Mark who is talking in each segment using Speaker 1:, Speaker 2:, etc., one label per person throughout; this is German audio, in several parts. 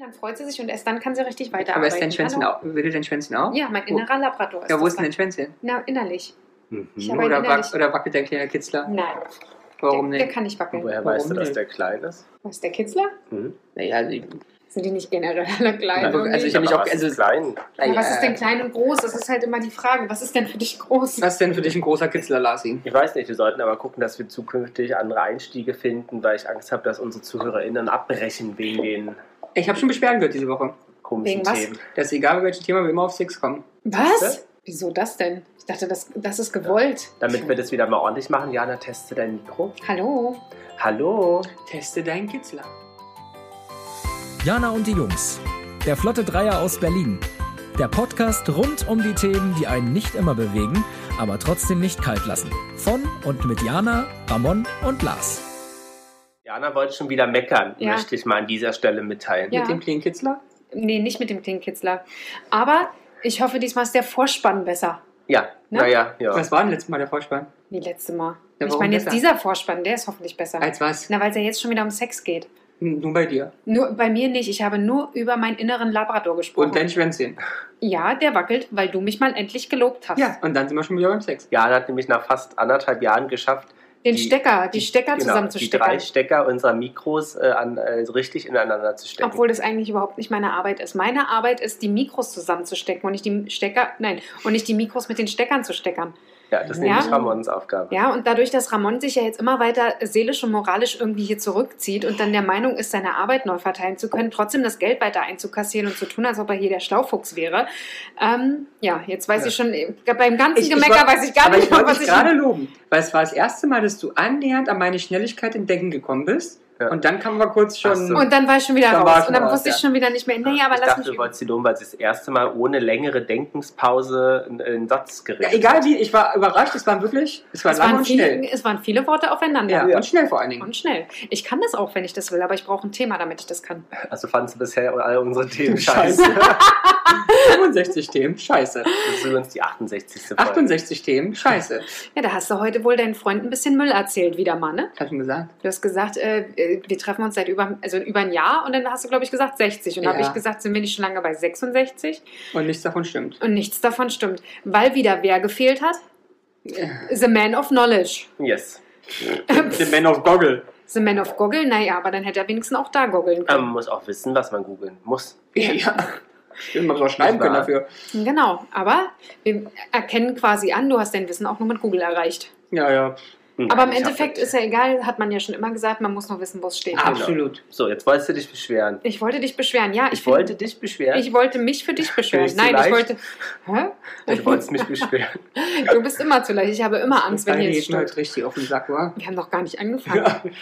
Speaker 1: dann freut sie sich und erst dann kann sie richtig weiterarbeiten.
Speaker 2: Aber ist dein Schwänzchen auch? Würde dein Schwänzchen auch?
Speaker 1: Ja, mein
Speaker 2: Wo-
Speaker 1: innerer Labrador ist
Speaker 2: Ja, wo
Speaker 1: das
Speaker 2: ist denn dein Schwänzchen?
Speaker 1: dann. Na, innerlich.
Speaker 3: Mhm.
Speaker 1: Ich hab- halt Aber
Speaker 2: Oder,
Speaker 1: ihn
Speaker 2: wack,
Speaker 1: innerlich.
Speaker 2: oder wackelt dein kleiner Kitzler?
Speaker 1: Nein,
Speaker 2: Warum
Speaker 1: der, der
Speaker 2: nicht?
Speaker 1: kann nicht wackeln.
Speaker 3: Woher
Speaker 2: Warum
Speaker 3: weißt du, dass
Speaker 2: nicht?
Speaker 3: der klein ist?
Speaker 1: Was ist der Kitzler?
Speaker 3: Mhm.
Speaker 2: Naja, also, ich-
Speaker 1: Sind die nicht generell alle klein?
Speaker 2: Nein,
Speaker 1: irgendwie?
Speaker 2: also ich hab äh, mich
Speaker 3: Aber
Speaker 2: auch-
Speaker 3: was
Speaker 2: also-
Speaker 3: ist klein.
Speaker 1: ja,
Speaker 2: naja,
Speaker 1: was ist denn klein und groß? Das ist halt immer die Frage. Was ist denn für dich groß?
Speaker 2: Was ist denn für dich ein großer Kitzler, Lasi?
Speaker 3: Ich weiß nicht, wir sollten aber gucken, dass wir zukünftig andere Einstiege finden, weil ich Angst habe, dass unsere ZuhörerInnen abbrechen wegen den
Speaker 2: Ich habe schon Beschwerden gehört diese Woche,
Speaker 3: komischen
Speaker 1: Wegen was?
Speaker 3: Themen.
Speaker 2: dass egal welches Thema wir immer auf Six kommen.
Speaker 1: Was? Wieso das denn? Ich dachte, das, das ist gewollt.
Speaker 3: Damit wir das wieder mal ordentlich machen, Jana, teste dein Mikro.
Speaker 1: Hallo?
Speaker 3: Hallo.
Speaker 2: Teste deinen Kitzler.
Speaker 4: Jana und die Jungs. Der Flotte Dreier aus Berlin. Der Podcast rund um die Themen, die einen nicht immer bewegen, aber trotzdem nicht kalt lassen. Von und mit Jana, Ramon und Lars.
Speaker 3: Jana wollte schon wieder meckern,
Speaker 1: Ja.
Speaker 3: möchte ich mal an dieser Stelle mitteilen.
Speaker 1: Ja.
Speaker 2: Mit dem kleinen Kitzler?
Speaker 1: Nee, nicht mit dem Klingenkitzler. Aber ich hoffe, diesmal ist der Vorspann besser.
Speaker 3: Ja,
Speaker 1: Ne?
Speaker 3: naja, ja.
Speaker 2: Was war denn letztes Mal der Vorspann?
Speaker 1: Wie letzte Mal.
Speaker 2: Ja,
Speaker 1: ich
Speaker 2: warum
Speaker 1: meine, jetzt
Speaker 2: besser?
Speaker 1: dieser Vorspann, der ist hoffentlich besser.
Speaker 2: Als was?
Speaker 1: Na, weil es ja jetzt schon wieder um Sex geht.
Speaker 2: N- Nur bei dir.
Speaker 1: Nur bei mir nicht. Ich habe nur über meinen inneren Labrador gesprochen.
Speaker 2: Und dein Schwänzchen.
Speaker 1: ja, der wackelt, weil du mich mal endlich gelobt hast.
Speaker 2: Ja, und dann sind wir schon wieder beim Sex.
Speaker 3: Jana hat nämlich nach fast anderthalb Jahren geschafft,
Speaker 1: Den
Speaker 3: Die-
Speaker 1: Stecker, die Stecker
Speaker 3: genau, Die drei
Speaker 1: zusammenzustecken.
Speaker 3: Stecker unserer Mikros äh, an, äh, so richtig ineinander zu stecken.
Speaker 1: Obwohl das eigentlich überhaupt nicht meine Arbeit ist. Meine Arbeit ist, die Mikros zusammenzustecken und nicht die Stecker, nein, und nicht die Mikros mit den Steckern zu steckern.
Speaker 3: ja, das ist
Speaker 1: Ja.
Speaker 3: nämlich Ramons Aufgabe.
Speaker 1: Ja, und dadurch, dass Ramon sich ja jetzt immer weiter seelisch und moralisch irgendwie hier zurückzieht und dann der Meinung ist, seine Arbeit neu verteilen zu können, trotzdem das Geld weiter einzukassieren und zu tun, als ob er hier der Schlaufuchs wäre. Ähm, ja, jetzt weiß
Speaker 2: Ja.
Speaker 1: ich schon, äh, beim ganzen
Speaker 2: Ich- ich
Speaker 1: Gemecker
Speaker 2: woll-
Speaker 1: weiß ich gar
Speaker 2: Aber
Speaker 1: nicht
Speaker 2: ich
Speaker 1: mehr,
Speaker 2: wollte
Speaker 1: was
Speaker 2: dich
Speaker 1: ich.
Speaker 2: gerade loben, weil es war das erste Mal, dass du annähernd an meine Schnelligkeit im Denken gekommen bist.
Speaker 3: Ja.
Speaker 2: Und dann kamen wir kurz
Speaker 3: Ach
Speaker 2: schon.
Speaker 3: so.
Speaker 1: Und dann war ich schon wieder
Speaker 2: Dann war
Speaker 1: raus.
Speaker 2: ich
Speaker 1: Und dann
Speaker 2: raus,
Speaker 1: wusste ich
Speaker 2: ja.
Speaker 1: schon wieder nicht mehr. Naja, aber
Speaker 3: ich
Speaker 1: lass
Speaker 3: dachte,
Speaker 1: mich.
Speaker 3: du wolltest sie dumm, weil sie das erste Mal ohne längere Denkungspause einen, einen Satz
Speaker 2: ja,
Speaker 3: gerichtet
Speaker 2: egal wie, ich war überrascht, es waren wirklich, es war
Speaker 1: Es
Speaker 2: lang
Speaker 1: waren,
Speaker 2: und schnell.
Speaker 1: viele, es waren viele Worte aufeinander.
Speaker 2: Ja, und schnell vor allen Dingen.
Speaker 1: Und schnell. Ich kann das auch, wenn ich das will, aber ich brauche ein Thema, damit ich das kann.
Speaker 3: hat. Also fandst du bisher alle unsere Themen scheiße.
Speaker 2: 65 Themen, scheiße.
Speaker 3: Das ist übrigens die 68. Folge.
Speaker 2: 68 Themen, scheiße.
Speaker 1: Ja, da hast du heute wohl deinen Freunden ein bisschen Müll erzählt, wieder mal, ne?
Speaker 2: Hab ich schon gesagt.
Speaker 1: Du hast gesagt, äh, äh, wir treffen uns seit über, also über ein Jahr und dann hast du, glaube ich, gesagt 60. Und habe
Speaker 2: Ja.
Speaker 1: ich gesagt, sind wir nicht schon lange bei 66?
Speaker 2: Und nichts davon stimmt.
Speaker 1: Und nichts davon stimmt. Weil wieder wer gefehlt hat? The Man of Knowledge.
Speaker 3: Yes.
Speaker 2: The Man of Goggle.
Speaker 1: The Man of Goggle? Naja, aber dann hätte er wenigstens auch da goggeln
Speaker 3: Man
Speaker 1: können.
Speaker 3: Ähm, muss auch wissen, was man googeln muss.
Speaker 2: Ja. Stimmt, man muss auch schreiben können dafür.
Speaker 1: Genau, aber wir erkennen quasi an, du hast dein Wissen auch nur mit Google erreicht.
Speaker 2: Ja, ja.
Speaker 3: Hm,
Speaker 1: Aber im
Speaker 3: ich hab-
Speaker 1: Endeffekt ist ja egal, hat man ja schon immer gesagt, man muss nur wissen, wo es steht.
Speaker 2: Absolut.
Speaker 3: So, jetzt wolltest du dich beschweren.
Speaker 1: Ich wollte dich beschweren, ja.
Speaker 3: Ich
Speaker 1: find-
Speaker 3: wollte dich beschweren.
Speaker 1: Ich wollte mich für dich beschweren.
Speaker 3: Bin ich zu
Speaker 1: Nein, ich
Speaker 3: leicht?
Speaker 1: wollte. Hä?
Speaker 3: Du wolltest mich beschweren.
Speaker 1: Du bist immer zu leicht. Ich habe immer Angst, wenn hier
Speaker 2: Deine
Speaker 1: jetzt
Speaker 2: geht mir
Speaker 1: stört.
Speaker 2: heute richtig auf den Sack, wa?
Speaker 1: Wir haben noch gar nicht angefangen.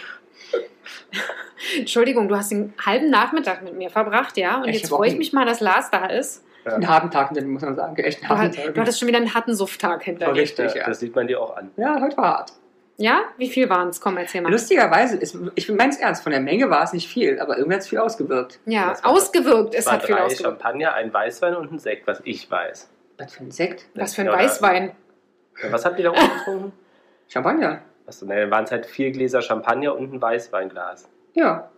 Speaker 1: Entschuldigung, du hast den halben Nachmittag mit mir verbracht, ja? Und
Speaker 2: Ich
Speaker 1: jetzt
Speaker 2: hab auch
Speaker 1: freue ich
Speaker 2: einen-
Speaker 1: mich mal, dass Lars da ist.
Speaker 2: Einen harten Tag, hinter dir, muss man sagen. Echt
Speaker 1: Du,
Speaker 2: einen harten
Speaker 1: hat, du
Speaker 2: Tag.
Speaker 1: hattest schon wieder einen harten Sufttag hinter
Speaker 2: War
Speaker 1: dir.
Speaker 2: Richtig, ja.
Speaker 3: Das sieht man dir auch an.
Speaker 2: Ja, heute war hart.
Speaker 1: Ja? Wie viel waren es? Komm, erzähl mal.
Speaker 2: Lustigerweise, ist, ich meine es ernst, von der Menge war es nicht viel, aber irgendwie hat es viel ausgewirkt.
Speaker 1: ja,
Speaker 3: Das war-
Speaker 1: ausgewirkt. Es
Speaker 3: Es waren
Speaker 1: hat viel
Speaker 3: drei
Speaker 1: ausgewirkt.
Speaker 3: Champagner, ein Weißwein und ein Sekt, was ich weiß.
Speaker 2: Was für ein Sekt?
Speaker 1: Was für ein
Speaker 3: Oder-
Speaker 1: Weißwein.
Speaker 3: Was habt ihr da oben getrunken?
Speaker 2: Champagner.
Speaker 3: Achso, ne, dann waren es halt vier Gläser Champagner und ein Weißweinglas
Speaker 2: Ja,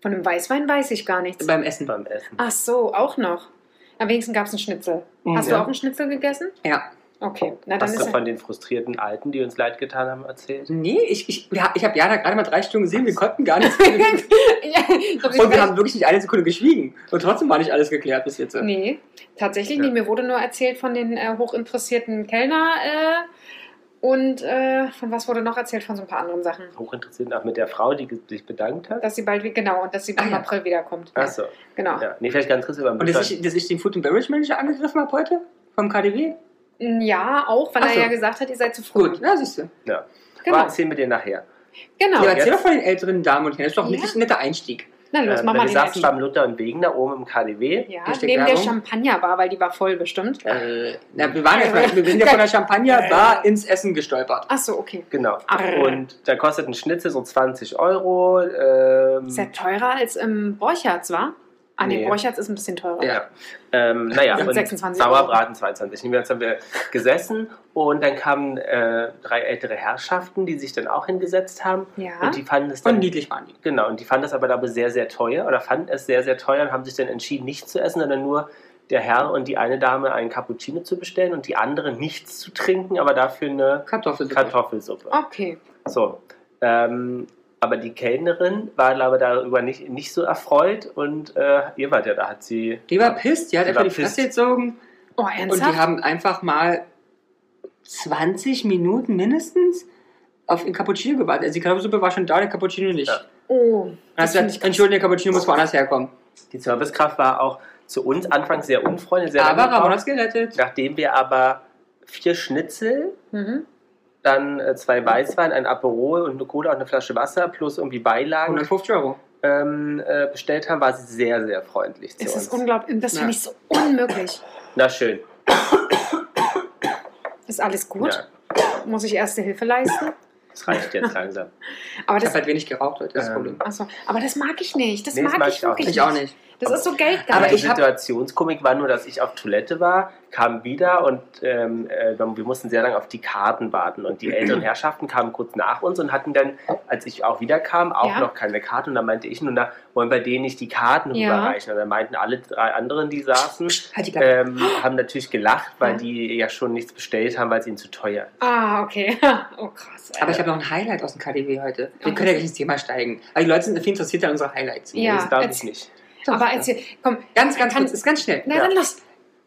Speaker 1: Von einem Weißwein weiß ich gar nichts.
Speaker 2: beim Essen.
Speaker 3: beim Essen.
Speaker 1: Ach so, auch noch. Am wenigsten gab es einen Schnitzel.
Speaker 2: Mhm.
Speaker 1: Hast
Speaker 2: Ja.
Speaker 1: du auch einen Schnitzel gegessen?
Speaker 2: Ja.
Speaker 1: Okay, na dann
Speaker 3: Hast
Speaker 1: ist
Speaker 3: du
Speaker 1: ja-
Speaker 3: von den frustrierten Alten, die uns leid getan haben, erzählt?
Speaker 2: Nee, ich, ich, ja, ich habe Jana gerade mal drei Stunden gesehen, wir konnten gar nichts. Und
Speaker 1: ja, ich glaub, ich
Speaker 2: wir
Speaker 1: weiß-
Speaker 2: haben wirklich nicht eine Sekunde geschwiegen. Und trotzdem war nicht alles geklärt bis jetzt.
Speaker 1: Nee, tatsächlich
Speaker 3: Ja.
Speaker 1: nicht. Mir wurde nur erzählt von den äh, hochinteressierten Kellner äh, und äh, von was wurde noch erzählt? Von so ein paar anderen Sachen.
Speaker 3: Hochinteressierend, auch mit der Frau, die ge- sich bedankt hat?
Speaker 1: Dass sie bald wieder, genau, und dass sie
Speaker 2: Ah,
Speaker 1: im
Speaker 2: ja.
Speaker 1: April wiederkommt.
Speaker 3: Achso,
Speaker 1: Genau. Ja.
Speaker 3: ja. Nee, vielleicht ganz kurz über
Speaker 2: Und dass ich, dass ich den Food and Beverage Manager angegriffen habe heute? Vom KDW?
Speaker 1: auch, weil
Speaker 2: Ach
Speaker 1: er
Speaker 2: so.
Speaker 1: Mm, ja gesagt hat, ihr seid zu früh.
Speaker 2: Gut, ja, siehst du.
Speaker 3: Genau.
Speaker 1: Genau.
Speaker 3: Erzähl mit dir nachher.
Speaker 1: genau.
Speaker 2: Ja, erzähl
Speaker 3: jetzt-
Speaker 2: doch von den älteren Damen und Herren. Das ist doch
Speaker 1: Ja.
Speaker 2: wirklich ein netter Einstieg.
Speaker 1: Na los,
Speaker 3: Ähm,
Speaker 1: mach mal
Speaker 3: wir
Speaker 1: den
Speaker 3: saßen
Speaker 1: Einstieg.
Speaker 3: beim Luther und Wegener oben im KDW.
Speaker 1: Ja,
Speaker 2: Hashtag
Speaker 1: neben der
Speaker 2: Werbung.
Speaker 1: Champagnerbar, weil die war voll bestimmt.
Speaker 2: Äh, na, wir, waren ja, von- wir sind ja von der Champagnerbar ins Essen gestolpert.
Speaker 1: Ach so, okay.
Speaker 3: Genau.
Speaker 1: Arr.
Speaker 3: Und da kostet ein Schnitzel so 20 Euro. Ähm,
Speaker 1: Ist ja teurer als im Borcherts, war? ähm, Ah, nee,
Speaker 3: Nee.
Speaker 1: Borchards ist ein bisschen teurer.
Speaker 3: Ja. Ähm, naja,
Speaker 1: Und
Speaker 3: und
Speaker 1: 26
Speaker 3: Sauerbraten 22. Jedenfalls haben wir gesessen und dann kamen äh, drei ältere Herrschaften, die sich dann auch hingesetzt haben.
Speaker 1: Ja.
Speaker 3: Und die fanden es
Speaker 2: Und
Speaker 3: dann
Speaker 2: niedlich waren die.
Speaker 3: Genau, und die fanden das aber dabei sehr, sehr teuer oder fanden es sehr, sehr teuer und haben sich dann entschieden, nichts zu essen, sondern nur der Herr und die eine Dame einen Cappuccino zu bestellen und die andere nichts zu trinken, aber dafür eine
Speaker 2: Kartoffelsuppe.
Speaker 3: Kartoffelsuppe.
Speaker 1: Okay.
Speaker 3: So. Ähm, aber die Kellnerin war, glaube ich, darüber nicht, nicht so erfreut und äh, ihr wart ja da, hat sie.
Speaker 2: Die war pisst, die hat
Speaker 3: Die
Speaker 2: einfach
Speaker 3: war
Speaker 2: die Fresse
Speaker 3: pisst.
Speaker 2: gezogen
Speaker 1: Oh,
Speaker 2: und die
Speaker 1: ernsthaft?
Speaker 2: haben einfach mal 20 Minuten mindestens auf den Cappuccino gewartet. Also die Kartoffelsuppe war schon da, der Cappuccino nicht.
Speaker 3: Ja.
Speaker 2: Ja.
Speaker 1: oh,
Speaker 2: Dann hat sie
Speaker 1: finde ich
Speaker 2: gesagt,
Speaker 1: krass.
Speaker 2: Entschuldigung, der Cappuccino muss woanders herkommen.
Speaker 3: Die Servicekraft war auch zu uns anfangs sehr unfreundlich, sehr
Speaker 2: aber
Speaker 3: lange
Speaker 2: Ramon
Speaker 3: gebraucht.
Speaker 2: hat's gerettet.
Speaker 3: Nachdem wir aber vier Schnitzel
Speaker 1: Mhm.
Speaker 3: dann äh, zwei Weißwein, ein Aperol und eine Cola und eine Flasche Wasser plus irgendwie Beilagen
Speaker 2: 150 Euro.
Speaker 3: ähm, äh, bestellt haben, war sie sehr, sehr freundlich zu
Speaker 1: Es ist
Speaker 3: uns.
Speaker 1: unglaublich. Das finde
Speaker 2: Ja.
Speaker 1: ich so unmöglich.
Speaker 3: Na schön.
Speaker 1: Ist alles gut?
Speaker 3: Ja,
Speaker 1: Muss ich erste Hilfe leisten?
Speaker 3: das reicht jetzt langsam.
Speaker 1: Aber
Speaker 2: Ich
Speaker 1: das,
Speaker 2: habe halt wenig geraucht heute, das ist das
Speaker 3: Ähm,
Speaker 2: Problem.
Speaker 1: achso, aber das mag ich nicht. Das
Speaker 3: Nee, das
Speaker 1: mag
Speaker 3: mag
Speaker 1: ich
Speaker 3: ich auch
Speaker 1: wirklich
Speaker 3: nicht.
Speaker 2: Ich auch nicht.
Speaker 1: Das ist so geldgeil.
Speaker 2: Aber
Speaker 3: die
Speaker 2: ich hab-
Speaker 3: Situationskomik war nur, dass ich auf Toilette war, kam wieder und ähm, äh, wir mussten sehr lange auf die Karten warten. Und die älteren Herrschaften kamen kurz nach uns und hatten dann, als ich auch wieder kam, auch
Speaker 1: Ja.
Speaker 3: noch keine Karten. Und dann meinte ich nur, na, wollen wir denen nicht die Karten
Speaker 1: Ja.
Speaker 3: rüberreichen? Und dann meinten alle drei anderen, die saßen,
Speaker 2: Halt die Klappe.
Speaker 3: ähm, haben natürlich gelacht, weil
Speaker 1: Ja.
Speaker 3: die ja schon nichts bestellt haben, weil es ihnen zu teuer ist.
Speaker 1: Ah, okay. Oh, krass. ey.
Speaker 2: Aber ich habe noch ein Highlight aus dem KDW heute. Wir
Speaker 1: Oh.
Speaker 2: können ja gleich ins Thema steigen. Aber die Leute sind viel interessiert an unseren Highlights.
Speaker 1: Ja.
Speaker 3: das darf ich
Speaker 1: erzähl-
Speaker 3: nicht.
Speaker 1: aber als wir, komm,
Speaker 2: Ganz, ganz
Speaker 1: Kann-
Speaker 2: kurz, ist ganz schnell.
Speaker 1: na
Speaker 3: Ja.
Speaker 1: dann los.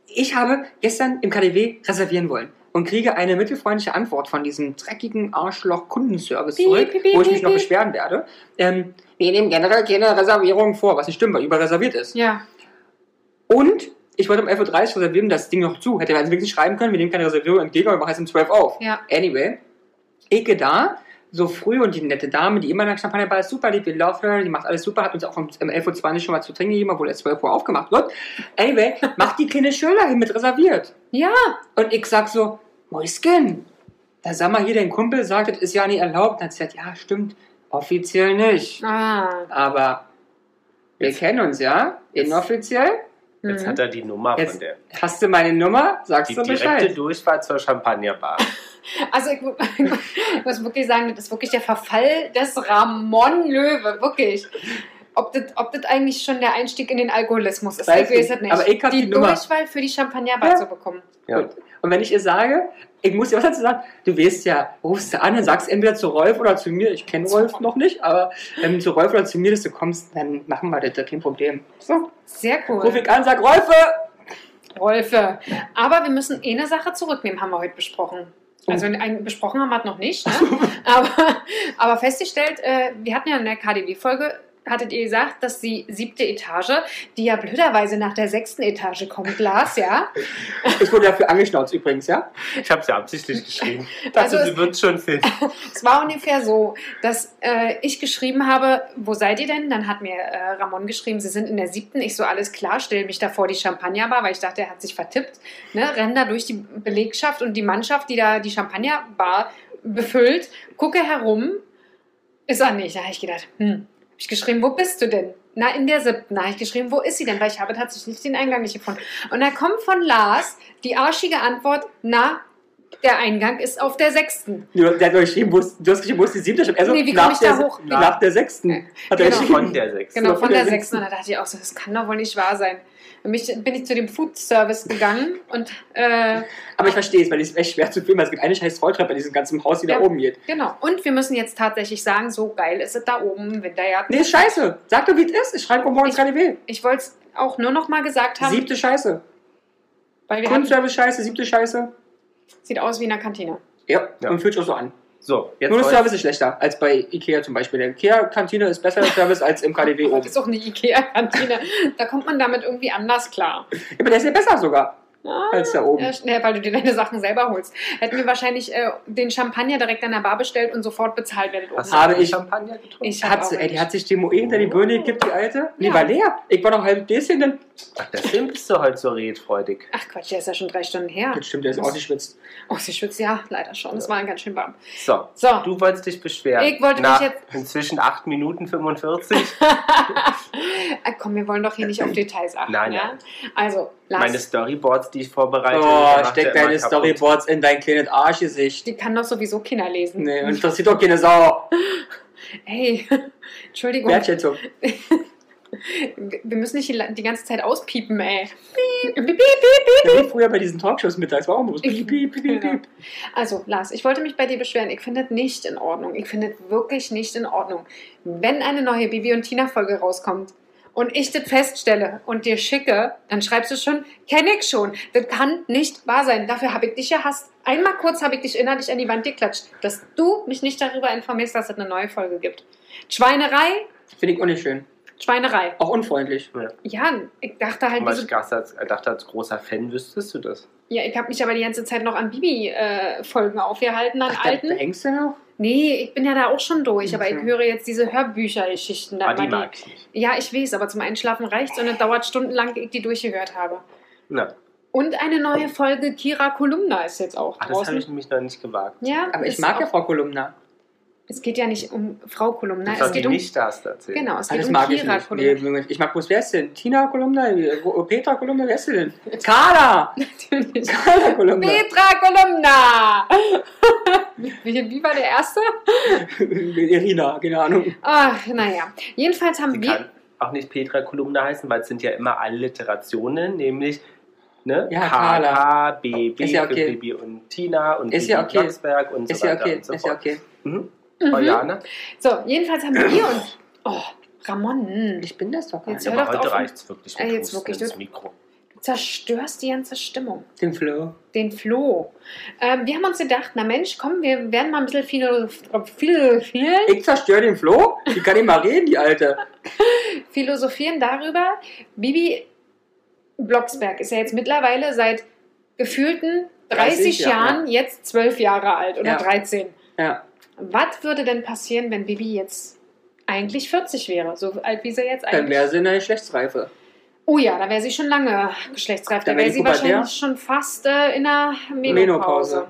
Speaker 2: Ich habe gestern im KDW reservieren wollen und kriege eine mittelfreundliche Antwort von diesem dreckigen Arschloch-Kundenservice
Speaker 1: Piep,
Speaker 2: zurück,
Speaker 1: piep, piep,
Speaker 2: wo ich mich
Speaker 1: piep,
Speaker 2: noch
Speaker 1: piep.
Speaker 2: beschweren werde. Ähm, wir nehmen generell keine Reservierung vor, was nicht stimmt, weil überreserviert ist.
Speaker 1: Ja,
Speaker 2: Und ich wollte um 11.30 Uhr reservieren, das Ding noch zu. Hätte man also wenigstens schreiben können, wir nehmen keine Reservierung entgegen, aber wir machen es um 12 Uhr auf.
Speaker 1: ja.
Speaker 2: Anyway, Eke da, so früh und die nette Dame, die immer in der Champagnerbar ist, super lieb, wir love her, die macht alles super, hat uns auch um 11.20 Uhr schon mal zu trinken gegeben, obwohl erst 12 Uhr aufgemacht wird. Anyway, macht die kleine Schöler hin mit reserviert.
Speaker 1: Ja.
Speaker 2: Und ich sag so, Mäuschen, da sag mal hier, dein Kumpel sagt, das ist ja nicht erlaubt. Dann hat sie gesagt, ja, stimmt, offiziell nicht.
Speaker 1: Ah.
Speaker 2: Aber wir
Speaker 3: Jetzt-
Speaker 2: kennen uns ja,
Speaker 3: jetzt-
Speaker 2: inoffiziell.
Speaker 3: Jetzt
Speaker 1: Mhm.
Speaker 3: hat er die Nummer
Speaker 2: Jetzt-
Speaker 3: von der.
Speaker 2: Hast du meine Nummer? Sagst
Speaker 3: Die
Speaker 2: du
Speaker 3: direkte
Speaker 2: Bescheid.
Speaker 3: Durchfahrt zur Champagnerbar.
Speaker 1: Also ich, mu- ich muss wirklich sagen, das ist wirklich der Verfall des Ramon Löwe, wirklich. Ob das, ob das eigentlich schon der Einstieg in den Alkoholismus ist,
Speaker 2: Weiß
Speaker 1: ich weiß
Speaker 2: nicht,
Speaker 1: es nicht.
Speaker 2: aber ich hab die Nummer.
Speaker 1: Durchwahl für die Champagnerbar
Speaker 2: Ja.
Speaker 1: zu bekommen.
Speaker 3: Ja.
Speaker 2: Gut. Und wenn ich ihr sage, ich muss dir was dazu sagen, du weißt ja, rufst du an und sagst entweder zu Rolf oder zu mir, ich kenne Rolf noch nicht, aber ähm, zu Rolf oder zu mir, dass du kommst, dann machen wir das, das ist kein Problem. So,
Speaker 1: Sehr cool.
Speaker 2: ruf ich an, sag Rolfe!
Speaker 1: Rolfe. Aber wir müssen eh eine Sache zurücknehmen, haben wir heute besprochen. Also ein, besprochen haben wir es noch nicht, ne? aber, aber festgestellt, äh, wir hatten ja in der KDW-Folge, hattet ihr gesagt, dass die siebte Etage, die ja blöderweise nach der sechsten Etage kommt, Lars, ja?
Speaker 2: Ich wurde dafür angeschnauzt übrigens, ja?
Speaker 3: Ich habe sie absichtlich geschrieben.
Speaker 1: Also
Speaker 3: Dachte,
Speaker 1: es-
Speaker 3: sie wird schon finden.
Speaker 1: Es war ungefähr so, dass äh, ich geschrieben habe, wo seid ihr denn? Dann hat mir äh, Ramon geschrieben, sie sind in der siebten. Ich so, alles klar, stelle mich davor die Champagnerbar, weil ich dachte, er hat sich vertippt. Ne? Renn da durch die Belegschaft und die Mannschaft, die da die Champagnerbar befüllt, gucke herum, ist er nicht. Da habe ich gedacht, hm, habe ich geschrieben, wo bist du denn? Na, in der siebten. Da habe ich geschrieben, wo ist sie denn? Weil ich habe tatsächlich den Eingang nicht gefunden. Und da kommt von Lars die arschige Antwort, na, der Eingang ist auf der sechsten.
Speaker 2: Du, der hat mir geschrieben, wo ist- du hast geschrieben, wo ist die siebte? Also
Speaker 1: Nee, wie komm ich
Speaker 2: nach,
Speaker 1: da
Speaker 2: der,
Speaker 1: hoch?
Speaker 2: se- nach der sechsten. Hat er
Speaker 1: Genau.
Speaker 2: geschrieben.
Speaker 3: Von der sechs.
Speaker 1: Genau,
Speaker 2: Oder
Speaker 1: von
Speaker 2: von
Speaker 1: der
Speaker 2: der
Speaker 1: sechsten. Und da dachte ich auch so, das kann doch wohl nicht wahr sein. Und mich, bin ich zu dem Food Service gegangen und äh,
Speaker 2: Aber ich verstehe es, weil es ist echt schwer zu filmen, weil es gibt eine scheiß Rolltreppe in diesem ganzen Haus, die
Speaker 1: Ja.
Speaker 2: da oben geht.
Speaker 1: genau. Und wir müssen jetzt tatsächlich sagen, so geil ist es da oben im Wintergarten.
Speaker 2: Nee, ist scheiße. Sag doch, wie es ist. Ich schreibe um morgens
Speaker 1: Ich-
Speaker 2: KDW.
Speaker 1: Ich wollte es auch nur noch mal gesagt haben,
Speaker 2: Siebte Scheiße.
Speaker 1: weil wir hatten,
Speaker 2: Kundenservice Scheiße, siebte Scheiße.
Speaker 1: sieht aus wie in einer Kantine.
Speaker 2: Ja,
Speaker 3: Ja.
Speaker 2: und fühlt sich auch so an.
Speaker 3: So, jetzt
Speaker 2: Nur der
Speaker 3: wollen-
Speaker 2: Service ist schlechter als bei Ikea zum Beispiel. Der Ikea-Kantine ist besser der Service als im KDW
Speaker 1: Aber
Speaker 2: oben.
Speaker 1: das ist auch eine Ikea-Kantine. Da kommt man damit irgendwie anders klar.
Speaker 2: Ja, aber der ist ja besser sogar. als da oben.
Speaker 1: Ja, schnell, weil du dir deine Sachen selber holst. Hätten wir wahrscheinlich äh, den Champagner direkt an der Bar bestellt und sofort bezahlt werdet.
Speaker 3: Hast
Speaker 2: Habe
Speaker 3: du
Speaker 2: ich-
Speaker 3: Champagner getrunken?
Speaker 1: Ich hab
Speaker 2: Hat
Speaker 1: auch
Speaker 2: sie, ey, die
Speaker 1: einen.
Speaker 2: hat sich die Moe hinter die Birne gekippt, die alte. Nee,
Speaker 1: Ja.
Speaker 2: war leer. Ich war noch halb bisschen, dann.
Speaker 3: Ach, deswegen bist du heute so redfreudig.
Speaker 1: Ach Quatsch, der ist ja schon drei Stunden her.
Speaker 2: Das stimmt, der ist ausgeschwitzt.
Speaker 1: Oh, sie schwitzt ja leider schon. Es war ganz schön warm.
Speaker 3: So,
Speaker 1: So,
Speaker 3: du wolltest dich beschweren.
Speaker 1: Ich wollte
Speaker 3: Nach
Speaker 1: mich jetzt-
Speaker 3: Inzwischen 8 Minuten 45.
Speaker 1: Ah, komm, wir wollen doch hier nicht auf Details achten.
Speaker 3: Nein,
Speaker 1: ja?
Speaker 3: nein.
Speaker 1: Also, Lars,
Speaker 3: Meine Storyboards, die ich vorbereite.
Speaker 2: Oh,
Speaker 3: die macht er
Speaker 2: steck
Speaker 3: immer
Speaker 2: deine
Speaker 3: kaputt.
Speaker 2: Storyboards in dein kleines Arschgesicht.
Speaker 1: die kann doch sowieso Kinder lesen.
Speaker 2: Nee, und interessiert doch keine Sau.
Speaker 1: Hey, Entschuldigung,
Speaker 2: Wertschätzung.
Speaker 1: wir müssen nicht die, la- die ganze Zeit auspiepen, ey.
Speaker 2: Ja, wie früher bei diesen Talkshows mittags war auch immer so. piep, piep, piep, piep,
Speaker 1: Genau.
Speaker 2: piep.
Speaker 1: Also, Lars, ich wollte mich bei dir beschweren. Ich finde es nicht in Ordnung. Ich finde es wirklich nicht in Ordnung. Wenn eine neue Bibi und Tina-Folge rauskommt und ich das feststelle und dir schicke, dann schreibst du schon, kenne ich schon. Das kann nicht wahr sein. Dafür habe ich dich gehasst. Einmal kurz habe ich dich innerlich an die Wand geklatscht, dass du mich nicht darüber informierst, dass es eine neue Folge gibt. Schweinerei,
Speaker 2: Finde ich auch nicht schön.
Speaker 1: Schweinerei.
Speaker 2: Auch unfreundlich.
Speaker 1: Ja, ich dachte halt,
Speaker 3: Weil
Speaker 1: wieso
Speaker 3: ich dachte, als, dachte, als großer Fan wüsstest du das.
Speaker 1: Ja, ich habe mich aber die ganze Zeit noch an Bibi-Folgen aufgehalten, an
Speaker 2: Ach, da, da
Speaker 1: alten.
Speaker 2: hängst du noch?
Speaker 1: Nee, ich bin ja da auch schon durch, aber ich
Speaker 2: Mhm.
Speaker 1: höre jetzt diese Hörbüchergeschichten. da
Speaker 2: Ah,
Speaker 3: Aber Ah, die
Speaker 1: immer,
Speaker 3: mag ich nicht.
Speaker 1: die- Ja, ich weiß, aber zum Einschlafen reicht's und es dauert stundenlang, ehe ich die durchgehört habe.
Speaker 3: Na,
Speaker 1: Und eine neue Folge Kira Kolumna ist jetzt auch
Speaker 2: Ah,
Speaker 3: ach, das habe
Speaker 1: draußen.
Speaker 3: ich nämlich noch nicht gewagt.
Speaker 1: ja,
Speaker 2: Aber ich
Speaker 1: ist
Speaker 2: mag ja
Speaker 1: auch,
Speaker 2: Frau Kolumna.
Speaker 1: Es geht ja nicht um Frau Kolumna,
Speaker 3: das
Speaker 1: es
Speaker 3: soll die
Speaker 1: geht um.
Speaker 3: nicht das erzählen.
Speaker 1: Genau, es
Speaker 2: Ah,
Speaker 1: geht
Speaker 2: das
Speaker 1: um
Speaker 2: mag ich
Speaker 1: Kira
Speaker 2: nicht. Nee,
Speaker 1: Kolumna.
Speaker 2: wirklich. ich mag bloß, wer ist denn? Tina Kolumna? Wo- Petra Kolumna? Wer ist sie denn? Carla!
Speaker 1: Natürlich.
Speaker 2: Carla Kolumna.
Speaker 1: Petra Kolumna! wie, wie war der erste?
Speaker 2: Irina, keine Ahnung.
Speaker 1: Ach, naja. Jedenfalls haben
Speaker 3: Sie
Speaker 1: wir.
Speaker 3: kann auch nicht Petra Kolumna heißen, weil es sind ja immer Alliterationen, nämlich ne?
Speaker 2: Ja,
Speaker 3: K,
Speaker 2: Carla.
Speaker 3: K, B, B
Speaker 2: Ist ja
Speaker 3: für
Speaker 2: okay.
Speaker 3: Bibi und Tina und
Speaker 2: Ist
Speaker 3: Bibi
Speaker 2: ja okay.
Speaker 3: Blocksberg und
Speaker 2: Ist
Speaker 3: so
Speaker 2: ja
Speaker 3: weiter
Speaker 2: okay,
Speaker 3: und so
Speaker 2: ist ja
Speaker 3: fort.
Speaker 2: okay.
Speaker 3: Mhm.
Speaker 2: Oh
Speaker 1: Mhm.
Speaker 3: Juliane?
Speaker 1: So, jedenfalls haben wir uns. Oh, Ramon,
Speaker 2: Ich bin das doch gar
Speaker 1: Jetzt
Speaker 2: nicht.
Speaker 1: hör
Speaker 3: Aber
Speaker 1: doch
Speaker 3: heute
Speaker 1: auf.
Speaker 3: reicht es wirklich.
Speaker 1: Ey,
Speaker 3: mit
Speaker 1: jetzt
Speaker 3: Husten
Speaker 1: wirklich,
Speaker 3: ins
Speaker 1: du-
Speaker 3: Mikro.
Speaker 1: du zerstörst die ganze Stimmung.
Speaker 2: Den Flo.
Speaker 1: Den Flo. Ähm, wir haben uns gedacht, na Mensch, komm, wir werden mal ein bisschen philo philo phil-
Speaker 2: Ich zerstöre den Flo? Die kann nicht mal reden, die Alte.
Speaker 1: philosophieren darüber. Bibi Blocksberg ist ja jetzt mittlerweile seit gefühlten 30,
Speaker 2: 30 Jahren, ne?
Speaker 1: Jahren jetzt 12 Jahre alt oder
Speaker 2: Ja.
Speaker 1: 13.
Speaker 2: Ja.
Speaker 1: Was würde denn passieren, wenn Bibi jetzt eigentlich 40 wäre? So alt wie sie jetzt
Speaker 2: Dann
Speaker 1: eigentlich
Speaker 2: wäre sie in der Geschlechtsreife.
Speaker 1: Oh ja, da wäre sie schon lange geschlechtsreif. Da
Speaker 2: Da wär
Speaker 1: wäre
Speaker 2: die
Speaker 1: sie
Speaker 2: pubertär.
Speaker 1: wahrscheinlich schon fast äh, in der Menopause.
Speaker 2: Menopause.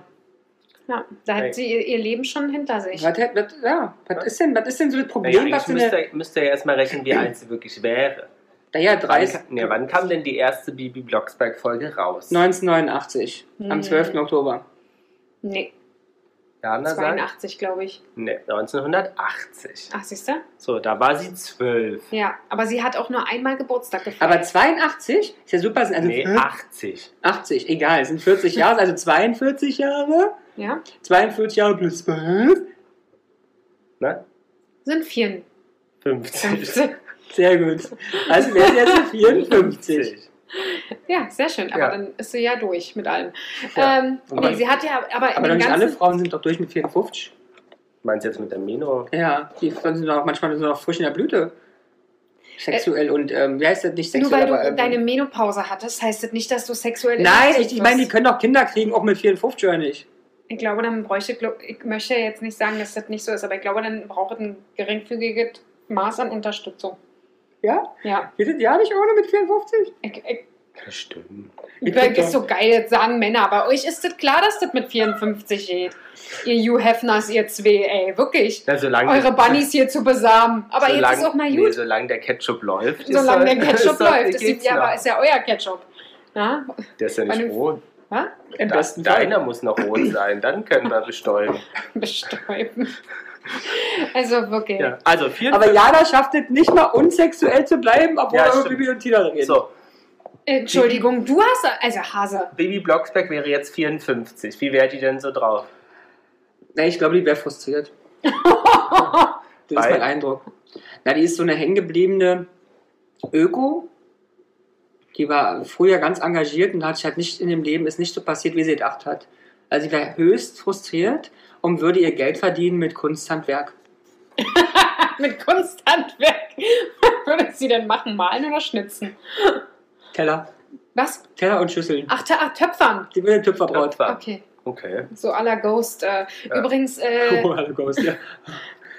Speaker 1: Ja, da
Speaker 3: Ey.
Speaker 1: hat sie ihr, ihr Leben schon hinter sich.
Speaker 2: Was, hat- was, ja, was, ist denn, was ist denn so das
Speaker 3: Naja,
Speaker 2: Problem, was ne-
Speaker 3: eigentlich
Speaker 2: denn der,
Speaker 3: müsste, müsste ja erstmal rechnen, wie alt sie wirklich wäre.
Speaker 2: naja,
Speaker 3: Wann,
Speaker 2: 30,
Speaker 3: ka- nee, wann kam denn die erste Bibi Blocksberg-Folge raus?
Speaker 2: 1989,
Speaker 1: Hm.
Speaker 2: am 12. Oktober.
Speaker 1: Nee,
Speaker 3: Jana sagt,
Speaker 1: 82, glaube ich.
Speaker 3: nee, 1980.
Speaker 1: Ach, siehst du?
Speaker 3: So, da war sie zwölf.
Speaker 1: Ja, aber sie hat auch nur einmal Geburtstag gefeiert.
Speaker 2: Aber 82 ist ja super, sind also
Speaker 3: nee, 80.
Speaker 2: 80, egal, sind 40 Jahre, also 42 Jahre.
Speaker 1: ja,
Speaker 2: 42 Jahre plus 12.
Speaker 3: Ne?
Speaker 1: sind 54.
Speaker 3: 50.
Speaker 2: Sehr gut. Also wäre sie jetzt 54.
Speaker 1: ja, sehr schön. Aber
Speaker 3: Ja.
Speaker 1: dann ist sie ja durch mit allem.
Speaker 3: Ja.
Speaker 1: Ähm,
Speaker 2: Aber-
Speaker 1: nee, sie hat ja aber,
Speaker 2: Aber doch
Speaker 1: im
Speaker 2: nicht alle
Speaker 1: ganzen...
Speaker 2: Frauen sind doch durch mit 54.
Speaker 3: Meinst du jetzt mit der Mino?
Speaker 2: Ja, die sind doch manchmal sind noch frisch in der Blüte. Sexuell und, ähm, wie heißt das nicht
Speaker 1: Nur
Speaker 2: sexuell?
Speaker 1: weil du
Speaker 2: aber, ähm,
Speaker 1: deine Menopause hattest, heißt das nicht, dass du sexuell...
Speaker 2: Nein,
Speaker 1: inaktiv
Speaker 2: ich, ich meine, die
Speaker 1: wirst.
Speaker 2: können doch Kinder kriegen, auch mit 54 oder nicht.
Speaker 1: Ich glaube, dann bräuchte, gl- ich möchte jetzt nicht sagen, dass das nicht so ist, aber ich glaube, dann braucht es ein geringfügiges Maß an Unterstützung.
Speaker 2: Ja?
Speaker 1: Ja,
Speaker 2: Wir sind ja nicht ohne mit 54.
Speaker 1: ich, ich,
Speaker 3: Stimmt.
Speaker 2: Ich
Speaker 1: das
Speaker 2: glaub,
Speaker 1: ist so geil, das sagen Männer, aber euch ist das klar, dass das mit 54 geht. Ihr You Hefners, ihr zwei, ey, wirklich.
Speaker 3: Na, solange
Speaker 1: Eure Bunnies hier zu besamen. Aber jetzt ist auch mal
Speaker 3: Nee,
Speaker 1: gut,
Speaker 3: solange der Ketchup läuft. ist
Speaker 1: solange
Speaker 3: doch-
Speaker 1: der Ketchup
Speaker 3: ist doch-
Speaker 1: läuft. Ist,
Speaker 3: geht's
Speaker 1: ja,
Speaker 3: noch.
Speaker 1: aber ist ja euer Ketchup. ne? Na?
Speaker 3: der ist ja
Speaker 1: Meine-
Speaker 3: nicht rot.
Speaker 1: Ha?
Speaker 2: Im
Speaker 3: Da,
Speaker 2: besten Fall.
Speaker 3: deiner muss noch rot sein, dann können wir besteuern.
Speaker 1: Bestäuben. Also wirklich.
Speaker 3: Ja. Also
Speaker 2: Aber
Speaker 3: 54.
Speaker 2: Jana schafft es nicht mal unsexuell zu bleiben, obwohl
Speaker 3: Ja,
Speaker 2: wir über
Speaker 3: stimmt.
Speaker 2: Bibi und Tina reden.
Speaker 3: So,
Speaker 1: Entschuldigung, du hast, also Hase.
Speaker 3: Baby Blocksberg wäre jetzt 54. Wie wäre die denn so drauf?
Speaker 2: Nee, ich glaube, die wäre frustriert. das ist
Speaker 3: Weil?
Speaker 2: mein Eindruck. Na, die ist so eine hängengebliebene Öko. Die war früher ganz engagiert und hat sich halt nicht in dem Leben, ist nicht so passiert, wie sie gedacht hat. Also sie wäre höchst frustriert und würde ihr Geld verdienen mit Kunsthandwerk.
Speaker 1: Mit Kunsthandwerk. Was würde sie denn machen? Malen oder schnitzen?
Speaker 2: Teller.
Speaker 1: Was?
Speaker 2: Teller und Schüsseln.
Speaker 1: Ach, Tö- ach Töpfern.
Speaker 2: Die will ein Töpferbraut.
Speaker 3: Brautbar.
Speaker 1: Okay,
Speaker 3: Okay.
Speaker 1: so à la Ghost. Äh,
Speaker 3: Ja.
Speaker 1: Übrigens äh,
Speaker 2: Oh, hallo Ghost, ja.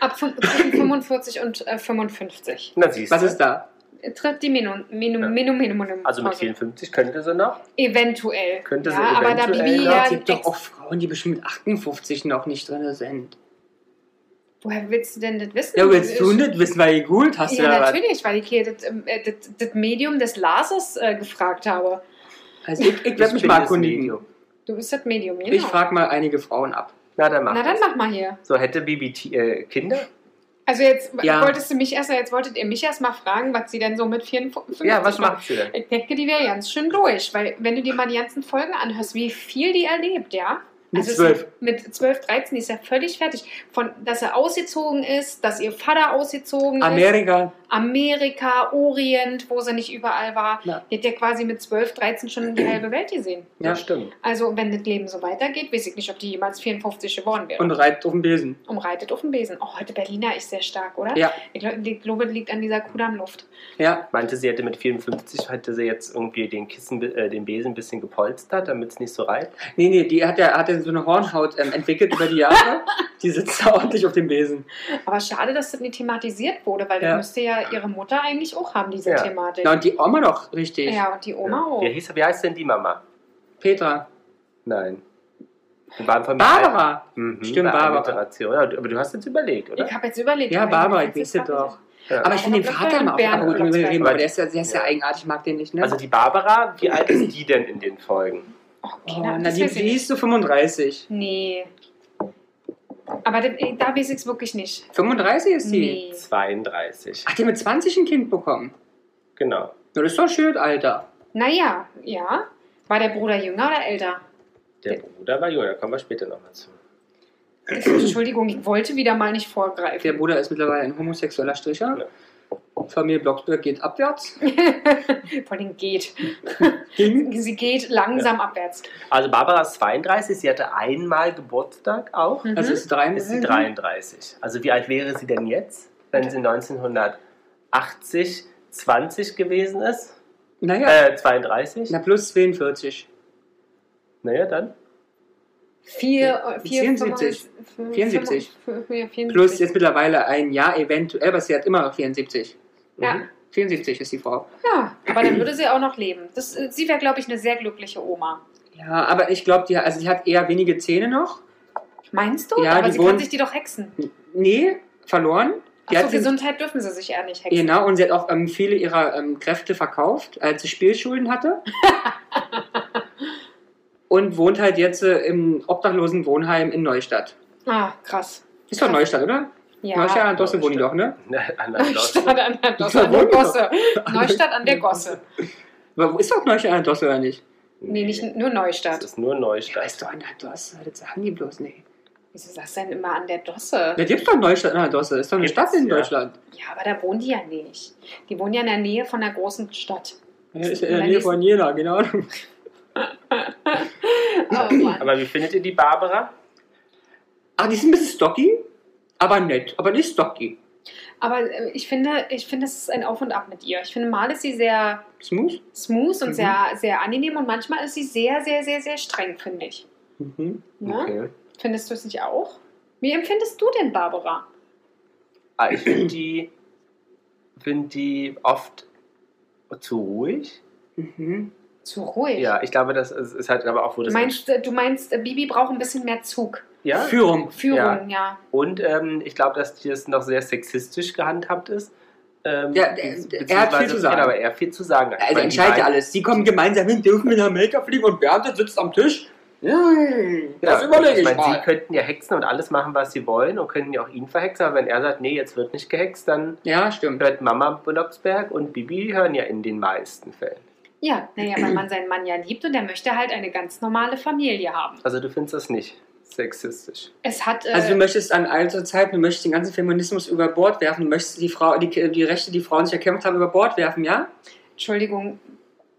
Speaker 1: ab fün- zwischen 45 und äh, 55.
Speaker 3: Na siehst
Speaker 2: Was
Speaker 3: du.
Speaker 2: ist da?
Speaker 1: Tritt die Minum, Minum,
Speaker 3: Ja.
Speaker 1: Minum, Minum, Minum.
Speaker 3: Also mit
Speaker 1: Pause.
Speaker 3: 54 könnte sie noch.
Speaker 1: Eventuell.
Speaker 3: Könnte
Speaker 1: ja,
Speaker 3: sie
Speaker 1: aber da
Speaker 3: eventuell
Speaker 1: Bibi
Speaker 3: noch-
Speaker 1: ja.
Speaker 2: es Äh, gibt doch
Speaker 1: ex-
Speaker 2: auch Frauen, die bestimmt mit 58 noch nicht drin sind.
Speaker 1: Woher willst du denn das wissen?
Speaker 2: Ja, willst du nicht wissen, weil ihr googelt hast
Speaker 1: Ja,
Speaker 2: oder was?
Speaker 1: natürlich, weil ich hier das, ähm, äh, das, das Medium des Lasers äh, gefragt habe.
Speaker 2: Also ich, ich
Speaker 3: Das
Speaker 2: werde mich mal
Speaker 3: bin das
Speaker 2: erkundigen.
Speaker 3: Medium.
Speaker 1: Du bist das Medium, genau.
Speaker 2: Ich frage mal einige Frauen ab.
Speaker 3: Na dann mach
Speaker 1: Na dann
Speaker 3: das.
Speaker 1: mach mal hier.
Speaker 3: So hätte Bibi T- äh, Kinder?
Speaker 1: Also jetzt
Speaker 2: Ja.
Speaker 1: wolltest du mich erst, jetzt wolltet ihr mich erst mal fragen, was sie denn so mit 54
Speaker 3: Ja, was
Speaker 1: macht.
Speaker 3: macht sie denn?
Speaker 1: Ich denke, die wäre ganz schön durch, weil wenn du dir mal die ganzen Folgen anhörst, wie viel die erlebt, ja?
Speaker 2: Mit
Speaker 1: Also es-
Speaker 2: zwölf.
Speaker 1: Mit 12, 13, die ist ja völlig fertig. Von, dass er ausgezogen ist, dass ihr Vater ausgezogen ist.
Speaker 2: Amerika.
Speaker 1: Amerika, Orient, wo sie nicht überall war.
Speaker 2: Ja.
Speaker 1: Die hat ja quasi mit 12, 13 schon die halbe Welt gesehen.
Speaker 2: Ja.
Speaker 3: Das stimmt.
Speaker 1: Also, wenn das Leben so weitergeht, weiß ich nicht, ob die jemals 54 geworden wäre.
Speaker 2: Und reibt auf den Besen.
Speaker 1: Umreitet auf dem Besen. Oh, heute Berliner ist sehr stark, oder?
Speaker 2: Ja.
Speaker 1: Ich glaub- ich glaube, das liegt an dieser Kudammluft.
Speaker 2: Ja,
Speaker 3: Meinte sie hätte mit 54, hätte sie jetzt irgendwie den Kissen, äh, den Besen ein bisschen gepolstert, damit es nicht so reibt.
Speaker 2: nee, nee, die hat ja, hat ja so eine Hornhaut ähm, entwickelt über die Jahre. die sitzt da ordentlich auf dem Besen.
Speaker 1: Aber schade, dass das nicht thematisiert wurde, weil
Speaker 2: Ja.
Speaker 1: das müsste ja ihre Mutter eigentlich auch haben, diese
Speaker 3: Ja.
Speaker 1: Thematik.
Speaker 2: Na, und die Oma doch, richtig.
Speaker 1: ja, und die Oma
Speaker 3: ja.
Speaker 2: Genau.
Speaker 1: auch.
Speaker 3: Wie, hieß, wie heißt denn die Mama?
Speaker 2: Petra.
Speaker 3: Nein. Die waren von
Speaker 2: Barbara.
Speaker 3: Mhm,
Speaker 2: Stimmt,
Speaker 3: bei einer
Speaker 2: Barbara.
Speaker 3: Iteration. Ja, aber du hast jetzt überlegt, oder?
Speaker 1: Ich habe jetzt überlegt.
Speaker 2: Ja,
Speaker 1: aber
Speaker 2: Barbara,
Speaker 1: jetzt
Speaker 2: ich
Speaker 1: ist
Speaker 2: weiß es
Speaker 1: Barbara-
Speaker 2: doch. Aber ich finde den
Speaker 1: Barbara
Speaker 2: Vater
Speaker 1: und
Speaker 2: mal
Speaker 1: Bären-
Speaker 2: aber gut, wir reden, aber
Speaker 3: Aber
Speaker 2: der ist ja, der ist ja
Speaker 3: Ja.
Speaker 2: eigenartig, ich mag den nicht, ne?
Speaker 3: Also die Barbara, wie alt ist die denn in den Folgen?
Speaker 1: Ach,
Speaker 2: oh,
Speaker 1: Kinder,
Speaker 2: na,
Speaker 1: das
Speaker 2: die,
Speaker 1: weiß ich
Speaker 2: die
Speaker 1: nicht.
Speaker 2: ist so 35.
Speaker 1: Nee. Aber das, äh, da weiß ich es wirklich nicht.
Speaker 2: 35 ist die.
Speaker 1: Nee.
Speaker 3: 32.
Speaker 2: Ach, die hat mit 20 ein Kind bekommen.
Speaker 3: Genau.
Speaker 2: Ja, das ist doch schön, Alter.
Speaker 1: Naja, ja. War der Bruder jünger oder älter?
Speaker 3: Der Bruder war jung, da kommen wir später nochmal zu.
Speaker 1: Entschuldigung, ich wollte wieder mal nicht vorgreifen.
Speaker 2: Der Bruder ist mittlerweile ein homosexueller Stricher. Familie Blocksberg geht abwärts.
Speaker 1: Mhm. Vor allem geht.
Speaker 2: Ging.
Speaker 1: Sie geht langsam abwärts.
Speaker 3: Also Barbara ist 32, sie hatte einmal Geburtstag auch,
Speaker 1: Mhm.
Speaker 2: Also ist 33.
Speaker 3: ist sie 33. Also wie alt wäre sie denn jetzt, wenn sie 1980 20 gewesen ist?
Speaker 2: Naja,
Speaker 3: Äh, 32?
Speaker 2: na plus 42.
Speaker 3: Naja, dann.
Speaker 1: Vier, äh, vier,
Speaker 2: 74.
Speaker 1: fünf-
Speaker 2: 74.
Speaker 1: fünf- ja, 74.
Speaker 2: Plus jetzt mittlerweile ein Jahr eventuell, aber sie hat immer noch 74.
Speaker 1: Ja.
Speaker 3: Mhm.
Speaker 2: 74 ist die Frau.
Speaker 1: Ja, aber dann würde sie auch noch leben. Das, äh, sie wäre, glaube ich, eine sehr glückliche Oma.
Speaker 2: Ja, aber ich glaube, die, also die hat eher wenige Zähne noch.
Speaker 1: Meinst du?
Speaker 2: Ja,
Speaker 1: aber
Speaker 2: die
Speaker 1: sie
Speaker 2: wohnen-
Speaker 1: kann sich die doch hexen.
Speaker 2: Nee, verloren. Die
Speaker 1: Achso,
Speaker 2: hat sie-
Speaker 1: Gesundheit dürfen sie sich eher nicht hexen.
Speaker 2: Genau, und sie hat auch ähm, viele ihrer ähm, Kräfte verkauft, als sie Spielschulden hatte. und wohnt halt jetzt äh, im obdachlosen Wohnheim in Neustadt.
Speaker 1: Ah, krass.
Speaker 2: Ist doch
Speaker 1: Krass.
Speaker 2: Neustadt, oder?
Speaker 1: Ja.
Speaker 2: Neustadt an der Dosse wohnt die doch, ne?
Speaker 3: An der Dosse.
Speaker 1: Neustadt an der,
Speaker 2: Da
Speaker 1: Dosse, an der
Speaker 2: wohnen die
Speaker 1: Gosse. Neustadt an der Gosse.
Speaker 2: Aber wo ist doch Neustadt an der Dosse, oder nicht?
Speaker 1: Nee, nicht nur
Speaker 3: Das
Speaker 1: Neustadt.
Speaker 3: ist nur
Speaker 2: Ja, ist
Speaker 3: Neustadt.
Speaker 2: doch an der Dosse, das sagen die bloß nicht.
Speaker 1: Wieso sagst du denn immer an der Dosse?
Speaker 2: Da gibt's doch Neustadt an der Dosse, ist doch eine
Speaker 3: Gibt's,
Speaker 2: Stadt in
Speaker 3: ja.
Speaker 2: Deutschland.
Speaker 1: Ja, aber da wohnen die ja nicht. Die wohnen ja in der Nähe von einer großen Stadt.
Speaker 2: Ja, ist ja in der Nähe von Jena, genau.
Speaker 1: Oh Mann.
Speaker 3: Aber wie findet ihr die Barbara?
Speaker 2: Ah, die ist ein bisschen stocky, aber nett, aber nicht stocky.
Speaker 1: Aber äh, ich finde, ich finde, es ist ein Auf und Ab mit ihr. Ich finde, mal ist sie sehr
Speaker 2: Smooth.
Speaker 1: smooth und
Speaker 2: Mhm.
Speaker 1: sehr, sehr angenehm und manchmal ist sie sehr, sehr, sehr, sehr streng, finde ich.
Speaker 2: Mhm.
Speaker 1: Ne? Findest du es nicht auch? Wie empfindest du denn Barbara?
Speaker 3: Ah, ich finde die, find die oft zu ruhig.
Speaker 2: Mhm.
Speaker 1: Zu ruhig.
Speaker 3: Ja, ich glaube, das ist, ist halt aber auch, wo
Speaker 1: du,
Speaker 3: das.
Speaker 1: meinst, äh, du meinst, äh, Bibi braucht ein bisschen mehr Zug.
Speaker 3: ja?
Speaker 2: Führung.
Speaker 1: Führung, ja.
Speaker 3: Und ähm, ich glaube, dass das noch sehr sexistisch gehandhabt ist. Ähm,
Speaker 2: Ja, der-
Speaker 3: beziehungsweise-
Speaker 2: er hat viel zu sagen.
Speaker 3: Genau, aber er hat viel zu sagen.
Speaker 2: Also
Speaker 3: Weil die
Speaker 2: entscheidet ja
Speaker 3: beiden-
Speaker 2: alles. Sie kommen gemeinsam hin, dürfen in Amerika fliegen und Bernd sitzt am Tisch. Hm, das
Speaker 3: Ja,
Speaker 2: überlege ich
Speaker 3: genau, meine, Sie
Speaker 2: mal.
Speaker 3: könnten ja hexen und alles machen, was sie wollen und könnten ja auch ihn verhexen, aber wenn er sagt, nee, jetzt wird nicht gehext, dann
Speaker 2: Ja, stimmt.
Speaker 3: hört Mama Blocksberg und Bibi hören ja in den meisten Fällen.
Speaker 1: Ja, naja, weil man seinen Mann ja liebt und er möchte halt eine ganz normale Familie haben.
Speaker 3: Also du findest das nicht sexistisch.
Speaker 1: Es hat. Äh,
Speaker 2: Also du möchtest an alter Zeit, du möchtest den ganzen Feminismus über Bord werfen, du möchtest die, Frau, die, die Rechte, die Frauen sich erkämpft haben, über Bord werfen, ja?
Speaker 1: Entschuldigung,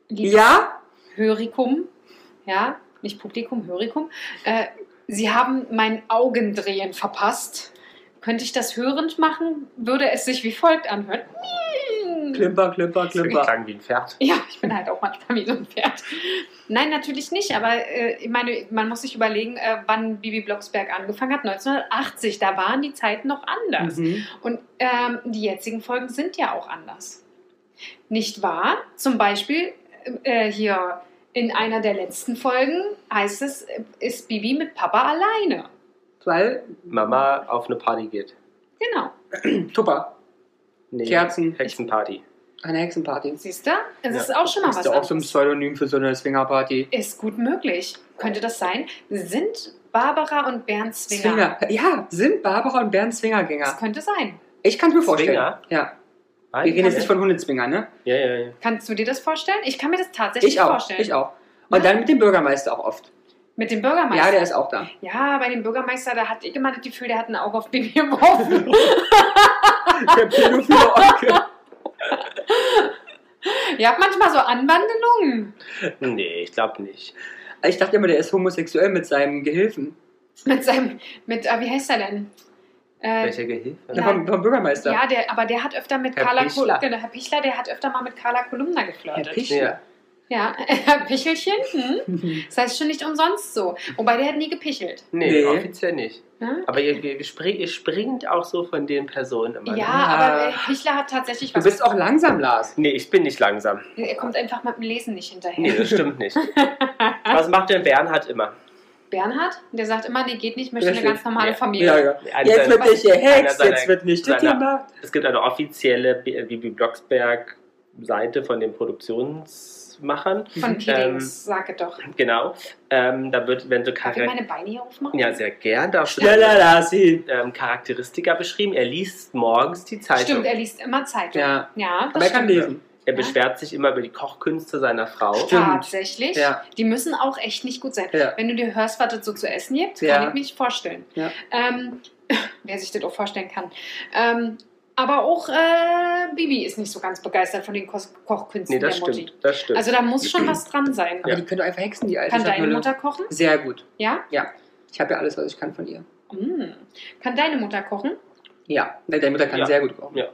Speaker 1: liebes
Speaker 2: Ja?
Speaker 1: Hörikum, ja, nicht Publikum, Hörikum. Äh, Sie haben mein Augendrehen verpasst. Könnte ich das hörend machen, würde es sich wie folgt anhören.
Speaker 2: Klimper, klimper,
Speaker 3: Ich
Speaker 2: klimper.
Speaker 3: klang wie ein Pferd.
Speaker 1: Ja, ich bin halt auch manchmal wie so ein Pferd. Nein, natürlich nicht, aber äh, ich meine, man muss sich überlegen, äh, wann Bibi Blocksberg angefangen hat. 1980, da waren die Zeiten noch anders.
Speaker 2: Mhm.
Speaker 1: Und ähm, die jetzigen Folgen sind ja auch anders. Nicht wahr? Zum Beispiel äh, hier in einer der letzten Folgen heißt es, äh, ist Bibi mit Papa alleine.
Speaker 2: Weil,
Speaker 3: Mama auf eine Party geht.
Speaker 1: Genau.
Speaker 2: Tupper,
Speaker 3: Nee,
Speaker 2: Kerzen.
Speaker 3: Hexenparty.
Speaker 2: eine Hexenparty.
Speaker 1: Siehst du? Es
Speaker 3: Ja,
Speaker 1: ist auch schon mal
Speaker 2: Ist
Speaker 1: was
Speaker 2: ja auch so ein
Speaker 1: anderes.
Speaker 2: Pseudonym für so eine Swingerparty.
Speaker 1: Ist gut möglich. Könnte das sein? Sind Barbara und Bernd Zwinger?
Speaker 2: Swinger. Ja, sind Barbara und Bernd
Speaker 1: Das
Speaker 2: Swingergänger.
Speaker 1: könnte sein.
Speaker 2: Ich kann es mir vorstellen.
Speaker 3: Swinger?
Speaker 2: Ja.
Speaker 3: Nein?
Speaker 2: Wir reden jetzt nicht von Hundezwinger, ne?
Speaker 3: Ja, ja, ja.
Speaker 1: Kannst du dir das vorstellen? Ich kann mir das tatsächlich
Speaker 2: Ich auch.
Speaker 1: vorstellen.
Speaker 2: Ich auch. Und dann mit dem Bürgermeister auch oft.
Speaker 1: Mit dem Bürgermeister.
Speaker 2: Ja, der ist auch da.
Speaker 1: Ja, bei dem Bürgermeister, da hatte ich immer das Gefühl, der hat ein Auge auf Bibi geworfen.
Speaker 2: Der pädophile Onkel.
Speaker 1: Ihr habt manchmal so Anwandelungen.
Speaker 3: Nee, ich glaube nicht.
Speaker 2: Ich dachte immer, der ist homosexuell mit seinem Gehilfen.
Speaker 1: Mit seinem, mit, äh, wie heißt er denn? Äh,
Speaker 3: Welcher Gehilfe?
Speaker 2: Ja,
Speaker 1: Nein.
Speaker 2: vom, vom Bürgermeister.
Speaker 1: ja, der, aber der hat öfter mit
Speaker 3: Herr
Speaker 1: Carla
Speaker 3: Pichler.
Speaker 1: Kolumna, genau, Herr Pichler, der hat öfter mal mit Carla Kolumna
Speaker 2: Herr
Speaker 1: geflirtet.
Speaker 2: Pichler.
Speaker 1: ja, Herr Pichelchen, hm? das heißt schon nicht umsonst so. Wobei der hat nie gepichelt.
Speaker 3: Nee,
Speaker 2: Nee.
Speaker 3: offiziell nicht.
Speaker 1: Ne?
Speaker 3: Aber ihr, ihr, spring, ihr springt auch so von den Personen immer.
Speaker 1: Ja,
Speaker 3: ne?
Speaker 1: aber äh, Pichler hat tatsächlich
Speaker 2: Du
Speaker 1: was.
Speaker 2: bist auch langsam, Lars.
Speaker 3: Nee, ich bin nicht langsam.
Speaker 1: er kommt einfach mit dem Lesen nicht hinterher.
Speaker 3: Nee, das stimmt nicht. Was macht denn Bernhard immer?
Speaker 1: Bernhard, der sagt immer, nee, geht nicht, möchte eine
Speaker 2: Richtig.
Speaker 1: ganz normale
Speaker 3: Ja.
Speaker 1: Familie.
Speaker 2: Ja, ja.
Speaker 3: Einer
Speaker 2: Jetzt
Speaker 3: seiner-
Speaker 2: wird nicht
Speaker 3: einer
Speaker 2: gehext,
Speaker 3: seiner-
Speaker 2: jetzt wird nicht
Speaker 3: seiner-
Speaker 2: gemacht.
Speaker 3: Es gibt eine offizielle B- Bibi Blocksberg-Seite von den Produktionsmachern.
Speaker 2: Mhm.
Speaker 1: Von
Speaker 3: Ähm,
Speaker 1: Piedings, sage doch.
Speaker 3: Genau. Ähm, da wird, wenn so
Speaker 1: Darf ich
Speaker 3: Charakter
Speaker 1: meine Beine hier aufmachen?
Speaker 3: Ja, sehr gern. Da
Speaker 2: Schneller, Lars, hin.
Speaker 3: ähm, Charakteristika beschrieben. Er liest morgens die Zeitung.
Speaker 1: Stimmt, er liest immer Zeitung.
Speaker 2: Ja.
Speaker 1: Ja,
Speaker 2: Aber er kann
Speaker 1: stimmt.
Speaker 2: lesen.
Speaker 3: Er beschwert sich immer über die Kochkünste seiner Frau.
Speaker 2: Stimmt.
Speaker 1: Tatsächlich.
Speaker 2: Ja.
Speaker 1: Die müssen auch echt nicht gut sein.
Speaker 2: Ja.
Speaker 1: Wenn du dir hörst, was es so zu essen gibt,
Speaker 2: Ja.
Speaker 1: kann ich mir nicht vorstellen.
Speaker 2: Ja.
Speaker 1: Ähm, wer sich das auch vorstellen kann. Ähm, aber auch äh, Bibi ist nicht so ganz begeistert von den Ko Kochkünsten
Speaker 3: Nee, das
Speaker 1: der Mutti.
Speaker 3: stimmt. Das stimmt.
Speaker 1: Also da muss schon was dran sein.
Speaker 2: Aber die könnte einfach hexen, die alte
Speaker 1: Kann deine
Speaker 2: Schatulle.
Speaker 1: Mutter kochen?
Speaker 2: Sehr gut.
Speaker 1: Ja?
Speaker 2: Ich habe ja alles, was ich kann von ihr.
Speaker 1: Mm. Kann deine Mutter kochen?
Speaker 2: Ja, Ne, deine Mutter kann
Speaker 3: Ja.
Speaker 2: sehr gut kochen.
Speaker 3: Ja.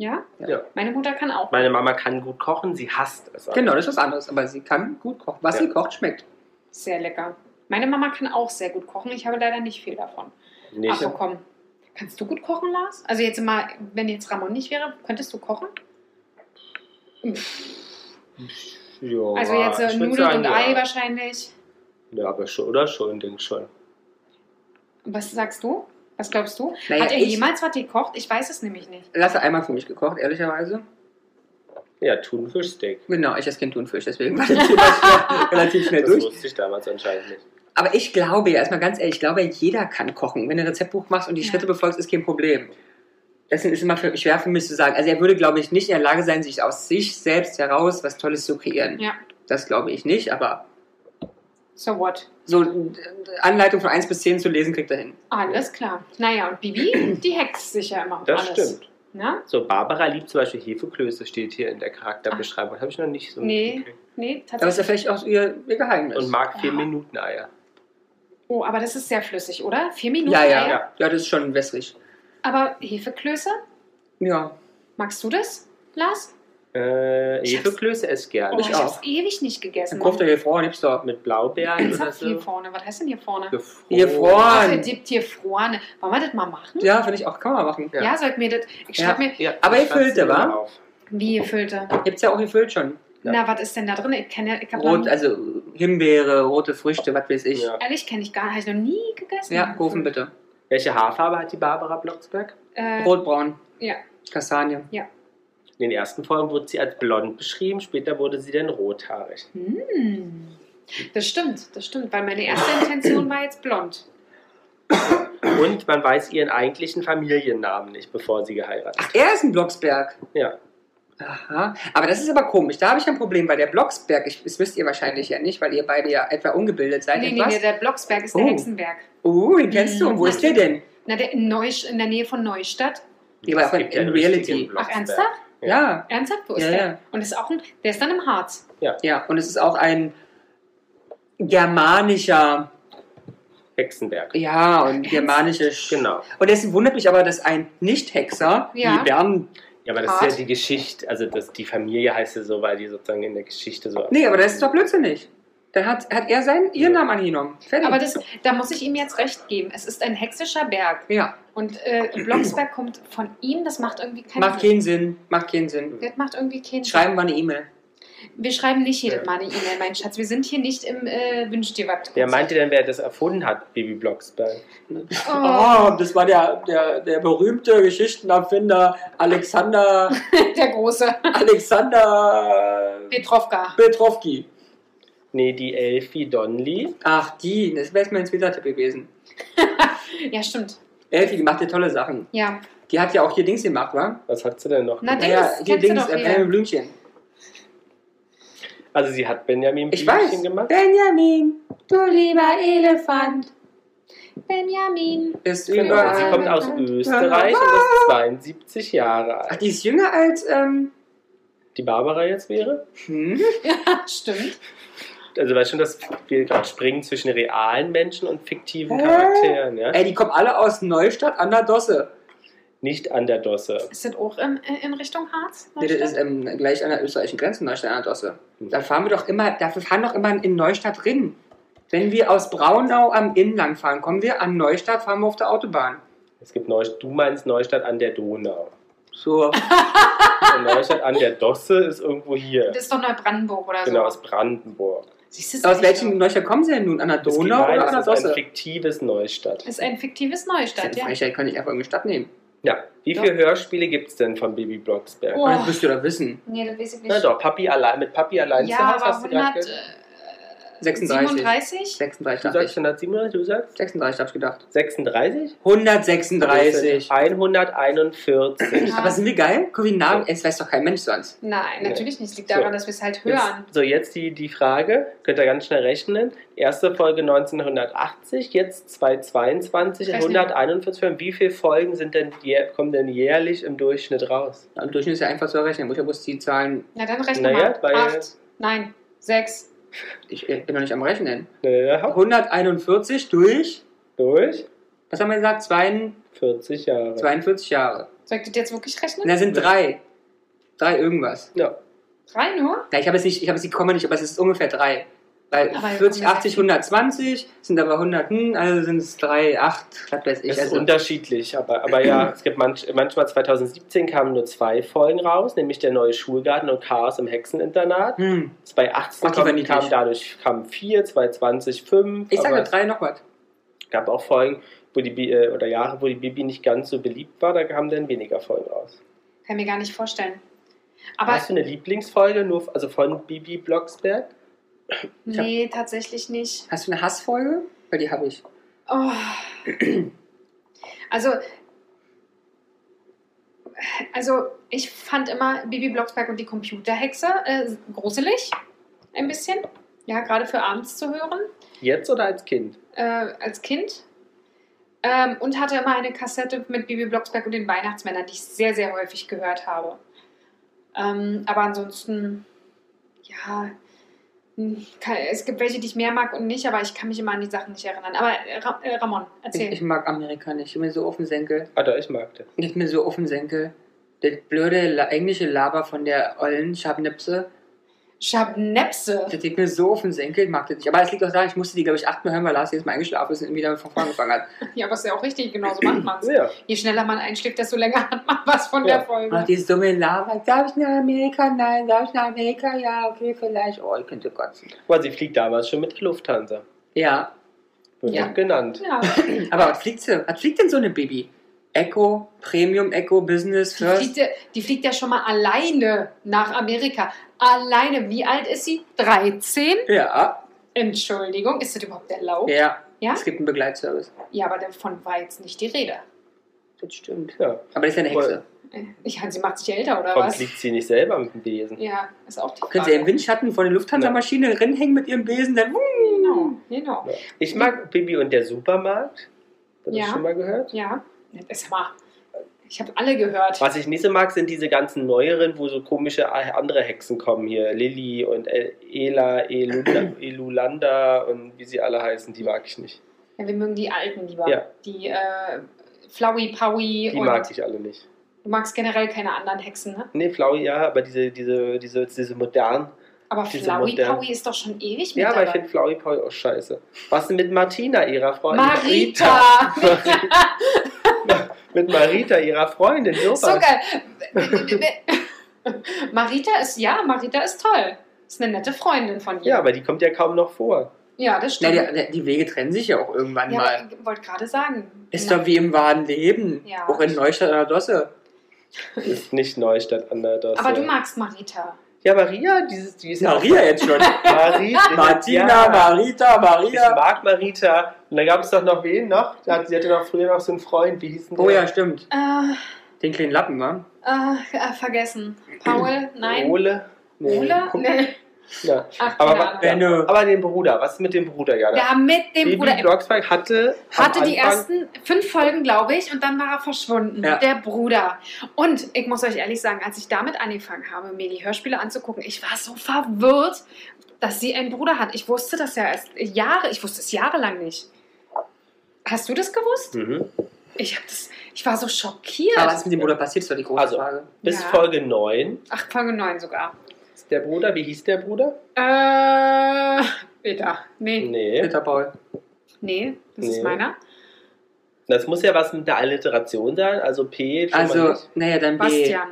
Speaker 1: Ja?
Speaker 3: Ja.
Speaker 1: Meine Mutter kann auch.
Speaker 3: Meine Mama kann gut kochen, sie hasst es. aber.
Speaker 2: Genau, das ist was anderes, aber sie kann gut kochen. Was
Speaker 3: Ja.
Speaker 2: sie kocht, schmeckt.
Speaker 1: Sehr lecker. Meine Mama kann auch sehr gut kochen. Ich habe leider nicht viel davon.
Speaker 3: Nee,
Speaker 1: Ach so, komm. Kannst du gut kochen, Lars? Also jetzt mal, wenn jetzt Ramon nicht wäre, könntest du kochen?
Speaker 3: ja,
Speaker 1: also jetzt äh,
Speaker 3: ich würd
Speaker 1: Nudeln
Speaker 3: sagen,
Speaker 1: und
Speaker 3: ja.
Speaker 1: Ei wahrscheinlich.
Speaker 3: Ja, aber schon, oder schon, denk schon.
Speaker 1: Was sagst du? Was glaubst du?
Speaker 2: Naja,
Speaker 1: Hat er
Speaker 2: ich-
Speaker 1: jemals was gekocht? Ich weiß es nämlich nicht.
Speaker 2: Lasse einmal für mich gekocht, ehrlicherweise.
Speaker 3: Ja, Thunfischsteak.
Speaker 2: Genau, ich esse kein Thunfisch, deswegen war das Thema schnell- relativ schnell
Speaker 3: Das
Speaker 2: durch.
Speaker 3: wusste ich damals anscheinend nicht.
Speaker 2: Aber ich glaube ja, erstmal ganz ehrlich, ich glaube, jeder kann kochen. Wenn du ein Rezeptbuch machst und die
Speaker 1: Ja.
Speaker 2: Schritte befolgst, ist kein Problem. Deswegen ist es immer für, schwer für mich zu sagen. Also er würde, glaube ich, nicht in der Lage sein, sich aus sich selbst heraus was Tolles zu kreieren.
Speaker 1: Ja.
Speaker 2: Das glaube ich nicht, aber
Speaker 1: So what?
Speaker 2: so äh, Anleitung von 1 bis 10 zu lesen, kriegt er hin.
Speaker 1: Alles klar. Naja, und Bibi, die hext sich ja immer auf
Speaker 3: Das
Speaker 1: alles.
Speaker 3: stimmt.
Speaker 1: Na?
Speaker 3: So, Barbara liebt zum Beispiel Hefeklöße, steht hier in der Charakterbeschreibung. Habe ich noch nicht so
Speaker 1: Nee.
Speaker 3: mitgekriegt.
Speaker 1: Nee,
Speaker 2: Aber ist ja
Speaker 1: tatsächlich.
Speaker 2: vielleicht auch ihr, ihr Geheimnis.
Speaker 3: Und mag vier
Speaker 1: Ja.
Speaker 3: Minuten Eier.
Speaker 1: Oh, aber das ist sehr flüssig, oder? Vier Minuten?
Speaker 2: ja, ja,
Speaker 1: Eier?
Speaker 2: ja. Ja, das ist schon wässrig.
Speaker 1: Aber Hefeklöße?
Speaker 2: Ja.
Speaker 1: Magst du das, Lars?
Speaker 3: Äh,
Speaker 1: Ich hab's-
Speaker 3: Hefeklöße esse gern.
Speaker 1: Oh, ich
Speaker 2: Ich auch.
Speaker 1: hab's ewig nicht
Speaker 2: Dann
Speaker 1: gegessen.
Speaker 2: kauft er hier Frau, nimmst du.
Speaker 1: Hm?
Speaker 3: Mit Blaubeeren
Speaker 1: Was
Speaker 3: oder
Speaker 1: ist hier
Speaker 3: so.
Speaker 1: vorne? Was heißt denn hier vorne?
Speaker 3: Gefroren.
Speaker 2: Gefroren.
Speaker 1: Ach, ihr dippt hier vorne. Wollen wir das mal machen?
Speaker 2: Ja, finde ich auch. Kann man machen.
Speaker 1: Ja,
Speaker 3: Ja.
Speaker 1: sollt mir das. Ich
Speaker 2: Ja.
Speaker 1: schreib mir,
Speaker 3: Ja,
Speaker 2: Aber
Speaker 3: ich
Speaker 2: gefüllte,
Speaker 3: schreib's mir
Speaker 2: wa?
Speaker 3: mal auf.
Speaker 1: wie gefüllte.
Speaker 2: Gibt's ja auch gefüllt schon.
Speaker 3: Ja.
Speaker 1: Na, was ist denn da drin? Ich kenne ja, ich hab noch
Speaker 2: Rot,
Speaker 1: nie-
Speaker 2: also Himbeere, rote Früchte, was weiß ich.
Speaker 3: Ja.
Speaker 1: ehrlich kenne ich gar nicht, habe ich noch nie gegessen.
Speaker 2: Ja, Kuchen bitte.
Speaker 3: Welche Haarfarbe hat die Barbara Blocksberg?
Speaker 1: Äh,
Speaker 2: Rotbraun.
Speaker 1: Ja.
Speaker 2: Kastanie.
Speaker 3: In den ersten Folgen wurde sie als blond beschrieben, später wurde sie dann rothaarig.
Speaker 1: hm. Das stimmt, das stimmt, weil meine erste Intention war jetzt blond.
Speaker 3: Und man weiß ihren eigentlichen Familiennamen nicht, bevor sie geheiratet
Speaker 2: Ach, er ist ein Blocksberg.
Speaker 3: Ja.
Speaker 2: Aha. Aber das ist aber komisch. Da habe ich ein Problem, weil der Blocksberg, ich, das wisst ihr wahrscheinlich ja nicht, weil ihr beide ja etwa ungebildet seid.
Speaker 1: nee, nee,
Speaker 2: etwas.
Speaker 1: nee, der Blocksberg ist der
Speaker 2: Oh.
Speaker 1: Hexenberg.
Speaker 2: Oh, den kennst du. Und wo
Speaker 1: Mhm.
Speaker 2: ist der denn?
Speaker 1: Na, der in, Neusch, in der Nähe von Neustadt.
Speaker 2: Ja, aber
Speaker 3: Es
Speaker 2: auch
Speaker 3: gibt
Speaker 2: in
Speaker 3: einen
Speaker 2: Reality.
Speaker 3: richtigen
Speaker 1: Ach,
Speaker 3: Blocksberg.
Speaker 1: ernsthaft?
Speaker 2: Ja.
Speaker 1: Ernsthaft? Wo ist
Speaker 2: Ja,
Speaker 1: der?
Speaker 2: ja.
Speaker 1: Und ist auch ein, der ist dann im Harz.
Speaker 2: Ja, und es ist auch ein germanischer,
Speaker 3: Hexenberg.
Speaker 2: ja, und germanische. Sch-
Speaker 3: Genau.
Speaker 2: Und deswegen wundert mich aber, dass ein Nicht-Hexer
Speaker 1: Ja.
Speaker 2: wie Bern,
Speaker 3: Ja, aber das
Speaker 1: Part.
Speaker 3: ist ja die Geschichte, also das, die Familie heißt ja so, weil die sozusagen in der Geschichte so.
Speaker 2: Nee, aber das ist doch blödsinnig. Dann hat, hat er seinen, ihren Namen angenommen. Fertig.
Speaker 1: Aber das, da muss ich ihm jetzt recht geben. Es ist ein hexischer Berg.
Speaker 2: ja,
Speaker 1: Und äh, Blocksberg kommt von ihm, das macht irgendwie keinen
Speaker 2: macht keinen Sinn. Macht keinen Sinn.
Speaker 1: Das macht irgendwie keinen
Speaker 2: Schreiben wir eine E-Mail.
Speaker 1: Wir schreiben nicht jedes Mal eine E-Mail, mein Schatz. Wir sind hier nicht im äh, Wünsch dir was.
Speaker 3: Wer meinte denn, wer das erfunden hat, Baby Blocksberg?
Speaker 1: Oh,
Speaker 2: Oh, das war der, der, der berühmte Geschichtenabfinder Alexander,
Speaker 1: der große
Speaker 2: Alexander
Speaker 1: Petrovka.
Speaker 2: Petrovki.
Speaker 3: Nee, die Elfie Donnelly.
Speaker 2: Ach, die, das wäre jetzt mein zweiter Tipp gewesen.
Speaker 1: Ja, stimmt.
Speaker 2: Elfie, die macht ja tolle Sachen.
Speaker 1: Ja.
Speaker 2: Die hat ja auch hier Dings gemacht, wa?
Speaker 3: Was hat sie denn noch?
Speaker 1: Na,
Speaker 3: gemacht?
Speaker 1: Dings,
Speaker 2: ja, hier
Speaker 1: kennst du
Speaker 2: Dings,
Speaker 1: doch
Speaker 2: äh,
Speaker 1: hier.
Speaker 2: Benjamin Blümchen.
Speaker 3: also sie hat Benjamin
Speaker 2: Ich
Speaker 3: Blümchen
Speaker 2: weiß.
Speaker 3: gemacht.
Speaker 2: Benjamin, du lieber Elefant.
Speaker 1: Benjamin.
Speaker 2: Ist
Speaker 3: Genau,
Speaker 2: überall.
Speaker 3: und sie kommt aus
Speaker 1: Ja.
Speaker 3: Österreich und ist 72 Jahre
Speaker 2: Ach,
Speaker 3: alt.
Speaker 2: die ist jünger als, ähm,
Speaker 3: Die Barbara jetzt wäre?
Speaker 2: hm?
Speaker 1: Stimmt.
Speaker 3: Also weißt schon, dass wir gerade springen zwischen realen Menschen und fiktiven
Speaker 2: Hä?
Speaker 3: Charakteren, ja?
Speaker 2: Ey, die kommen alle aus Neustadt an der Dosse.
Speaker 3: Nicht an der Dosse.
Speaker 1: Ist das auch im, äh, in Richtung Harz?
Speaker 2: Nee, das ist ähm, gleich an der österreichischen Grenze, Neustadt an der Dosse.
Speaker 3: Hm.
Speaker 2: Da fahren wir doch immer, dafür fahren doch immer in Neustadt rin. Wenn wir aus Braunau am Inn lang fahren, kommen wir an Neustadt, fahren wir auf der Autobahn.
Speaker 3: Es gibt Neustadt, du meinst Neustadt an der Donau.
Speaker 2: So,
Speaker 3: Und Neustadt an der Dosse ist irgendwo hier.
Speaker 1: Das ist doch Neubrandenburg oder
Speaker 3: Genau, aus
Speaker 1: so.
Speaker 3: Brandenburg.
Speaker 1: Siehst du, ist
Speaker 2: aus
Speaker 1: echt
Speaker 2: welchem
Speaker 1: so.
Speaker 2: Neustadt kommen sie denn nun? An der
Speaker 3: Es gibt-
Speaker 2: Donau
Speaker 3: nein,
Speaker 2: oder genau an der
Speaker 3: es ist ein
Speaker 2: Dosse?
Speaker 3: fiktives Neustadt.
Speaker 1: Ist ein fiktives
Speaker 2: Das ist
Speaker 1: Neustadt,
Speaker 2: ja
Speaker 1: ja.
Speaker 2: eine Frechheit, kann ich einfach irgendeine Stadt nehmen.
Speaker 3: Ja, wie
Speaker 2: Ja.
Speaker 3: viele Hörspiele gibt es denn von Baby Blocksberg?
Speaker 1: Oh.
Speaker 2: Das müsst ihr doch wissen.
Speaker 1: Nee, das weiß ich nicht.
Speaker 3: Na doch, Papi allein, mit Papi allein
Speaker 1: ja,
Speaker 3: zu Hause
Speaker 1: aber
Speaker 3: hast du gerade
Speaker 1: 100,
Speaker 3: gesagt.
Speaker 1: äh,
Speaker 2: 36.
Speaker 1: 37?
Speaker 2: 36
Speaker 3: Du
Speaker 2: dachte
Speaker 3: sagst
Speaker 2: ich.
Speaker 3: 137, du sagst
Speaker 2: 36 habe ich gedacht.
Speaker 3: 36?
Speaker 2: 136.
Speaker 3: 141.
Speaker 1: Ja.
Speaker 2: Aber sind wir geil? Guck, wie nah. Es weiß doch kein Mensch sonst.
Speaker 1: Nein,
Speaker 3: Nee.
Speaker 1: natürlich nicht. Liegt
Speaker 3: So.
Speaker 1: daran, dass wir es halt hören.
Speaker 3: Jetzt, so, jetzt die, die Frage, könnt ihr ganz schnell rechnen. Erste Folge 1980, jetzt 222,
Speaker 1: Rechnen.
Speaker 3: 141. Und Wie viele Folgen sind denn, jä- kommen denn jährlich im Durchschnitt raus?
Speaker 2: Im Durchschnitt ist ja einfach zu errechnen. Muss ja bloß die Zahlen.
Speaker 1: Na dann rechne
Speaker 3: Naja,
Speaker 1: mal.
Speaker 3: weil-
Speaker 1: Acht. Nein, sechs.
Speaker 2: Ich äh, bin noch nicht am Rechnen.
Speaker 3: Äh, hau-
Speaker 2: 141 durch,
Speaker 3: durch
Speaker 2: was haben wir gesagt? Zwei-
Speaker 3: 40 Jahre.
Speaker 2: 42 Jahre.
Speaker 1: Soll ich das jetzt wirklich rechnen?
Speaker 3: Ne.
Speaker 2: Und da sind drei. Drei irgendwas.
Speaker 3: Ja.
Speaker 1: Drei nur?
Speaker 2: Na, ich habe jetzt nicht, ich habe jetzt die Komma nicht, aber es ist ungefähr drei. Weil
Speaker 1: Aber wir
Speaker 2: 40,
Speaker 1: kommen
Speaker 2: 80,
Speaker 1: ja-
Speaker 2: 120 sind aber 100, hm, also sind es drei, acht, was weiß ich.
Speaker 3: Es ist
Speaker 2: Also,
Speaker 3: unterschiedlich, aber, aber ja, es gibt manch, manchmal 2017 kamen nur zwei Folgen raus, nämlich der neue Schulgarten und Chaos im Hexeninternat.
Speaker 2: hm.
Speaker 3: 2018
Speaker 2: Ach, die waren
Speaker 3: kamen,
Speaker 2: niedlich.
Speaker 3: kamen dadurch kamen vier, 2020 fünf.
Speaker 2: Ich
Speaker 3: aber
Speaker 2: sage drei noch was.
Speaker 3: Es gab auch Folgen, wo die Bi- äh, oder Jahre, wo die Bibi nicht ganz so beliebt war, da kamen dann weniger Folgen raus.
Speaker 1: Kann mir gar nicht vorstellen. Aber
Speaker 3: Hast du eine Lieblingsfolge, nur f- also von Bibi Blocksberg? ich hab-
Speaker 1: nee, tatsächlich nicht.
Speaker 2: Hast du eine Hassfolge? Weil die habe ich.
Speaker 1: Oh. Also, also ich fand immer Bibi Blocksberg und die Computerhexe äh, gruselig. Ein bisschen. Ja, gerade für abends zu hören.
Speaker 3: Jetzt oder als Kind?
Speaker 1: äh, als Kind. Ähm, und hatte immer eine Kassette mit Bibi Blocksberg und den Weihnachtsmännern, die ich sehr, sehr häufig gehört habe. Ähm, aber ansonsten, ja, hm, kann, es gibt welche, die ich mehr mag und nicht, aber ich kann mich immer an die Sachen nicht erinnern. Aber äh, Ra äh, Ramon,
Speaker 2: Ich,
Speaker 1: erzähl.
Speaker 2: ich mag Amerika nicht. Ich bin mir so auf den Senkel.
Speaker 3: Ah, da, ich mag das.
Speaker 2: Ich bin mir so auf den Senkel. Das blöde La englische Laber von der ollen Schabnipse,
Speaker 1: Schabnepse.
Speaker 2: das geht mir so auf den Senkel, ich mag das nicht. Aber es liegt auch daran, ich musste die, glaube ich, achtmal hören, weil Lars jedes Mal eingeschlafen ist und wieder von vorne angefangen hat.
Speaker 1: Ja, aber ist ja auch richtig, genauso macht man es.
Speaker 3: Ja,
Speaker 1: Je schneller man einschläft, desto länger hat man was von
Speaker 3: Ja.
Speaker 1: der
Speaker 2: Ach,
Speaker 1: Folge.
Speaker 2: dieses dumme Laber. Darf ich nach Amerika? Nein. Darf ich nach Amerika? Ja, okay, vielleicht. Oh, ich könnte kotzen.
Speaker 3: weil sie fliegt damals schon mit der Lufthansa.
Speaker 2: Ja,
Speaker 3: Wird
Speaker 1: Ja.
Speaker 3: auch genannt.
Speaker 1: Ja,
Speaker 2: aber was fliegt sie? Was fliegt denn so eine Baby? Echo, Premium, Echo, Business,
Speaker 1: die,
Speaker 2: First.
Speaker 1: fliegt ja, die fliegt ja schon mal alleine nach Amerika. Alleine. Wie alt ist sie? 13?
Speaker 2: Ja,
Speaker 1: Entschuldigung, ist das überhaupt erlaubt? Ja,
Speaker 2: ja.
Speaker 1: ja?
Speaker 2: Es gibt einen Begleitservice.
Speaker 1: aber davon war jetzt nicht die Rede.
Speaker 2: Das stimmt.
Speaker 3: Ja.
Speaker 2: Aber das ist ja eine Hexe.
Speaker 1: Ich meine, sie macht sich älter, oder
Speaker 3: Warum
Speaker 1: was?
Speaker 3: fliegt sie nicht selber mit dem Besen?
Speaker 1: Ja, ist auch die Frage.
Speaker 2: Könnt ihr im Windschatten von der Lufthansa-Maschine rinhängen mit ihrem Besen, dann wuh,
Speaker 1: Genau, genau.
Speaker 3: Ich mag Bibi und der Supermarkt. Das
Speaker 1: Ja.
Speaker 3: hast du schon mal gehört.
Speaker 1: Ja, das ist mal. Ich habe alle gehört.
Speaker 3: Was ich nicht so mag, sind diese ganzen neueren, wo so komische äh, andere Hexen kommen hier. Lilly und El Ela, Elunda, Elulanda und wie sie alle heißen, die mag ich nicht.
Speaker 1: Ja, wir mögen die Alten lieber.
Speaker 3: Ja.
Speaker 1: Die äh, Flowey Powie
Speaker 3: Die
Speaker 1: und
Speaker 3: mag ich alle nicht.
Speaker 1: Du magst generell keine anderen Hexen, ne?
Speaker 3: Nee, Flaui, ja, aber diese, diese, diese, diese modernen.
Speaker 1: Aber
Speaker 3: Diese
Speaker 1: Flaui
Speaker 3: moderne-
Speaker 1: Paui ist doch schon ewig mit
Speaker 3: Ja, aber ich
Speaker 1: dabei.
Speaker 3: finde Flaui Paui auch scheiße. Was denn mit Martina, ihrer Freundin?
Speaker 1: Marita!
Speaker 3: mit Marita, ihrer Freundin. Sowas.
Speaker 1: So geil. Marita ist, ja, Marita ist toll. Ist eine nette Freundin von
Speaker 3: Ja,
Speaker 1: ihr.
Speaker 3: aber die kommt ja kaum noch vor.
Speaker 1: Ja, das
Speaker 2: Na,
Speaker 1: stimmt.
Speaker 2: der, der, die Wege trennen sich ja auch irgendwann
Speaker 1: Ja,
Speaker 2: mal.
Speaker 1: aber ich wollte gerade sagen.
Speaker 2: Ist
Speaker 1: ja.
Speaker 2: doch wie im wahren Leben.
Speaker 1: Ja.
Speaker 2: Auch in Neustadt an der Dosse.
Speaker 3: Ist nicht Neustadt an der Dosse.
Speaker 1: Aber du magst Marita.
Speaker 3: Ja, Maria, dieses, die ist
Speaker 2: Maria jetzt schon.
Speaker 3: Marita.
Speaker 2: Martina, Marita,
Speaker 3: Ich
Speaker 2: Maria.
Speaker 3: mag Marita. Und da gab es doch noch wen noch? Da hat- Sie hatte doch früher noch so einen Freund. Wie hieß denn
Speaker 2: Oh
Speaker 3: der?
Speaker 2: ja, stimmt.
Speaker 1: Äh,
Speaker 2: Den kleinen Lappen, wa?
Speaker 1: äh, äh, vergessen. Paul, nein.
Speaker 3: Ole. Nee.
Speaker 1: Ole? Nee.
Speaker 3: Ja.
Speaker 1: Ach, keine
Speaker 3: Aber,
Speaker 1: Ahnung.
Speaker 3: ja.
Speaker 2: Benno.
Speaker 3: aber den Bruder. Was ist mit dem Bruder, Jana?
Speaker 1: Ja, mit dem
Speaker 3: Baby
Speaker 1: Bruder. Er
Speaker 3: Blocksberg hatte, am
Speaker 1: hatte die
Speaker 3: Anfang-
Speaker 1: ersten fünf Folgen, glaube ich, und dann war er verschwunden.
Speaker 2: Ja.
Speaker 1: Der Bruder. Und ich muss euch ehrlich sagen, als ich damit angefangen habe, mir die Hörspiele anzugucken, ich war so verwirrt, dass sie einen Bruder hat. Ich wusste das ja erst Jahre, ich wusste es jahrelang nicht. Hast du das gewusst?
Speaker 3: Mhm.
Speaker 1: Ich, hab das, ich war so schockiert.
Speaker 2: Aber was ist mit dem Bruder passiert, ist doch die große
Speaker 3: Also.
Speaker 2: Frage.
Speaker 3: Bis
Speaker 1: Ja.
Speaker 3: Folge 9.
Speaker 1: Ach, Folge 9 sogar.
Speaker 3: Ist der Bruder, wie hieß der Bruder?
Speaker 1: Äh, Peter. Nee.
Speaker 3: Nee.
Speaker 2: Peter Paul.
Speaker 1: Nee, das
Speaker 3: Nee.
Speaker 1: ist meiner.
Speaker 3: Das muss ja was mit der Alliteration sein. Also P. schon mal
Speaker 2: Also,
Speaker 3: nicht.
Speaker 2: naja, dann B.
Speaker 1: Bastian.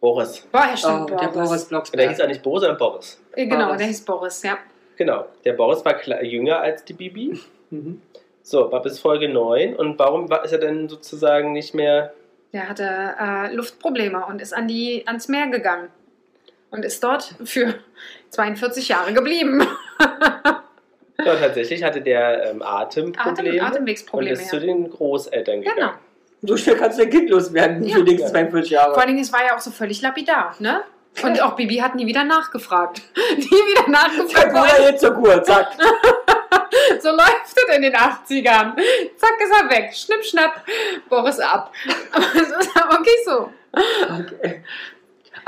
Speaker 3: Boris.
Speaker 1: Boah, ja,
Speaker 2: Oh,
Speaker 1: stimmt,
Speaker 2: der Boris
Speaker 3: Der hieß
Speaker 2: Blocksberg.
Speaker 3: auch nicht Boris, sondern Boris.
Speaker 1: Äh, Genau,
Speaker 2: Boris.
Speaker 1: der hieß Boris, ja.
Speaker 3: Genau. Der Boris war kle- jünger als die Bibi.
Speaker 2: Mhm.
Speaker 3: So, war bis Folge 9. Und warum war, ist er denn sozusagen nicht mehr.
Speaker 1: Der hatte äh, Luftprobleme und ist an die, ans Meer gegangen. Und ist dort für 42 Jahre geblieben.
Speaker 3: Ja, tatsächlich hatte der ähm, Atemprobleme.
Speaker 1: Atem,
Speaker 3: und
Speaker 1: Atemwegsprobleme,
Speaker 3: ist zu
Speaker 1: ja.
Speaker 3: den Großeltern gegangen.
Speaker 1: Genau.
Speaker 2: So schnell kannst du dein Kind loswerden
Speaker 1: Ja.
Speaker 2: für die nächsten
Speaker 3: Ja.
Speaker 2: 42 Jahre.
Speaker 1: Vor allen Dingen, es war ja auch so völlig lapidar, ne? Und auch Bibi hat nie wieder nachgefragt. Nie wieder nachgefragt.
Speaker 2: Bruder jetzt zur Kur, zack.
Speaker 1: So läuft es in den 80ern. Zack, ist er weg. Schnipp, schnapp. Boris ab. Aber es ist aber okay so.
Speaker 2: Okay.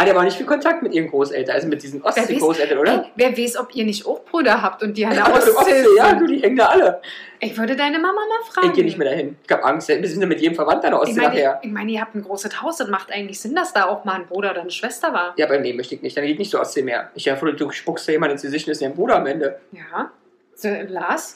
Speaker 2: Ah, der war nicht viel Kontakt mit ihren Großeltern, also mit diesen Ostsee-Großeltern, oder?
Speaker 1: Ey, wer weiß, ob ihr nicht auch Brüder habt und die an der
Speaker 2: Also
Speaker 1: Ostsee
Speaker 2: Ostsee, ja, du,
Speaker 1: sind.
Speaker 2: die hängen da alle.
Speaker 1: Ich würde deine Mama mal fragen.
Speaker 2: Ich gehe nicht mehr dahin. Ich hab Angst, wir sind ja mit jedem Verwandt an der
Speaker 1: Ich
Speaker 2: Ostsee
Speaker 1: meine,
Speaker 2: nachher.
Speaker 1: ich meine, ihr habt ein großes Haus und macht eigentlich Sinn, dass da auch mal ein Bruder oder eine Schwester war.
Speaker 2: Ja, bei mir möchte ich nicht, dann geht nicht zur Ostsee mehr. Ich hoffe, du spuckst da jemand ins Gesicht und ist dein Bruder am Ende.
Speaker 1: Ja. So, Lars?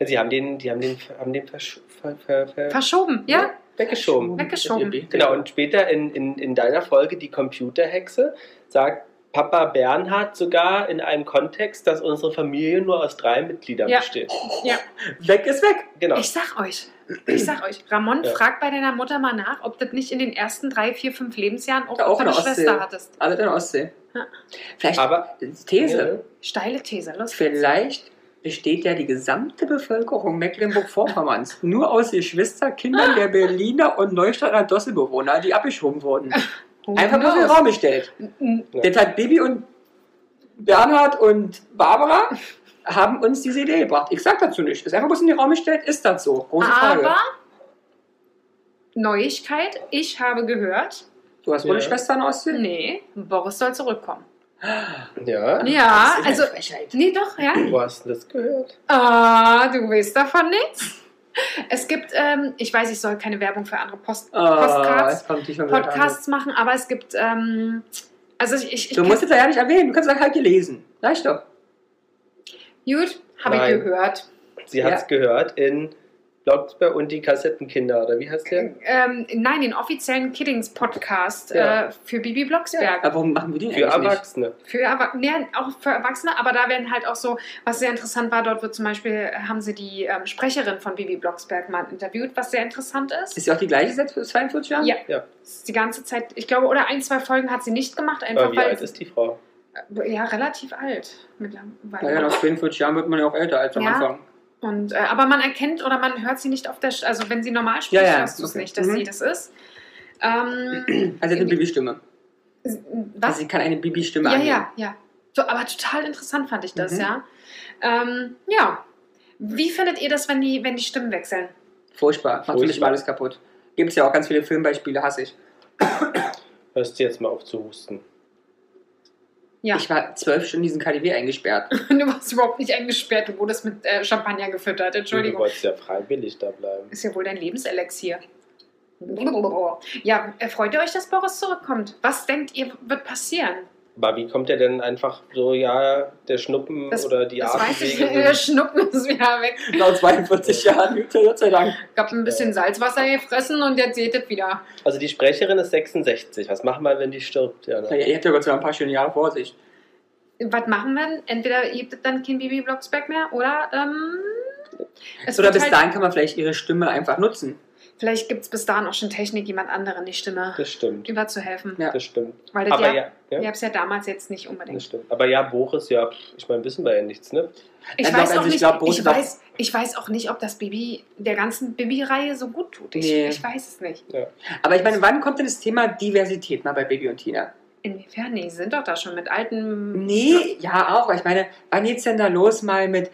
Speaker 3: Ja, Sie haben den, die haben den, haben den versch- ver, ver, ver,
Speaker 1: Verschoben, ja?
Speaker 3: weggeschoben.
Speaker 1: Weggeschoben.
Speaker 3: Genau, und später in, in, in deiner Folge, die Computerhexe, sagt Papa Bernhard sogar in einem Kontext, dass unsere Familie nur aus drei Mitgliedern
Speaker 1: Ja.
Speaker 3: besteht.
Speaker 2: Weg ist weg.
Speaker 3: Genau.
Speaker 1: Ich sag euch, ich sag euch, Ramon,
Speaker 3: Ja.
Speaker 1: frag bei deiner Mutter mal nach, ob das nicht in den ersten drei, vier, fünf Lebensjahren auch,
Speaker 2: Da auch
Speaker 1: eine
Speaker 2: in der
Speaker 1: Schwester
Speaker 2: Ostsee.
Speaker 1: hattest.
Speaker 2: Alle in der Ostsee.
Speaker 1: Ja.
Speaker 2: Vielleicht,
Speaker 3: Aber
Speaker 2: These,
Speaker 1: Steile These, los. geht's.
Speaker 2: vielleicht besteht ja die gesamte Bevölkerung Mecklenburg-Vorpommerns nur aus Geschwisterkindern der Berliner und Neustadter Dosselbewohner, die abgeschoben wurden.
Speaker 1: Who
Speaker 2: Einfach nur in den
Speaker 1: knows?
Speaker 2: Raum gestellt. Jetzt hat Bibi und Bernhard und Barbara haben uns diese Idee gebracht. Ich sag dazu nichts. Ist einfach bloß in den Raum gestellt, ist das so? Große
Speaker 1: Aber
Speaker 2: Frage.
Speaker 1: Neuigkeit, ich habe gehört,
Speaker 2: Du hast wohl eine
Speaker 3: Ja.
Speaker 2: Schwester in Ostsee?
Speaker 1: nee, Boris soll zurückkommen.
Speaker 3: ja.
Speaker 1: Ja,
Speaker 2: Das ist
Speaker 1: also,
Speaker 2: eine Frechheit.
Speaker 1: nee, doch, ja.
Speaker 3: Wo hast du das gehört?
Speaker 1: Ah, du weißt davon nichts. Es gibt, ähm, ich weiß, ich soll keine Werbung für andere Post
Speaker 2: Ah,
Speaker 1: Postcards,
Speaker 2: jetzt kommt die schon wieder
Speaker 1: Podcasts machen, aber es gibt, ähm, also ich, ich,
Speaker 2: an.
Speaker 1: ich
Speaker 2: Du musst jetzt ja nicht erwähnen, du kannst sagen, halt gelesen. Reicht doch.
Speaker 1: gut, habe ich
Speaker 3: Nein.
Speaker 1: gehört.
Speaker 3: Sie hat es
Speaker 2: Ja.
Speaker 3: gehört in Blocksberg und die Kassettenkinder, oder wie heißt der?
Speaker 1: Ähm, nein, den offiziellen Kiddings-Podcast
Speaker 3: Ja.
Speaker 1: äh, für Bibi Blocksberg.
Speaker 2: Aber warum machen wir den
Speaker 3: Für
Speaker 2: eigentlich nicht?
Speaker 3: Erwachsene.
Speaker 1: Für Erwa nee, auch für Erwachsene, aber da werden halt auch so, was sehr interessant war, dort wird zum Beispiel, haben sie die ähm, Sprecherin von Bibi Blocksberg mal interviewt, was sehr interessant ist.
Speaker 2: Ist sie auch die gleiche seit 42 Jahren?
Speaker 1: Ja.
Speaker 3: Ja.
Speaker 1: Ist Die ganze Zeit, ich glaube, oder ein, zwei Folgen hat sie nicht gemacht, einfach
Speaker 3: Aber wie
Speaker 1: weil. äh,
Speaker 3: alt ist die Frau?
Speaker 1: Ja, relativ alt
Speaker 2: Naja,
Speaker 1: mittlerweile.
Speaker 2: nach 42 Jahren wird man ja auch älter als am
Speaker 1: Ja.
Speaker 2: Anfang.
Speaker 1: Und, äh, aber man erkennt oder man hört sie nicht auf der, Sch also wenn sie normal spricht,
Speaker 2: Ja, ja,
Speaker 1: hörst du es
Speaker 2: okay.
Speaker 1: nicht, dass
Speaker 2: Mhm.
Speaker 1: sie das ist. Ähm,
Speaker 2: Also sie hat eine Bibi-Stimme. Also
Speaker 1: was?
Speaker 2: sie kann eine Bibi-Stimme
Speaker 1: Ja,
Speaker 2: annehmen.
Speaker 1: ja, ja. So, aber total interessant fand ich das,
Speaker 2: Mhm.
Speaker 1: ja. Ähm, ja. Wie findet ihr das, wenn die, wenn die Stimmen wechseln?
Speaker 2: Furchtbar. Macht für mich
Speaker 3: Furchtbar.
Speaker 2: alles kaputt. Gibt es ja auch ganz viele Filmbeispiele, hasse ich.
Speaker 3: Hörst du jetzt mal auf zu husten?
Speaker 1: Ja.
Speaker 2: Ich war zwölf Stunden in diesem KDW eingesperrt.
Speaker 1: Du warst überhaupt nicht eingesperrt, du wurdest mit äh, Champagner gefüttert.
Speaker 3: Du
Speaker 1: Entschuldigung.
Speaker 3: wolltest ja freiwillig da bleiben.
Speaker 1: Ist ja wohl dein Lebenselixier. Ja, äh, freut ihr euch, dass Boris zurückkommt? Was denkt ihr, wird passieren?
Speaker 3: Aber wie kommt der denn einfach so, ja, der Schnuppen
Speaker 1: Das-
Speaker 3: oder die
Speaker 1: Das weiß ich.
Speaker 3: Atemwege?
Speaker 1: Der
Speaker 3: sind-
Speaker 1: Schnuppen ist wieder weg.
Speaker 2: Genau 42 Jahren, Gott sei Dank.
Speaker 1: Ich hab ein bisschen Salzwasser gefressen und jetzt seht ihr wieder.
Speaker 3: Also die Sprecherin ist 66. Was machen wir, wenn die stirbt? Ja,
Speaker 2: Ja, ihr habt ja Gott sei Dank ein paar schöne Jahre vor sich.
Speaker 1: Was machen wir denn? Entweder gibt es dann kein Baby Blocksberg mehr oder. Ähm, es
Speaker 2: Oder
Speaker 1: wird
Speaker 2: bis
Speaker 1: halt-
Speaker 2: dahin kann man vielleicht ihre Stimme einfach nutzen.
Speaker 1: Vielleicht gibt es bis dahin auch schon Technik, jemand anderen die Stimme
Speaker 3: Das stimmt.
Speaker 1: überzuhelfen.
Speaker 2: Ja.
Speaker 3: Das stimmt.
Speaker 1: Weil das
Speaker 3: Aber
Speaker 1: ja,
Speaker 3: ja, ja,
Speaker 1: ihr habt es ja damals jetzt nicht
Speaker 3: das
Speaker 1: unbedingt.
Speaker 3: stimmt. Aber ja, Boris, ja, pf, ich meine, wissen wir ja nichts, ne?
Speaker 1: Ich
Speaker 2: Also,
Speaker 1: weiß,
Speaker 2: also
Speaker 1: auch
Speaker 2: ich
Speaker 1: nicht,
Speaker 2: glaub, Borussia
Speaker 1: ich,
Speaker 2: darf-
Speaker 1: weiß, ich weiß auch nicht, ob das Baby der ganzen Baby-Reihe so gut tut. Ich,
Speaker 2: Nee.
Speaker 1: ich weiß es nicht.
Speaker 2: Aber ich meine, wann kommt denn das Thema Diversität mal bei Baby und Tina?
Speaker 1: Inwiefern? Nee, sie sind doch da schon mit alten.
Speaker 2: Nee, ja auch. aber Ich meine, wann geht's denn da los mal mit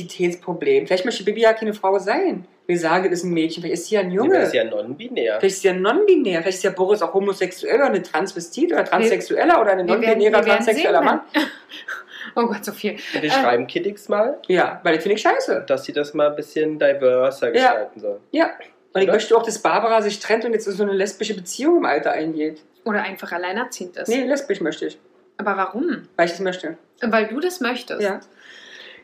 Speaker 2: Identitätsproblemen? Vielleicht möchte Baby ja keine Frau sein. Wir sagen, das ist ein Mädchen, vielleicht ist sie ja ein
Speaker 3: Junge.
Speaker 2: Junge.
Speaker 3: Das ist ja non-binär.
Speaker 2: Vielleicht ist sie ja non-binär, vielleicht ist ja Boris auch homosexuell oder eine Transvestit oder Transsexueller oder ein non-binärer transsexueller Mann.
Speaker 1: wenn- Oh Gott, so viel.
Speaker 3: Und Wir schreiben Kiddix mal,
Speaker 2: Ja, weil das finde ich scheiße.
Speaker 3: dass sie das mal ein bisschen diverser gestalten sollen.
Speaker 2: Ja. Und ich
Speaker 3: Oder?
Speaker 2: möchte auch, dass Barbara sich trennt und jetzt in so eine lesbische Beziehung im Alter eingeht.
Speaker 1: Oder einfach alleinerziehend ist.
Speaker 2: Nee, lesbisch möchte ich.
Speaker 1: Aber warum?
Speaker 2: Weil ich das möchte.
Speaker 1: Weil du das möchtest.
Speaker 2: Ja.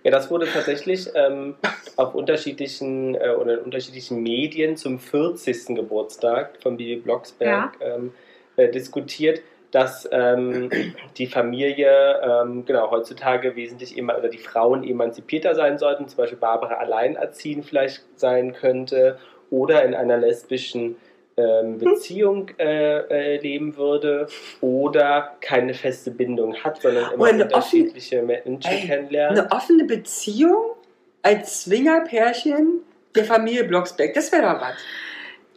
Speaker 3: Ja, das wurde tatsächlich ähm, auf unterschiedlichen äh, oder in unterschiedlichen Medien zum 40. Geburtstag von Bibi Blocksberg ähm, äh, diskutiert, dass ähm, die Familie ähm, genau heutzutage wesentlich eman- oder die Frauen emanzipierter sein sollten, zum Beispiel Barbara alleinerziehend vielleicht sein könnte oder in einer lesbischen ähm, Beziehung äh, äh, leben würde oder keine feste Bindung hat, sondern immer
Speaker 2: Oder eine offene-
Speaker 3: unterschiedliche Menschen
Speaker 2: Ey,
Speaker 3: kennenlernt.
Speaker 2: Eine offene Beziehung als Zwingerpärchen der Familie Blocksberg. Das wäre doch was.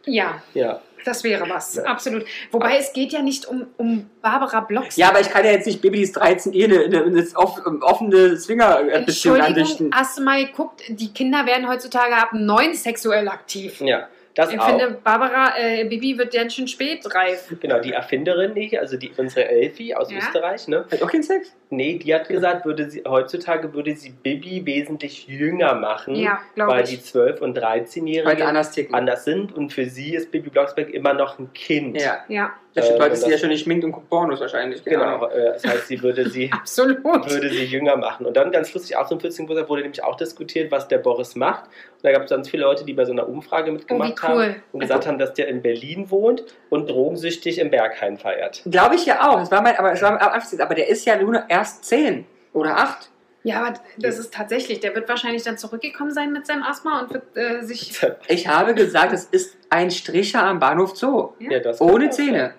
Speaker 1: Ja,
Speaker 3: Ja,
Speaker 1: das wäre was.
Speaker 3: Ja.
Speaker 1: Absolut. Wobei es geht ja nicht um, um Barbara Blocks.
Speaker 2: Ja, aber ich kann ja jetzt nicht Baby, die ist 13, eh eine, eine, eine off- ähm, offene Zwinger-Beziehung
Speaker 1: Entschuldigung, ah.
Speaker 2: anrichten.
Speaker 1: hast du mal geguckt, die Kinder werden heutzutage ab neun sexuell aktiv.
Speaker 3: ja. Das
Speaker 1: Ich
Speaker 3: auch.
Speaker 1: finde, Barbara, äh, Bibi wird ganz schön spät reif.
Speaker 3: Genau, die Erfinderin, die, also die, unsere Elfie aus
Speaker 1: Ja.
Speaker 3: Österreich, ne?
Speaker 2: Hat auch keinen Sex?
Speaker 3: Nee, die hat gesagt, würde sie, heutzutage würde sie Bibi wesentlich jünger machen,
Speaker 1: Ja, glaube
Speaker 3: Mhm, weil
Speaker 1: ich.
Speaker 3: die 12- und
Speaker 2: Weil die
Speaker 3: 13-Jährigen anders.
Speaker 2: anders ticken.
Speaker 3: sind und für sie ist Bibi Blocksberg immer noch ein Kind.
Speaker 2: Ja.
Speaker 1: Ja,
Speaker 2: Das
Speaker 3: Ähm,
Speaker 2: stimmt, heute ist
Speaker 3: das-
Speaker 2: sie ja schon nicht schminkt und guckt Pornos wahrscheinlich. keine Ahnung.
Speaker 3: Genau, äh, das heißt, sie würde sie,
Speaker 1: absolut.
Speaker 3: würde sie jünger machen. Und dann ganz lustig, auch zum 14. Geburtstag wurde nämlich auch diskutiert, was der Boris macht. Und da gab es ganz viele Leute, die bei so einer Umfrage
Speaker 1: Oh, wie
Speaker 3: mitgemacht haben
Speaker 1: cool.
Speaker 3: und gesagt haben, dass der in Berlin wohnt und drogensüchtig im Berghain feiert.
Speaker 2: Glaube ich ja auch. Das war mein, aber, das war mein Absicht. aber der ist ja nur erst 10 oder 8.
Speaker 1: Ja, aber das ist tatsächlich. Der wird wahrscheinlich dann zurückgekommen sein mit seinem Asthma und wird äh, sich.
Speaker 2: Ich habe gesagt, es ist ein Stricher am Bahnhof Zoo.
Speaker 1: Ja,
Speaker 3: das kann
Speaker 2: Ohne
Speaker 3: auch sein.
Speaker 2: Zähne.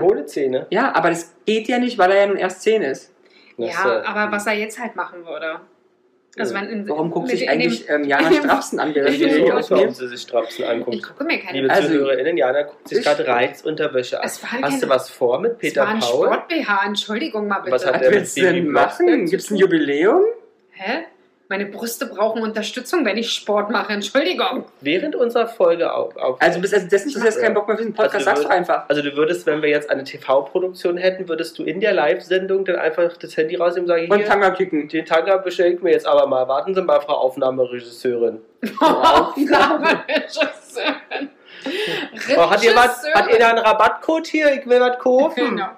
Speaker 3: Ohne Zähne.
Speaker 2: Ja, aber das geht ja nicht, weil er ja nun erst 10 ist.
Speaker 3: Das,
Speaker 1: Ja,
Speaker 3: äh,
Speaker 1: aber was er jetzt halt machen würde. Also wenn in,
Speaker 2: Warum guckt
Speaker 1: mit-
Speaker 2: sich
Speaker 1: in
Speaker 2: eigentlich ähm, Jana
Speaker 1: in dem-
Speaker 2: Strapsen an, der das
Speaker 1: in dem-
Speaker 2: Video
Speaker 3: Ich weiß nicht, ob
Speaker 2: aufnimmt?
Speaker 3: sie sich
Speaker 1: Dem,
Speaker 3: Strapsen
Speaker 1: ich
Speaker 3: anguckt.
Speaker 1: gucke mir keine.
Speaker 3: Liebe
Speaker 2: Also,
Speaker 3: ZuhörerInnen, Jana guckt sich
Speaker 2: ich-
Speaker 3: gerade Reizunterwäsche an.
Speaker 1: Es war
Speaker 3: Hast du
Speaker 1: kein-
Speaker 3: was vor mit
Speaker 1: Es
Speaker 3: Peter
Speaker 1: war ein
Speaker 3: Paul?
Speaker 1: Sport-BH, Entschuldigung mal bitte.
Speaker 3: Was hat
Speaker 2: Was
Speaker 3: der mit
Speaker 2: willst du denn
Speaker 3: Baby
Speaker 2: machen?
Speaker 3: Blocksberg
Speaker 2: Gibt es ein Jubiläum?
Speaker 1: Hä? Meine Brüste brauchen Unterstützung, wenn ich Sport mache. Entschuldigung.
Speaker 3: Während unserer Folge auf. auf
Speaker 2: Also bis also dessen, dass du jetzt
Speaker 1: äh,
Speaker 2: keinen Bock mehr auf diesen Podcast
Speaker 3: Also,
Speaker 2: sagst du einfach.
Speaker 3: also du würdest, wenn wir jetzt eine TV-Produktion hätten, würdest du in der Live-Sendung dann einfach das Handy rausnehmen und sagen,
Speaker 2: Und
Speaker 3: hier,
Speaker 2: Tanga kicken.
Speaker 3: den Tanga beschenken wir jetzt aber mal. Warten Sie mal, Frau Aufnahmeregisseurin.
Speaker 1: Aufnahme, Regisseurin.
Speaker 3: Oh, hat, ihr was,
Speaker 1: Regisseurin.
Speaker 3: hat ihr da einen Rabattcode hier? Ich will was kaufen.
Speaker 1: Genau.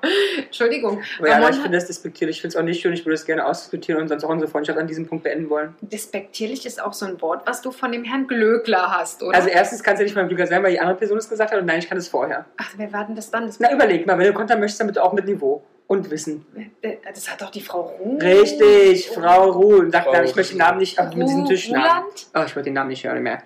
Speaker 1: Entschuldigung.
Speaker 2: Aber Oh ja, also
Speaker 1: Ramon
Speaker 2: ich finde das despektierlich. Ich finde es auch nicht schön. Ich würde es gerne ausdiskutieren und sonst auch unsere Freundschaft an diesem Punkt beenden wollen.
Speaker 1: Despektierlich ist auch so ein Wort, was du von dem Herrn Glöckler hast, oder?
Speaker 2: Also erstens kann es ja nicht mein Glück sein, weil die andere Person es gesagt hat und nein, ich kann es vorher.
Speaker 1: Ach, wer war denn das dann? Das,
Speaker 2: Na, überleg mal, wenn du kontern möchtest, damit auch mit Niveau und Wissen.
Speaker 1: äh, das hat doch die Frau Ruh.
Speaker 2: Richtig, Frau Ruhn. Sag
Speaker 3: Frau
Speaker 2: dann, ich möchte den Namen nicht ab mit diesem
Speaker 1: Ruh-
Speaker 2: Tischnamen.
Speaker 1: Oh. Ruhland?
Speaker 2: Oh, ich wollte den Namen nicht hören mehr.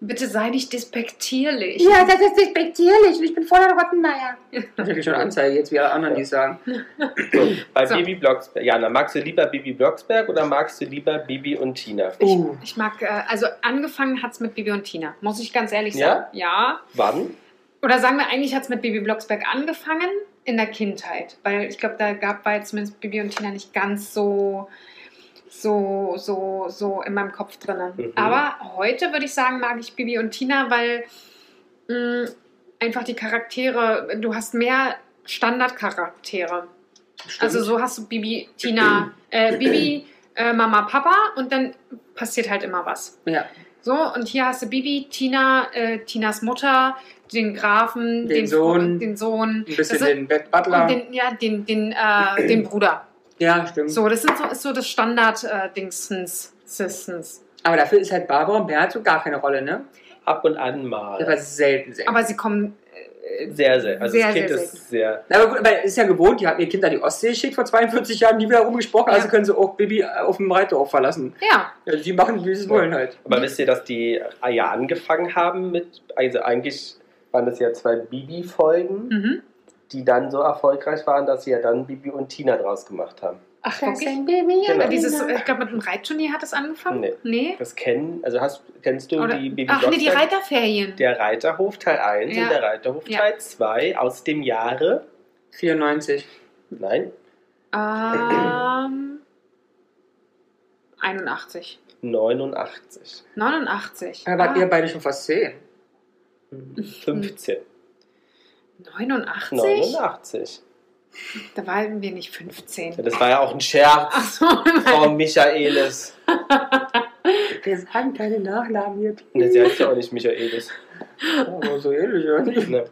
Speaker 1: Bitte sei nicht despektierlich.
Speaker 2: das ist respektierlich und ich bin voller Rottenmeier. Ich kriege schon eine Anzeige jetzt, wie alle anderen, die es sagen.
Speaker 3: So, bei
Speaker 1: So.
Speaker 3: Bibi Blocksberg. Jana, magst du lieber Bibi Blocksberg oder magst du lieber Bibi und Tina?
Speaker 1: Ich,
Speaker 2: Uh.
Speaker 1: ich mag, äh, also angefangen hat es mit Bibi und Tina, muss ich ganz ehrlich
Speaker 3: Ja?
Speaker 1: sagen. Ja.
Speaker 3: Wann?
Speaker 1: Oder sagen wir, eigentlich hat es mit Bibi Blocksberg angefangen in der Kindheit. Weil ich glaube, da gab bei zumindest Bibi und Tina nicht ganz so, so, so, so in meinem Kopf drin.
Speaker 3: Mhm.
Speaker 1: Aber heute würde ich sagen, mag ich Bibi und Tina, weil mh, einfach die Charaktere, du hast mehr Standardcharaktere. Also so hast du Bibi, Tina, äh, Bibi, äh, Mama, Papa und dann passiert halt immer was.
Speaker 2: Ja.
Speaker 1: So, und hier hast du Bibi, Tina, äh, Tinas Mutter, den Grafen,
Speaker 2: Den Sohn.
Speaker 1: den Sohn
Speaker 2: Ein bisschen
Speaker 1: Das ist-
Speaker 2: den Bad Butler.
Speaker 1: Also, und den, ja, den, den, äh, den Bruder.
Speaker 2: ja, stimmt.
Speaker 1: So, das sind so, ist so das Standard-Dingsens. Sistens.
Speaker 2: Aber dafür ist halt Barbara und Bernhard so gar keine Rolle, ne?
Speaker 3: Ab und an mal.
Speaker 2: Das war selten, selten.
Speaker 1: Aber sie kommen. Äh,
Speaker 3: sehr, sehr. Also
Speaker 1: Sehr,
Speaker 3: das Kind
Speaker 1: sehr
Speaker 3: ist sehr.
Speaker 2: Na, aber gut, aber es ist ja gewohnt, die haben ihr Kind an die Ostsee geschickt vor 42 Jahren, nie wieder rumgesprochen, also
Speaker 1: Ja.
Speaker 2: können sie auch Bibi äh, auf dem Reiter auch verlassen.
Speaker 1: ja,
Speaker 2: Ja, die machen, wie sie es wollen halt.
Speaker 3: Aber wisst ihr, dass die äh, ja angefangen haben mit, also eigentlich waren das ja zwei Bibi-Folgen,
Speaker 1: mhm.
Speaker 3: die dann so erfolgreich waren, dass sie ja dann Bibi und Tina draus gemacht haben.
Speaker 1: Ach,
Speaker 5: Das ist
Speaker 1: wirklich?
Speaker 5: ein Baby.
Speaker 3: Genau.
Speaker 1: Ja, Dieses, äh, ich glaube, mit dem Reitturnier hat es angefangen?
Speaker 3: Nee.
Speaker 1: Nee?
Speaker 3: Das kennen, also hast, kennst du
Speaker 1: Oder,
Speaker 3: die Bibi
Speaker 1: ach nee, die
Speaker 3: Blocksberg?
Speaker 1: Reiterferien.
Speaker 3: Der Reiterhof Teil 1
Speaker 1: Ja.
Speaker 3: und der Reiterhof
Speaker 1: Ja.
Speaker 3: Teil 2 aus dem Jahre.
Speaker 2: 94.
Speaker 3: Nein,
Speaker 1: Ähm, 81.
Speaker 3: 89.
Speaker 1: 89.
Speaker 2: Da wart
Speaker 1: Ah,
Speaker 2: ihr beide schon fast 10.
Speaker 3: 15.
Speaker 1: 89?
Speaker 3: 89.
Speaker 1: Da waren wir nicht 15.
Speaker 3: Ja, Das war ja auch ein Scherz,
Speaker 1: Ach so,
Speaker 3: Frau Michaelis.
Speaker 2: Wir sagen keine Nachnamen hier.
Speaker 3: Ne, sie heißt ja auch nicht Michaelis.
Speaker 2: Oh, Aber so ähnlich, oder?
Speaker 3: Ne.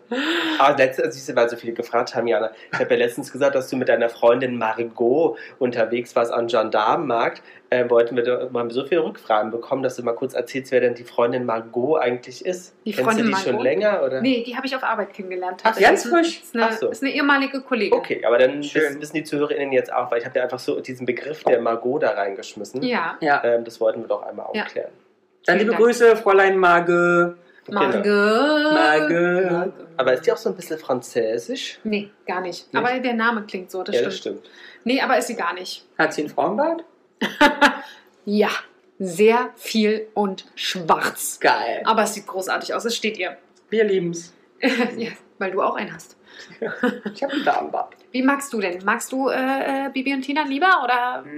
Speaker 3: Aber letztens, als ich- weil so viele gefragt haben, Jana, ich habe ja letztens gesagt, dass du mit deiner Freundin Margot unterwegs warst am Gendarmenmarkt. Äh, wollten wir, da- haben wir so viele Rückfragen bekommen, dass du mal kurz erzählst, wer denn die Freundin Margot eigentlich ist.
Speaker 1: Die
Speaker 3: Kennst
Speaker 1: Freundin
Speaker 3: du die
Speaker 1: Margot?
Speaker 3: schon länger? Oder?
Speaker 1: nee, die habe ich auf Arbeit kennengelernt.
Speaker 2: Ach, ganz frisch.
Speaker 1: Ist eine,
Speaker 3: Ach so.
Speaker 1: ist eine ehemalige Kollegin.
Speaker 3: Okay, aber dann
Speaker 2: Schön.
Speaker 3: wissen, wissen die ZuhörerInnen jetzt auch, weil ich habe ja einfach so diesen Begriff der Margot da reingeschmissen.
Speaker 1: Ja,
Speaker 2: Ja.
Speaker 3: Ähm, das wollten wir doch einmal
Speaker 1: Ja.
Speaker 3: aufklären.
Speaker 2: Dann liebe
Speaker 1: Vielen Dank.
Speaker 2: Grüße, Fräulein Marge.
Speaker 1: Marge.
Speaker 2: Marge.
Speaker 3: Aber ist die auch so ein bisschen französisch?
Speaker 1: Nee, gar nicht.
Speaker 3: Nicht?
Speaker 1: Aber der Name klingt so, das,
Speaker 3: ja,
Speaker 1: stimmt.
Speaker 3: das stimmt.
Speaker 1: Nee, aber ist sie gar nicht.
Speaker 2: Hat sie einen Frauenbart?
Speaker 1: Ja, sehr viel und schwarz.
Speaker 2: Geil.
Speaker 1: Aber es sieht großartig aus, es steht ihr.
Speaker 2: Wir lieben's.
Speaker 1: ja, weil du auch einen hast.
Speaker 2: Ich habe einen Damenbart.
Speaker 1: Wie magst du denn? Magst du äh, äh, Bibi und Tina lieber oder?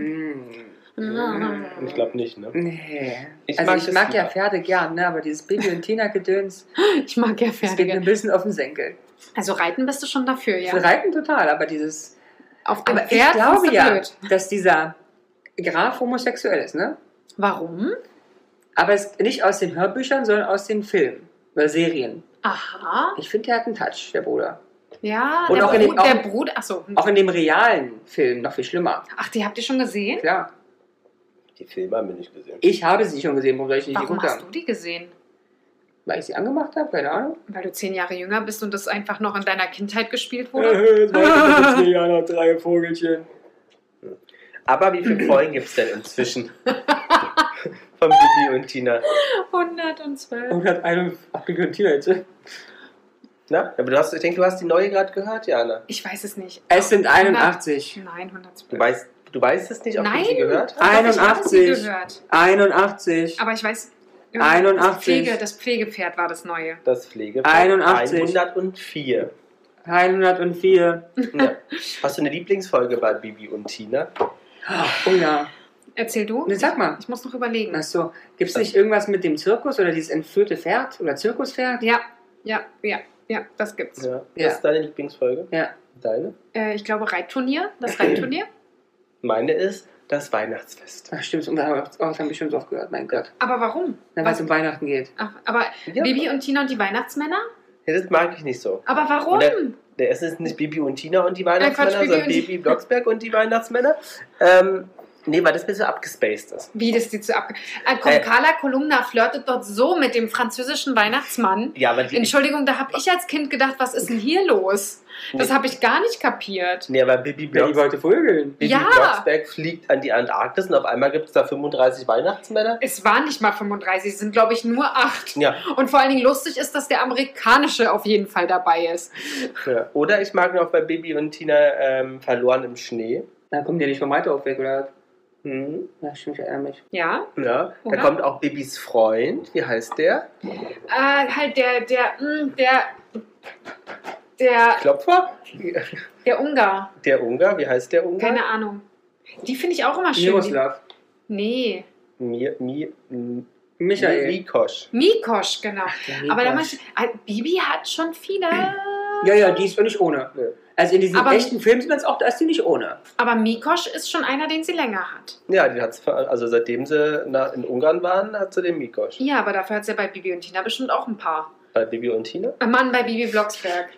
Speaker 2: Mm.
Speaker 1: Mm.
Speaker 3: Ich glaube nicht, ne?
Speaker 2: Nee.
Speaker 3: Ich
Speaker 2: also
Speaker 3: mag
Speaker 2: ich
Speaker 3: das
Speaker 2: mag ja
Speaker 3: lieber.
Speaker 2: Pferde gern, ne? aber dieses Baby und Tina-Gedöns,
Speaker 1: Ich mag ja
Speaker 2: das geht mir
Speaker 1: Pferde.
Speaker 2: ein bisschen auf den Senkel.
Speaker 1: Also reiten bist du schon dafür,
Speaker 2: Ja.
Speaker 1: ja.
Speaker 2: Für Reiten total, aber dieses.
Speaker 1: Auf dem
Speaker 2: Aber
Speaker 1: Pferd
Speaker 2: ich glaube
Speaker 1: findest du
Speaker 2: ja,
Speaker 1: blöd.
Speaker 2: dass dieser Graf homosexuell ist, ne?
Speaker 1: Warum?
Speaker 2: Aber es, nicht aus den Hörbüchern, sondern aus den Filmen oder Serien.
Speaker 1: Aha.
Speaker 2: Ich finde, der hat einen Touch, der Bruder.
Speaker 1: Ja,
Speaker 2: Und
Speaker 1: der,
Speaker 2: auch in den-
Speaker 1: Brut, der
Speaker 2: auch-
Speaker 1: Brut. Achso.
Speaker 2: Auch in dem realen Film noch viel schlimmer.
Speaker 1: Ach, die habt ihr schon gesehen?
Speaker 2: Klar.
Speaker 3: Die Filme haben wir nicht gesehen.
Speaker 2: Ich habe sie schon gesehen, warum soll ich nicht
Speaker 1: Warum
Speaker 2: geguckt
Speaker 1: hast du
Speaker 2: haben?
Speaker 1: die gesehen?
Speaker 2: Weil ich sie angemacht habe, keine Ahnung.
Speaker 1: Weil du zehn Jahre jünger bist und das einfach noch in deiner Kindheit gespielt
Speaker 2: Äh.
Speaker 1: wurde?
Speaker 2: Zwei Jahre, drei Vogelchen.
Speaker 3: Aber wie viele Folgen gibt es denn inzwischen? Von Bibi und Tina.
Speaker 1: 112.
Speaker 2: Und hat eine abgekühlt Teenager.
Speaker 3: Na? Aber du hast, ich denke, du hast die neue gerade gehört, Jana.
Speaker 1: Ich weiß es nicht.
Speaker 2: Es sind 81.
Speaker 1: Nein,
Speaker 3: Du
Speaker 1: 112.
Speaker 3: weißt, du weißt es nicht, ob
Speaker 1: Nein.
Speaker 3: du sie gehört hast?
Speaker 1: Ich habe sie
Speaker 2: 81.
Speaker 1: gehört.
Speaker 2: 81.
Speaker 1: Aber ich weiß.
Speaker 2: 81.
Speaker 1: Das, Pflege, das Pflegepferd war das neue.
Speaker 3: Das Pflege.
Speaker 2: 81.
Speaker 3: 104.
Speaker 2: 104.
Speaker 3: Ja. Hast du eine Lieblingsfolge bei Bibi und Tina?
Speaker 2: Oh ja.
Speaker 1: Erzähl du?
Speaker 2: Ne, sag mal.
Speaker 1: Ich muss noch überlegen.
Speaker 2: Achso, gibt es nicht irgendwas mit dem Zirkus oder dieses entführte Pferd oder Zirkuspferd?
Speaker 1: Ja, ja, ja, ja, das gibt's.
Speaker 3: Ja.
Speaker 2: Ja.
Speaker 3: Das ist deine Lieblingsfolge?
Speaker 2: Ja.
Speaker 3: Deine?
Speaker 1: Äh, ich glaube Reitturnier, das Reitturnier.
Speaker 3: Meine ist das Weihnachtsfest.
Speaker 2: Ach, stimmt, und da haben wir, oh, das haben wir bestimmt oft gehört, mein Gott.
Speaker 1: Aber warum?
Speaker 2: Na, weil es um Weihnachten geht.
Speaker 1: Ach, aber
Speaker 3: Ja.
Speaker 1: Bibi und Tina und die Weihnachtsmänner?
Speaker 3: Ja, das mag ich nicht so.
Speaker 1: Aber warum?
Speaker 3: Ne. Der ist es nicht Bibi und Tina und die
Speaker 1: Äh, Quatsch,
Speaker 3: Weihnachtsmänner,
Speaker 1: Bibi
Speaker 3: sondern
Speaker 1: und-
Speaker 3: Bibi Blocksberg und die Weihnachtsmänner. Ähm, nee, weil das ein bisschen abgespaced ist.
Speaker 1: Wie das die zu ab. Äh, komm,
Speaker 3: Äh.
Speaker 1: Carla Kolumna flirtet dort so mit dem französischen Weihnachtsmann.
Speaker 3: Ja, aber die,
Speaker 1: Entschuldigung, da habe ich als Kind gedacht, was ist denn hier los? Das
Speaker 3: Nee.
Speaker 1: habe ich gar nicht kapiert.
Speaker 3: Nee, aber Bibi,
Speaker 2: Ja, die
Speaker 3: Blocksberg,
Speaker 2: wollte Vögeln.
Speaker 3: Bibi
Speaker 1: Ja.
Speaker 3: Blocksberg fliegt an die Antarktis und auf einmal gibt es da 35 Weihnachtsmänner.
Speaker 1: Es waren nicht mal 35, es sind glaube ich nur acht.
Speaker 3: Ja,
Speaker 1: Und vor allen Dingen lustig ist, dass der amerikanische auf jeden Fall dabei ist.
Speaker 3: ja. Oder ich mag noch bei Bibi und Tina ähm, verloren im Schnee.
Speaker 2: Dann kommen die nicht vom Reiter auf weg, oder?
Speaker 3: Mhm.
Speaker 2: Ja, stimmt, ich erinnere mich.
Speaker 1: Ja,
Speaker 3: Ja. Da
Speaker 1: Oder?
Speaker 3: kommt auch Bibis Freund. Wie heißt der?
Speaker 1: äh, halt der der mh, der der
Speaker 3: Klopfer?
Speaker 1: der Ungar.
Speaker 3: Der Ungar. Wie heißt der Ungar?
Speaker 1: Keine Ahnung. Die finde ich auch immer schön.
Speaker 2: Miroslav.
Speaker 1: Nee,
Speaker 3: Mir, mir, m-
Speaker 2: Michael.
Speaker 3: Mikosch.
Speaker 1: Mikosch, genau.
Speaker 2: Ja,
Speaker 1: Aber da
Speaker 2: Mikosch.
Speaker 1: meinst du, äh, Bibi hat schon viele.
Speaker 2: Ja, ja, die ist doch nicht ohne.
Speaker 3: Ja.
Speaker 2: Also in diesen
Speaker 1: Aber-
Speaker 2: echten Filmen sieht man es auch, da ist sie nicht ohne.
Speaker 1: Aber Mikosch ist schon einer, den sie länger hat.
Speaker 3: Ja, die hat's, ver- also seitdem sie na, in Ungarn waren, hat sie den Mikosch.
Speaker 1: Ja, aber dafür hat sie ja bei Bibi und Tina bestimmt auch ein paar.
Speaker 3: Bei Bibi und Tina.
Speaker 1: Ein Mann bei Bibi Blocksberg.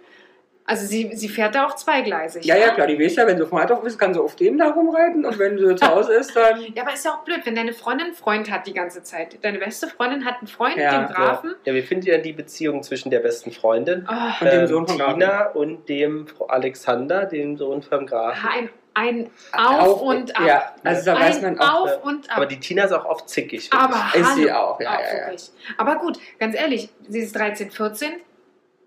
Speaker 1: Also sie, sie fährt da auch zweigleisig.
Speaker 2: Ja, ja,
Speaker 1: ne?
Speaker 2: klar, die weiß ja, wenn sie vom Reithof ist, kann sie auf dem da rumreiten und wenn sie zu Hause ist, dann.
Speaker 1: Ja, aber ist ja auch blöd, wenn deine Freundin einen Freund hat die ganze Zeit. Deine beste Freundin hat einen Freund,
Speaker 2: Ja,
Speaker 1: den Grafen. Oh,
Speaker 3: Ja, wie findet ihr denn die Beziehung zwischen der besten Freundin,
Speaker 2: Und dem
Speaker 3: ähm,
Speaker 2: Sohn von Grafen.
Speaker 3: Tina und dem Fr- Alexander, dem Sohn vom
Speaker 1: Oh,
Speaker 3: Grafen?
Speaker 1: ein, ein Auf und Ab.
Speaker 2: Ja, also da
Speaker 1: ein
Speaker 2: weiß man auch.
Speaker 1: Auf und Ab.
Speaker 3: Aber die Tina ist auch oft zickig. finde
Speaker 1: Aber
Speaker 2: Ist sie
Speaker 1: hallo,
Speaker 2: auch, ja, ja, ja.
Speaker 1: wirklich. Aber gut, ganz ehrlich, sie ist 13, 14.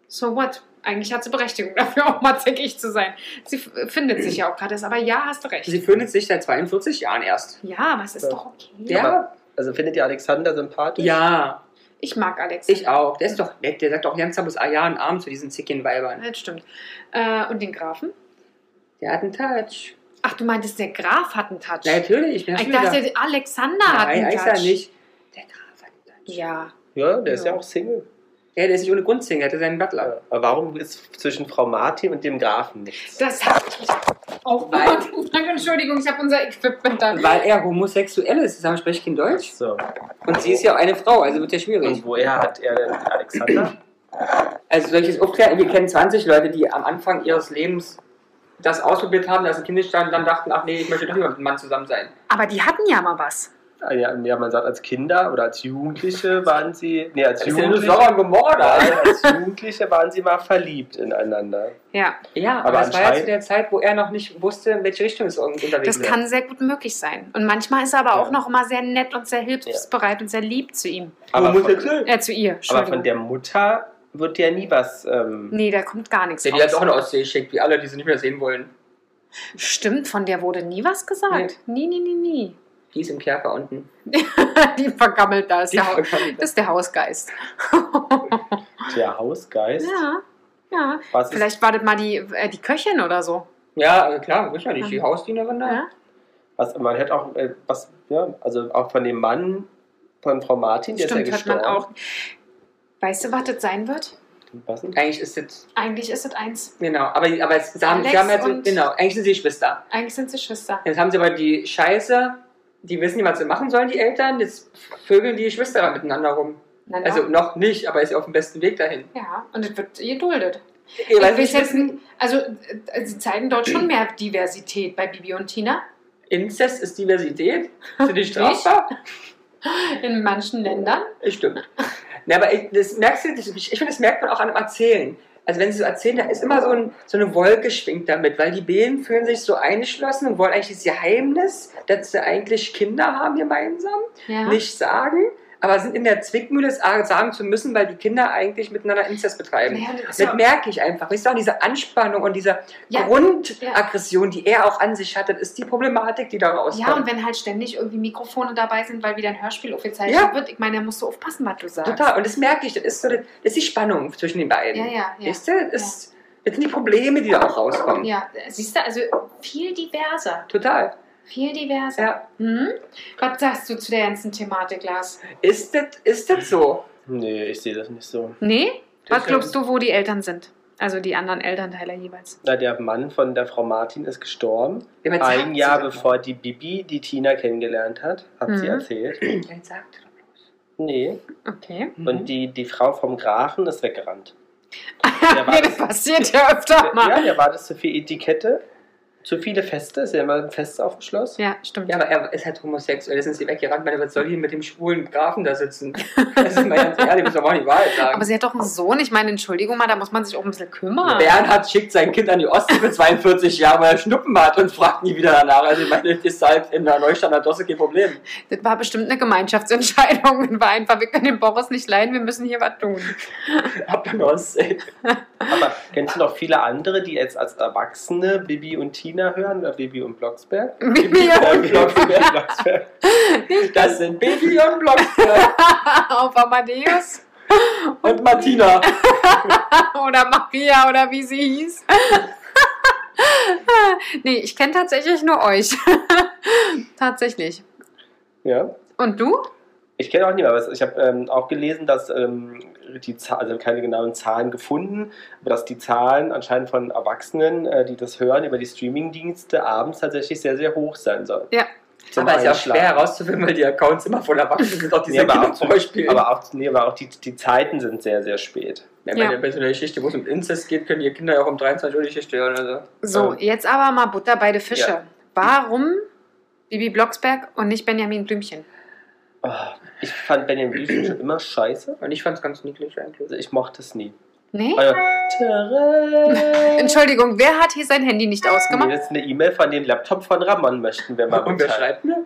Speaker 1: So what? Eigentlich hat sie Berechtigung dafür, auch mal zickig zu sein. Sie f- findet sich ja auch gerade. erst. Aber ja, hast du recht.
Speaker 2: Sie findet sich seit 42 Jahren erst.
Speaker 1: ja, aber es ist
Speaker 2: Äh,
Speaker 3: Ja.
Speaker 1: doch okay.
Speaker 2: Ja,
Speaker 3: ich. Also findet ihr Alexander sympathisch?
Speaker 2: ja,
Speaker 1: Ich mag Alex.
Speaker 2: ich auch. Der ist doch nett, der sagt doch ganz bis Ja und Abend zu diesen zickigen Weibern.
Speaker 1: Das stimmt. Äh, und den Grafen?
Speaker 2: Der hat einen Touch.
Speaker 1: Ach, du meintest, der Graf hat einen Touch.
Speaker 2: Na, natürlich, ich bin
Speaker 1: ich dachte, Alexander hat einen
Speaker 2: Nein, eigentlich
Speaker 1: Touch.
Speaker 2: ja nicht. Der Graf hat einen Touch.
Speaker 1: Ja.
Speaker 3: Ja, der ist ja
Speaker 1: Ja.
Speaker 3: auch Single.
Speaker 2: Ja, der ist nicht ohne Grund Single, der hatte seinen Butler.
Speaker 3: Ja. Aber warum ist zwischen Frau Martin und dem Grafen nichts?
Speaker 1: Das habe ich mich auch
Speaker 2: Weil-
Speaker 1: gewundert. Entschuldigung, ich habe unser Equipment da.
Speaker 2: Weil er homosexuell ist, deshalb spreche ich kein Deutsch.
Speaker 3: So.
Speaker 2: Und sie ist ja auch eine Frau, also wird ja schwierig.
Speaker 3: Und woher hat er denn Alexander?
Speaker 2: Also soll ich es aufklären? Wir kennen 20 Leute, die am Anfang ihres Lebens das ausprobiert haben, dass sie Kinder standen und dann dachten, ach nee, ich möchte doch lieber mit einem Mann zusammen sein.
Speaker 1: Aber die hatten ja mal was.
Speaker 3: Ah, ja, ja, man sagt, als Kinder oder als Jugendliche waren sie. Nee, als
Speaker 2: Das ist ja nur
Speaker 3: Jugendliche,
Speaker 2: Sauer und Gomorra.
Speaker 3: Nein,
Speaker 2: da.
Speaker 3: als Jugendliche waren sie mal verliebt ineinander.
Speaker 1: Ja,
Speaker 2: Ja, aber,
Speaker 3: Aber
Speaker 2: das war ja zu
Speaker 3: anscheinend-
Speaker 2: der Zeit, wo er noch nicht wusste, in welche Richtung es irgendwie unterwegs
Speaker 1: das
Speaker 2: wäre.
Speaker 1: kann sehr gut möglich sein. Und manchmal ist er aber auch
Speaker 3: Ja.
Speaker 1: noch immer sehr nett und sehr hilfsbereit und sehr lieb zu ihm.
Speaker 3: Aber von,
Speaker 2: Homosexuell.
Speaker 1: Äh, zu ihr,
Speaker 3: aber
Speaker 1: Entschuldigung.
Speaker 3: von der Mutter wird ja nie was. Ähm,
Speaker 1: Nee, da kommt gar nichts
Speaker 2: Der die hat auch in
Speaker 1: raus.
Speaker 2: der Ostsee geschickt, wie alle, die sie nicht mehr sehen wollen.
Speaker 1: Stimmt, von der wurde nie was gesagt. Nie, nie, nie, nie.
Speaker 2: Die ist im Kerker unten.
Speaker 1: Die vergammelt da. Ist
Speaker 2: Die
Speaker 1: der, Hau-
Speaker 2: vergammelt.
Speaker 1: das ist der Hausgeist.
Speaker 3: Der Hausgeist.
Speaker 1: Ja, ja.
Speaker 3: Was ist,
Speaker 1: Vielleicht war das mal die, äh, die Köchin oder so.
Speaker 2: Ja, also klar, sicherlich. Die Hausdienerin da.
Speaker 1: Ja.
Speaker 3: was, man hört auch, äh, was, ja, also auch von dem Mann von Frau Martin, der
Speaker 1: Stimmt,
Speaker 3: ist ja
Speaker 1: hat
Speaker 3: gestorben.
Speaker 1: man auch. Weißt du, was das sein wird?
Speaker 3: Was denn?
Speaker 2: Eigentlich ist das,
Speaker 1: Eigentlich ist das eins.
Speaker 2: genau, aber, aber es, sie, haben,
Speaker 1: Alex
Speaker 2: sie haben halt so,
Speaker 1: und-
Speaker 2: genau, eigentlich sind sie Geschwister.
Speaker 1: Eigentlich sind sie Schwester.
Speaker 2: Jetzt haben sie aber die Scheiße, die wissen nicht, was sie machen sollen, die Eltern, jetzt vögeln die Geschwister da miteinander rum.
Speaker 1: Na, na.
Speaker 2: Also noch nicht, aber ist ja auf dem besten Weg dahin.
Speaker 1: ja, und das wird geduldet.
Speaker 2: Ihr
Speaker 1: ich will jetzt, also, äh, sie zeigen dort schon mehr Diversität bei Bibi und Tina.
Speaker 2: Inzest ist Diversität, sind die strafbar?
Speaker 1: In manchen Ländern.
Speaker 2: Das Stimmt. Na, aber ich, das merkst du, das, ich finde, das merkt man auch an dem Erzählen. Also wenn sie so erzählen, da ist immer so, ein, so eine Wolke schwingt damit, weil die Bären fühlen sich so eingeschlossen und wollen eigentlich dieses Geheimnis, dass sie eigentlich Kinder haben gemeinsam.
Speaker 1: Ja.
Speaker 2: nicht sagen, aber sind in der Zwickmühle, es a- sagen zu müssen, weil die Kinder eigentlich miteinander Inzest betreiben.
Speaker 1: Naja, das ist
Speaker 2: Das
Speaker 1: ja-
Speaker 2: merke ich einfach. Ich sage, diese Anspannung und diese
Speaker 1: Ja.
Speaker 2: Grundaggression, die er auch an sich hatte, ist die Problematik, die da
Speaker 1: ja, und
Speaker 2: rauskommt.
Speaker 1: wenn halt ständig irgendwie Mikrofone dabei sind, weil wieder ein Hörspiel aufgezeichnet
Speaker 2: Ja.
Speaker 1: wird, ich meine, da musst du aufpassen, was du sagst.
Speaker 2: Total. Und das merke ich. Das ist, so, das ist die Spannung zwischen den beiden.
Speaker 1: Ja, ja, ja.
Speaker 2: Weißt du? Das, ist, das sind die Probleme, die da auch rauskommen.
Speaker 1: Ja, siehst du, also viel diverser.
Speaker 2: Total.
Speaker 1: Viel diverser.
Speaker 2: Ja.
Speaker 1: Hm? Was sagst du zu der ganzen Thematik, Lars?
Speaker 2: Ist das, ist das so?
Speaker 3: Nee, ich sehe das nicht so.
Speaker 1: Nee?
Speaker 2: Das
Speaker 1: Was glaubst du, wo die Eltern sind? Also die anderen Elternteile jeweils.
Speaker 3: Na, der Mann von der Frau Martin ist gestorben.
Speaker 2: Wenn man
Speaker 3: Ein
Speaker 2: sagt,
Speaker 3: Jahr
Speaker 2: sie-
Speaker 3: bevor die Bibi die Tina kennengelernt hat, hat sie
Speaker 1: Mhm.
Speaker 3: erzählt.
Speaker 2: Ja, sagt er.
Speaker 3: Nee.
Speaker 1: Okay.
Speaker 2: Mhm.
Speaker 3: Und die, die Frau vom Grafen ist weggerannt. war
Speaker 1: nee, das
Speaker 3: das-
Speaker 1: passiert ja öfter
Speaker 3: Ja,
Speaker 1: mal.
Speaker 3: der war das zu viel Etikette, zu viele Feste, ist ja immer ein Fest auf dem Schloss.
Speaker 1: Ja, stimmt.
Speaker 2: Ja, aber er ist halt homosexuell, das ist sie weggerannt, weil was soll die mit dem schwulen Grafen da sitzen? Das ist mal ganz ehrlich, muss doch mal die Wahrheit sagen.
Speaker 1: Aber sie hat doch einen Sohn. Ich meine, Entschuldigung mal, da muss man sich auch ein bisschen kümmern.
Speaker 2: Bernhard schickt sein Kind an die Ostsee für 42 Jahre, weil er Schnuppen hat und fragt nie wieder danach. Also ich meine, das ist halt in der Neustadt Dosse kein Problem.
Speaker 1: Das war bestimmt eine Gemeinschaftsentscheidung. Das war einfach, wir können den Boris nicht leiden, wir müssen hier was tun.
Speaker 2: Ab an der Ostsee.
Speaker 3: Aber kennst du noch viele andere, die jetzt als Erwachsene Bibi und Tina hören oder Bibi und Blocksberg?
Speaker 1: Bibi,
Speaker 3: Bibi und Blocksberg.
Speaker 2: Das sind Baby und Blocksberg
Speaker 1: auf Amadeus
Speaker 2: und Martina.
Speaker 1: oder Maria oder wie sie hieß. nee, ich kenne tatsächlich nur euch. tatsächlich.
Speaker 3: Ja.
Speaker 1: Und du?
Speaker 3: Ich kenne auch niemanden, aber ich habe ähm, auch gelesen, dass ähm, die Zahl, also keine genauen Zahlen gefunden, aber dass die Zahlen anscheinend von Erwachsenen, äh, die das hören, über die Streamingdienste abends tatsächlich sehr, sehr hoch sein sollen.
Speaker 1: Ja.
Speaker 3: Zum
Speaker 2: aber ist ja auch
Speaker 3: Einschlafen.
Speaker 2: schwer herauszufinden, weil die Accounts immer voll erwachsen sind, auch diese
Speaker 3: Nee, aber,
Speaker 2: Kinder
Speaker 3: auch,
Speaker 2: zum Beispiel.
Speaker 3: aber, auch, nee, aber auch die, die Zeiten sind sehr, sehr spät.
Speaker 2: Ja,
Speaker 1: Ja.
Speaker 2: bei der- bei so einer Geschichte, wo es um Inzest geht, können die Kinder ja auch um 23 Uhr die Geschichte hören. Also.
Speaker 1: So,
Speaker 3: Ähm.
Speaker 1: jetzt aber mal Butter bei der Fische.
Speaker 2: Ja.
Speaker 1: Warum Bibi Blocksberg und nicht Benjamin Blümchen?
Speaker 3: Oh, ich fand Benjamin Blümchen schon immer scheiße.
Speaker 2: Und ich fand es ganz niedlich eigentlich.
Speaker 3: Also ich mochte es nie.
Speaker 1: Nee?
Speaker 3: Also, Tada!
Speaker 1: Entschuldigung, wer hat hier sein Handy nicht
Speaker 3: Nee,
Speaker 1: ausgemacht?
Speaker 3: das ist eine E-Mail von dem Laptop von Ramon möchten wir mal
Speaker 2: Und wer
Speaker 3: mitteilen.
Speaker 2: schreibt mir?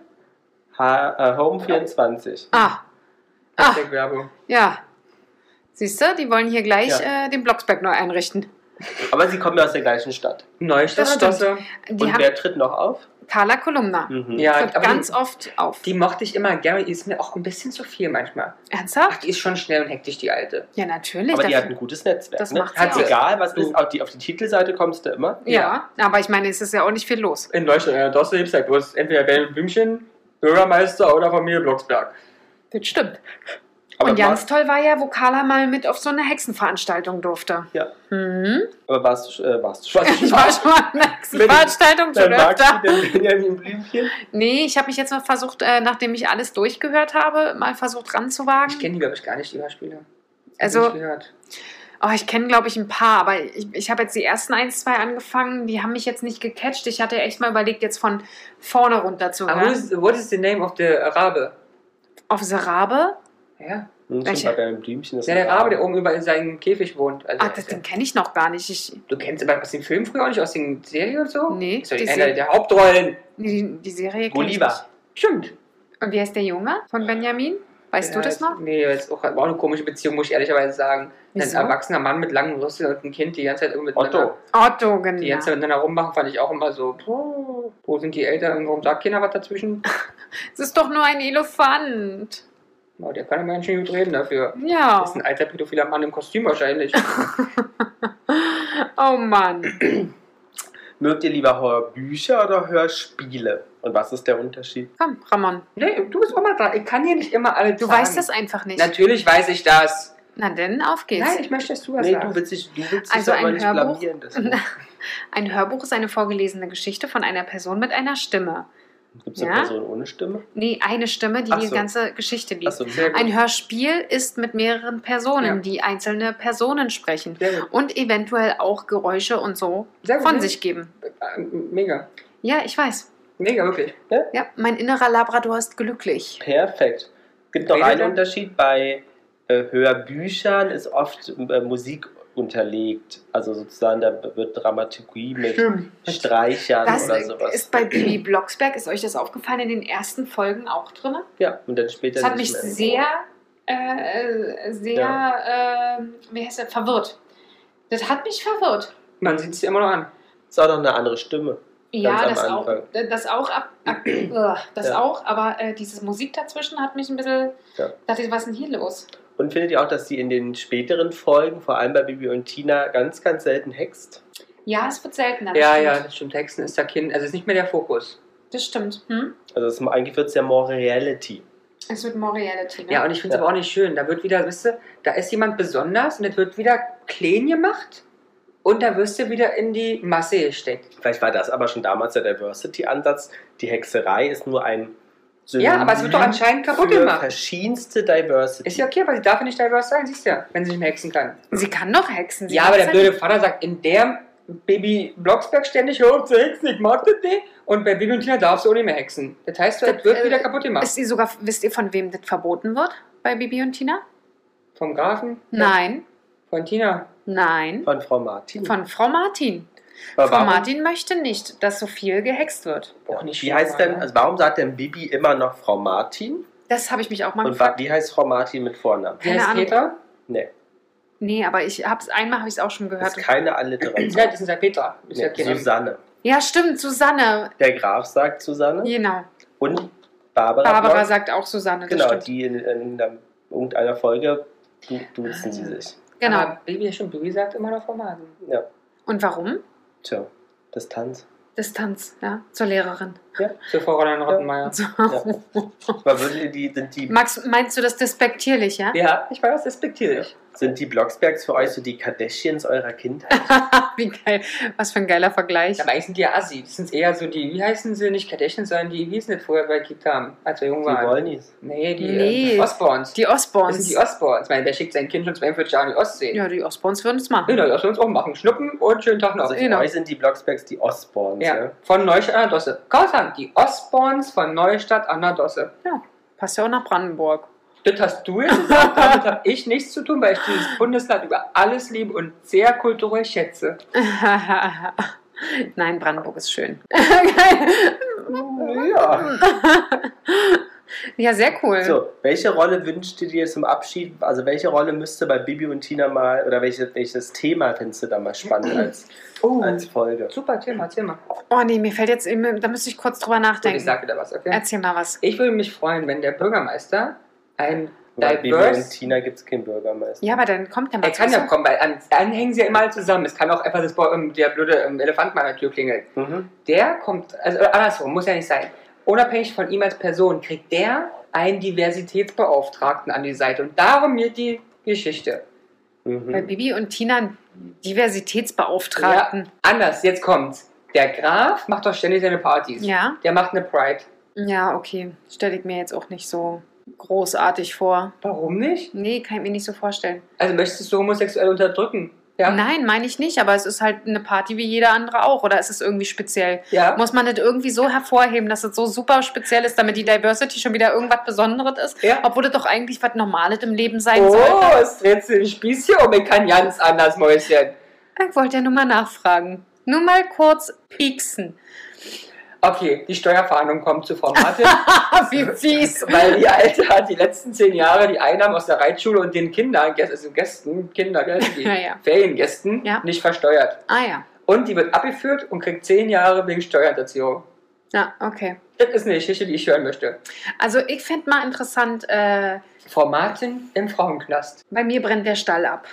Speaker 3: Ha- äh, Home24.
Speaker 1: Ah. Ah,
Speaker 2: Hashtag Werbung.
Speaker 1: ja. Siehst du, die wollen hier gleich äh, den Blocksberg neu einrichten.
Speaker 3: Aber sie kommen ja aus der gleichen Stadt.
Speaker 2: Neustadtstraße.
Speaker 1: Die
Speaker 3: Und
Speaker 1: haben
Speaker 3: wer tritt noch auf?
Speaker 1: Carla Kolumna.
Speaker 3: Mhm.
Speaker 2: Ja,
Speaker 1: Tritt
Speaker 2: aber
Speaker 1: ganz
Speaker 2: die,
Speaker 1: oft auf.
Speaker 2: die mochte ich immer gerne. Die ist mir auch ein bisschen zu viel manchmal. Ach,
Speaker 1: Ernsthaft?
Speaker 2: die ist schon schnell und hektisch, die Alte.
Speaker 1: Ja, natürlich.
Speaker 3: Aber die
Speaker 1: dafür-
Speaker 3: hat ein gutes Netzwerk.
Speaker 1: Das
Speaker 3: ne?
Speaker 1: macht sie
Speaker 3: Hat
Speaker 2: auch.
Speaker 3: egal, was
Speaker 2: Du-
Speaker 3: ist, auf die, auf die Titelseite kommst du immer.
Speaker 1: ja, aber ich meine, es ist ja auch nicht viel los.
Speaker 2: In Neustadt, in der Dosse gibt es halt bloß entweder Benjamin Blümchen, Bürgermeister oder Familie Blocksberg.
Speaker 1: Ähm. Das stimmt.
Speaker 3: Aber,
Speaker 1: Und ganz
Speaker 3: warst,
Speaker 1: toll war ja, wo Carla mal mit auf so eine Hexenveranstaltung durfte.
Speaker 3: Ja.
Speaker 1: Mhm.
Speaker 3: aber warst, du, äh, warst du schon?
Speaker 1: Ich war schon mal in einer Hexenveranstaltung schon
Speaker 3: Dann magst
Speaker 1: öfter.
Speaker 3: du den Benjamin Blümchen? Hm,
Speaker 1: Nee, ich habe mich jetzt mal versucht, äh, nachdem ich alles durchgehört habe, mal versucht ranzuwagen.
Speaker 2: Ich kenne die, glaube ich, gar nicht, die Hörspiele.
Speaker 1: Also-
Speaker 2: Hab ich gehört.
Speaker 1: Oh, ich kenne, glaube ich, ein paar, aber ich, ich habe jetzt die ersten ein, zwei angefangen, die haben mich jetzt nicht gecatcht. Ich hatte echt mal überlegt, jetzt von vorne runter zu
Speaker 2: Aber who
Speaker 1: hören.
Speaker 2: is, what is the name of the Rabe?
Speaker 1: Auf Serabe.
Speaker 2: Ja,
Speaker 3: Hm,
Speaker 1: Welche?
Speaker 3: schon bei Benjamin Blümchen.
Speaker 2: das
Speaker 3: ist
Speaker 2: ist ja der
Speaker 3: ein
Speaker 2: Rabe, der oben über in seinem Käfig wohnt. Also,
Speaker 1: Ach, Ah, das, den kenne ich noch gar nicht. Ich,
Speaker 2: Du kennst aber aus den Filmen früher auch nicht, aus den Serien und so?
Speaker 1: Nee,
Speaker 2: Ist doch
Speaker 1: die
Speaker 2: einer
Speaker 1: Serie-
Speaker 2: der Hauptrollen.
Speaker 1: die, die Serie kenn ich
Speaker 3: Gulliver.
Speaker 2: Stimmt.
Speaker 1: nicht. Und wie heißt der Junge von Benjamin? Weißt
Speaker 2: Ja,
Speaker 1: du das noch?
Speaker 2: Nee, das ist auch, war auch eine komische Beziehung, muss ich ehrlicherweise sagen.
Speaker 1: Wieso?
Speaker 2: Ein erwachsener Mann mit langen Rüsseln und ein Kind, die ganze Zeit irgendwie miteinander-
Speaker 3: Otto.
Speaker 1: Otto, genau.
Speaker 2: Die ganze Zeit miteinander rummachen, fand ich auch immer so, puh, wo sind die Eltern, warum sagt keiner was dazwischen?
Speaker 1: Es ist doch nur ein Elefant.
Speaker 2: Na, Oh, der kann ja mal schön gut reden dafür.
Speaker 1: Ja.
Speaker 2: Das ist ein alter pädophiler Mann im Kostüm wahrscheinlich.
Speaker 1: Oh Mann.
Speaker 3: Mögt ihr lieber Hörbücher oder Hörspiele? Und was ist der Unterschied?
Speaker 1: Komm, Ramon.
Speaker 2: nee, du bist auch mal dran. Ich kann hier nicht immer alle
Speaker 1: Du
Speaker 2: sagen.
Speaker 1: weißt das einfach nicht.
Speaker 2: Natürlich weiß ich das.
Speaker 1: Na denn, auf geht's.
Speaker 2: Nein, ich möchte, dass du was
Speaker 3: Nee, du
Speaker 2: sagst.
Speaker 3: willst dich, du willst dich
Speaker 1: Also
Speaker 3: aber
Speaker 1: ein
Speaker 3: nicht
Speaker 1: Hörbuch?
Speaker 3: blamieren. deswegen.
Speaker 1: Ein Hörbuch ist eine vorgelesene Geschichte von einer Person mit einer Stimme.
Speaker 3: Gibt es eine
Speaker 1: Ja?
Speaker 3: Person ohne Stimme?
Speaker 1: Nee, eine Stimme, die
Speaker 3: Ach
Speaker 1: die
Speaker 3: so.
Speaker 1: ganze Geschichte liest.
Speaker 3: Achso,
Speaker 2: Sehr gut.
Speaker 1: Ein Hörspiel ist mit mehreren Personen,
Speaker 2: Ja.
Speaker 1: die einzelne Personen sprechen
Speaker 2: Sehr gut.
Speaker 1: und eventuell auch Geräusche und so
Speaker 2: Sehr gut.
Speaker 1: von sich geben.
Speaker 2: Äh, Mega.
Speaker 1: Ja, ich weiß.
Speaker 2: Mega, wirklich.
Speaker 1: Ja, mein innerer Labrador ist glücklich.
Speaker 3: perfekt. Es gibt noch
Speaker 2: Redet
Speaker 3: einen
Speaker 2: er?
Speaker 3: Unterschied. Bei äh, Hörbüchern ist oft äh, Musik unterlegt. Also sozusagen, da wird Dramaturgie mit
Speaker 2: Stimmt.
Speaker 3: Streichern
Speaker 1: Das
Speaker 3: Also, oder sowas.
Speaker 1: ist bei Bibi Blocksberg, ist euch das aufgefallen, in den ersten Folgen auch drin?
Speaker 3: ja, und dann später
Speaker 1: Das hat mich
Speaker 3: nicht mehr.
Speaker 1: sehr, äh, sehr, äh, wie heißt das, verwirrt. Das hat mich verwirrt.
Speaker 2: Man sieht es immer noch an.
Speaker 3: Ist auch noch eine andere Stimme.
Speaker 1: Ja,
Speaker 3: am
Speaker 1: das auch,
Speaker 3: Anfang.
Speaker 1: das auch, ab, ab, äh, das
Speaker 3: Ja.
Speaker 1: auch, aber äh, diese Musik dazwischen hat mich ein bisschen,
Speaker 3: Ja.
Speaker 1: dachte ich, was ist denn hier los?
Speaker 3: Und findet ihr auch, dass sie in den späteren Folgen, vor allem bei Bibi und Tina, ganz, ganz selten hext?
Speaker 1: Ja, es wird seltener. das
Speaker 2: Ja,
Speaker 1: stimmt.
Speaker 2: ja, das stimmt. Hexen ist der Kind. Also ist nicht mehr der Fokus.
Speaker 1: Das stimmt. Hm?
Speaker 3: Also es, eigentlich wird es ja more Reality.
Speaker 1: Es wird more reality. Ne?
Speaker 2: Ja, und ich finde es
Speaker 3: Ja.
Speaker 2: aber auch nicht schön. Da wird wieder, wisst ihr, da ist jemand besonders und das wird wieder klein gemacht und da wirst du wieder in die Masse gesteckt.
Speaker 3: Vielleicht war das aber schon damals der Diversity-Ansatz. Die Hexerei ist nur ein Synonym
Speaker 2: Ja, aber es wird doch anscheinend kaputt
Speaker 3: für
Speaker 2: gemacht.
Speaker 3: verschiedenste Diversity.
Speaker 2: Ist ja okay, weil sie darf ja nicht divers sein, siehst du ja, wenn sie nicht mehr hexen kann.
Speaker 1: Sie kann doch hexen. Sie
Speaker 2: ja, aber der
Speaker 1: hat's ja-
Speaker 2: blöde Vater sagt, in der Baby Blocksberg ständig hört zu hexen, ich mag das nicht. Und bei Baby und Tina darfst du auch nicht mehr hexen. Das heißt, das
Speaker 1: Das,
Speaker 2: wird
Speaker 1: äh,
Speaker 2: wieder kaputt gemacht.
Speaker 1: Ist sie sogar, wisst ihr, von wem das verboten wird? Bei Bibi und Tina?
Speaker 2: Vom Grafen?
Speaker 1: Nein,
Speaker 2: Von Tina?
Speaker 1: nein.
Speaker 3: Von Frau Martin.
Speaker 1: Von Frau Martin.
Speaker 3: Aber
Speaker 1: Frau
Speaker 3: warum-
Speaker 1: Martin möchte nicht, dass so viel gehext wird.
Speaker 2: Auch nicht
Speaker 3: Wie
Speaker 2: schön,
Speaker 3: heißt denn,
Speaker 2: oder?
Speaker 3: also warum sagt denn Bibi immer noch Frau Martin?
Speaker 1: Das habe ich mich auch mal
Speaker 3: Und wa-
Speaker 1: gefragt.
Speaker 3: wie heißt Frau Martin mit Vornamen?
Speaker 2: Wie
Speaker 1: Keine
Speaker 2: heißt
Speaker 1: Ahnung.
Speaker 2: Peter?
Speaker 3: Nee,
Speaker 1: Nee, aber ich hab's einmal habe ich es auch schon
Speaker 3: das
Speaker 1: gehört.
Speaker 3: ist keine
Speaker 2: Nein,
Speaker 3: Alliteration.
Speaker 2: das ist ja Peter. Ist ja genau.
Speaker 3: Nee,
Speaker 2: kein
Speaker 3: Susanne.
Speaker 1: Ja, stimmt, Susanne.
Speaker 3: Der Graf sagt Susanne
Speaker 1: Genau.
Speaker 3: und Barbara.
Speaker 1: Barbara
Speaker 3: Block.
Speaker 1: sagt auch Susanne, das
Speaker 3: Genau,
Speaker 1: stimmt.
Speaker 3: die in, in, der- irgendeiner Folge du- duzen sie sich.
Speaker 1: Genau.
Speaker 2: Aber Baby, schon, Baby sagt immer noch vom Magen.
Speaker 3: Ja,
Speaker 1: Und warum?
Speaker 3: tja, Distanz.
Speaker 1: Distanz, ja, zur Lehrerin.
Speaker 2: Zur Frau Roland Rottenmeier.
Speaker 3: Aber würdet ihr die, sind, die,
Speaker 1: Max, meinst du das despektierlich, ja?
Speaker 2: Ja, ich weiß, respektierlich.
Speaker 3: sind die Blocksbergs für euch so die Kardashians eurer Kindheit?
Speaker 1: Wie geil. Was für ein geiler Vergleich.
Speaker 2: Aber eigentlich sind die ja Assi. Das sind eher so die, wie heißen sie, nicht Kardashians, sondern die, wie hießen das vorher bei Keep haben, als wir jung
Speaker 3: Die
Speaker 2: waren.
Speaker 3: Wollnies.
Speaker 2: Nee, die
Speaker 1: Nee.
Speaker 2: Äh, Osborns.
Speaker 1: Die
Speaker 2: Das sind
Speaker 1: Osborns.
Speaker 2: die Osborns. Ich meine, wer schickt sein Kind schon zum 41 Jahren in die Ostsee?
Speaker 1: ja, die Osborns würden es machen.
Speaker 2: Genau, lass uns auch machen. Schnuppen und schönen Tag noch.
Speaker 3: Also für
Speaker 1: Genau.
Speaker 3: euch sind die Blocksbergs die Osborns,
Speaker 2: ja.
Speaker 3: ja?
Speaker 2: Von Neustadt an der Dosse. Kausam, die Osborns von Neustadt an der Dosse.
Speaker 1: Passt ja auch nach Brandenburg.
Speaker 2: Das hast du jetzt gesagt, damit habe ich nichts zu tun, weil ich dieses Bundesland über alles liebe und sehr kulturell schätze.
Speaker 1: Nein, Brandenburg ist schön.
Speaker 3: Ja.
Speaker 1: ja, sehr cool.
Speaker 3: So, welche Rolle wünscht ihr dir zum Abschied? Also welche Rolle müsste bei Bibi und Tina mal, oder welche, welches Thema findest du da mal spannend als,
Speaker 2: Oh,
Speaker 3: als Folge?
Speaker 2: super Thema, Thema.
Speaker 1: Oh nee, mir fällt jetzt, eben- da müsste ich kurz drüber
Speaker 2: Und
Speaker 1: nachdenken.
Speaker 2: ich sage dir was, okay?
Speaker 1: Erzähl mal was.
Speaker 2: Ich würde mich freuen, wenn der Bürgermeister ein
Speaker 3: Bei Bibi und
Speaker 2: diverse...
Speaker 3: Tina gibt es keinen Bürgermeister.
Speaker 1: Ja, aber dann kommt der
Speaker 2: Er
Speaker 1: Max.
Speaker 2: kann ja
Speaker 1: Rosser.
Speaker 2: kommen, weil an- dann hängen sie ja immer alle zusammen. Es kann auch einfach das, Bo- ähm, der blöde ähm, Elefant mal an der Tür klingelt.
Speaker 3: Mhm.
Speaker 2: der kommt, also andersrum, muss ja nicht sein. Unabhängig von ihm als Person kriegt der einen Diversitätsbeauftragten an die Seite. Und darum geht die Geschichte.
Speaker 1: Bei
Speaker 3: Mhm.
Speaker 1: Bibi und Tina einen Diversitätsbeauftragten.
Speaker 2: Anders, jetzt kommt's. Der Graf macht doch ständig seine Partys.
Speaker 1: Ja.
Speaker 2: Der macht eine Pride.
Speaker 1: ja? okay. Stelle ich mir jetzt auch nicht so großartig vor.
Speaker 2: Warum nicht?
Speaker 1: Nee, kann ich mir nicht so vorstellen.
Speaker 2: Also möchtest du homosexuell unterdrücken? Ja.
Speaker 1: Nein, meine ich nicht, aber es ist halt eine Party wie jede andere auch. Oder ist es irgendwie speziell?
Speaker 2: Ja.
Speaker 1: Muss man das irgendwie so hervorheben, dass es so super speziell ist, damit die Diversity schon wieder irgendwas Besonderes ist?
Speaker 2: ja.
Speaker 1: Obwohl das doch eigentlich was Normales im Leben sein
Speaker 2: Oh,
Speaker 1: sollte.
Speaker 2: es dreht sich ein Spieß hier um. Ich kann ganz anders, Mäuschen.
Speaker 1: Ich wollte ja nur mal nachfragen. Nur mal kurz pieksen.
Speaker 2: Okay, die Steuerverhandlung kommt zu Formate.
Speaker 1: Ah, wie fies.
Speaker 2: Weil die Alte hat die letzten zehn Jahre die Einnahmen aus der Reitschule und den Kindern, Gäs- also Gästen, Kinder, gell, die
Speaker 1: Ja, ja.
Speaker 2: Feriengästen,
Speaker 1: Ja.
Speaker 2: nicht versteuert.
Speaker 1: Ah ja.
Speaker 2: Und die wird abgeführt und kriegt zehn Jahre wegen Steuerhinterziehung.
Speaker 1: Ja, okay.
Speaker 2: Das ist eine Geschichte, die ich hören möchte.
Speaker 1: Also ich fände mal interessant, äh,
Speaker 2: Formaten im Frauenknast.
Speaker 1: bei mir brennt der Stall ab.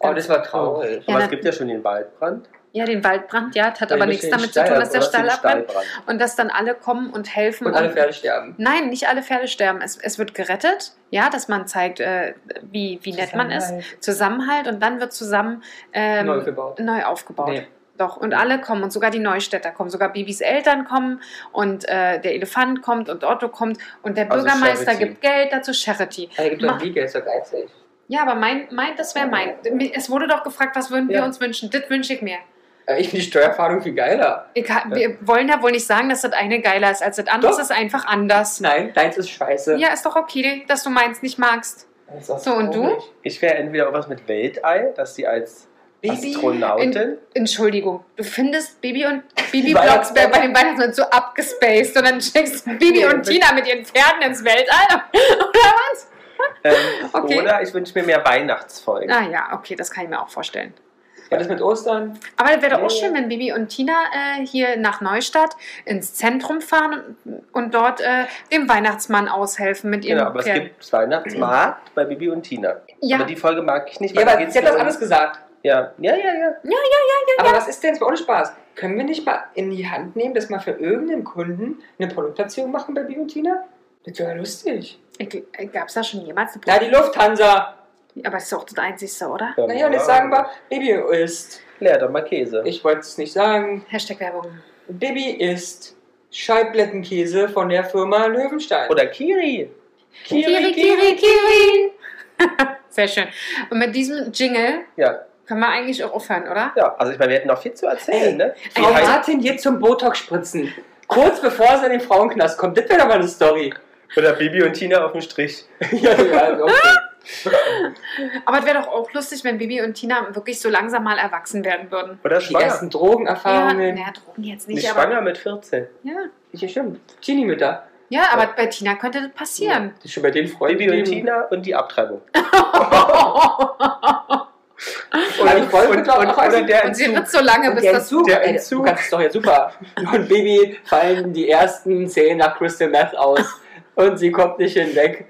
Speaker 2: Oh, das war
Speaker 3: Aber
Speaker 2: traurig.
Speaker 1: Ja,
Speaker 3: es
Speaker 1: dann-
Speaker 3: gibt ja schon den Waldbrand.
Speaker 1: Ja, den Waldbrand, ja, das hat aber
Speaker 2: Ja,
Speaker 1: nichts
Speaker 2: den
Speaker 1: damit zu
Speaker 2: Stall
Speaker 1: tun, dass der
Speaker 3: Oder
Speaker 1: Stall
Speaker 3: den
Speaker 1: abbrennt
Speaker 3: Stallbrand.
Speaker 1: und dass dann alle kommen und helfen.
Speaker 2: Und alle Pferde sterben.
Speaker 1: Nein, nicht alle Pferde sterben. Es, es wird gerettet, ja, dass man zeigt, äh, wie, wie nett man ist. Zusammenhalt und dann wird zusammen ähm,
Speaker 2: Neu gebaut.
Speaker 1: neu aufgebaut.
Speaker 2: Nee.
Speaker 1: Doch, und alle kommen und sogar die Neustädter kommen, sogar Bibis Eltern kommen und äh, der Elefant kommt und Otto kommt und der
Speaker 3: Also
Speaker 1: Bürgermeister
Speaker 3: Charity.
Speaker 1: gibt Geld dazu, Charity.
Speaker 2: Da gibt doch
Speaker 1: Mach-
Speaker 2: ein Video, ist doch geizig.
Speaker 1: Ja, aber mein, mein das wäre mein. Es wurde doch gefragt, was würden wir
Speaker 2: Ja.
Speaker 1: uns wünschen? Das wünsche ich mir.
Speaker 2: Äh, Ich finde die Steuerverhandlung viel geiler.
Speaker 1: Ich, ha- Wir wollen ja wohl nicht sagen, dass das eine geiler ist als das andere.
Speaker 2: Doch.
Speaker 1: Es ist einfach anders.
Speaker 2: Nein, deins ist scheiße.
Speaker 1: Ja, ist doch okay, dass du meins nicht magst.
Speaker 2: Das ist doch
Speaker 1: So, und du?
Speaker 2: traurig.
Speaker 3: Ich wäre entweder auch was mit Weltall, dass die als
Speaker 2: Baby,
Speaker 3: Astronautin.
Speaker 1: Entschuldigung, du findest Bibi und Bibi
Speaker 2: Weihnachts-
Speaker 1: Blocksberg bei den Weihnachtsmann so abgespaced und dann schickst du Bibi
Speaker 2: Nee,
Speaker 1: und
Speaker 2: mit-
Speaker 1: Tina mit ihren Pferden ins Weltall. Oder?
Speaker 3: Ähm,
Speaker 1: Okay.
Speaker 3: Oder ich wünsche mir mehr Weihnachtsfolgen.
Speaker 1: Ah ja, okay, das kann ich mir auch vorstellen.
Speaker 2: Was ist mit Ostern?
Speaker 1: Aber das wäre doch auch
Speaker 2: Nee.
Speaker 1: schön, wenn Bibi und Tina äh, hier nach Neustadt ins Zentrum fahren und, und dort äh, dem Weihnachtsmann aushelfen mit ihren
Speaker 3: Genau, aber es
Speaker 1: Pferden.
Speaker 3: gibt das Weihnachtsmarkt bei Bibi und Tina.
Speaker 1: Ja.
Speaker 3: Aber die Folge mag ich nicht,
Speaker 2: Ja,
Speaker 3: da
Speaker 2: aber
Speaker 3: geht's
Speaker 2: sie hat das
Speaker 3: nur um-
Speaker 2: alles gesagt.
Speaker 3: Ja, ja, ja, ja.
Speaker 2: Aber was ist denn jetzt bei ohne Spaß? Können wir nicht mal in die Hand nehmen, dass wir für irgendeinen Kunden eine Produktplatzierung machen bei Biotina? Das wäre ja lustig.
Speaker 1: Gab es äh, da schon jemals eine
Speaker 2: Na, die Lufthansa.
Speaker 1: Aber es ist doch das Einzige, oder?
Speaker 3: ja
Speaker 2: Naja, und jetzt sagen wir, Baby ist.
Speaker 3: Leer doch mal Käse.
Speaker 2: Ich wollte es nicht sagen.
Speaker 1: Hashtag Werbung.
Speaker 2: Baby ist Scheiblettenkäse von der Firma Löwenstein.
Speaker 3: Oder Kiri.
Speaker 1: Kiri, Kiri, Kiri. Sehr schön. Und mit diesem Jingle
Speaker 3: Ja,
Speaker 1: können wir eigentlich auch aufhören, oder?
Speaker 3: ja. Also ich meine, wir hätten noch viel zu erzählen,
Speaker 2: Ey,
Speaker 3: ne?
Speaker 2: Frau
Speaker 3: Wie heißt-
Speaker 2: Martin geht zum Botox-Spritzen. Kurz bevor sie in den Frauenknast kommt. Das wäre doch mal eine Story.
Speaker 3: Oder Bibi und Tina auf dem Strich.
Speaker 2: ja, ja, okay.
Speaker 3: Ah!
Speaker 1: Aber es wäre doch auch lustig, wenn Bibi und Tina wirklich so langsam mal erwachsen werden würden.
Speaker 3: Oder
Speaker 2: Die
Speaker 3: schwanger.
Speaker 2: ersten Drogenerfahrungen.
Speaker 1: Ja, na, Drogen jetzt nicht,
Speaker 3: Nicht
Speaker 1: aber.
Speaker 3: schwanger mit 14.
Speaker 1: Ja.
Speaker 2: Ja, stimmt. Teenie-Mütter.
Speaker 1: ja, aber bei Tina könnte das passieren.
Speaker 2: Das ist schon bei den Freunden.
Speaker 3: Bibi und
Speaker 2: geblieben.
Speaker 3: Tina und die Abtreibung.
Speaker 2: Oder die Folge wird doch auch
Speaker 3: oder der
Speaker 1: Und sie
Speaker 3: Entzug.
Speaker 1: ritt so lange,
Speaker 2: Und
Speaker 1: bis
Speaker 2: der
Speaker 1: das.
Speaker 2: Entzug,
Speaker 3: der
Speaker 2: ey,
Speaker 3: Entzug.
Speaker 2: Du kannst es doch jetzt super. Und Baby fallen die ersten Zehen nach Crystal Meth aus. Und sie kommt nicht hinweg.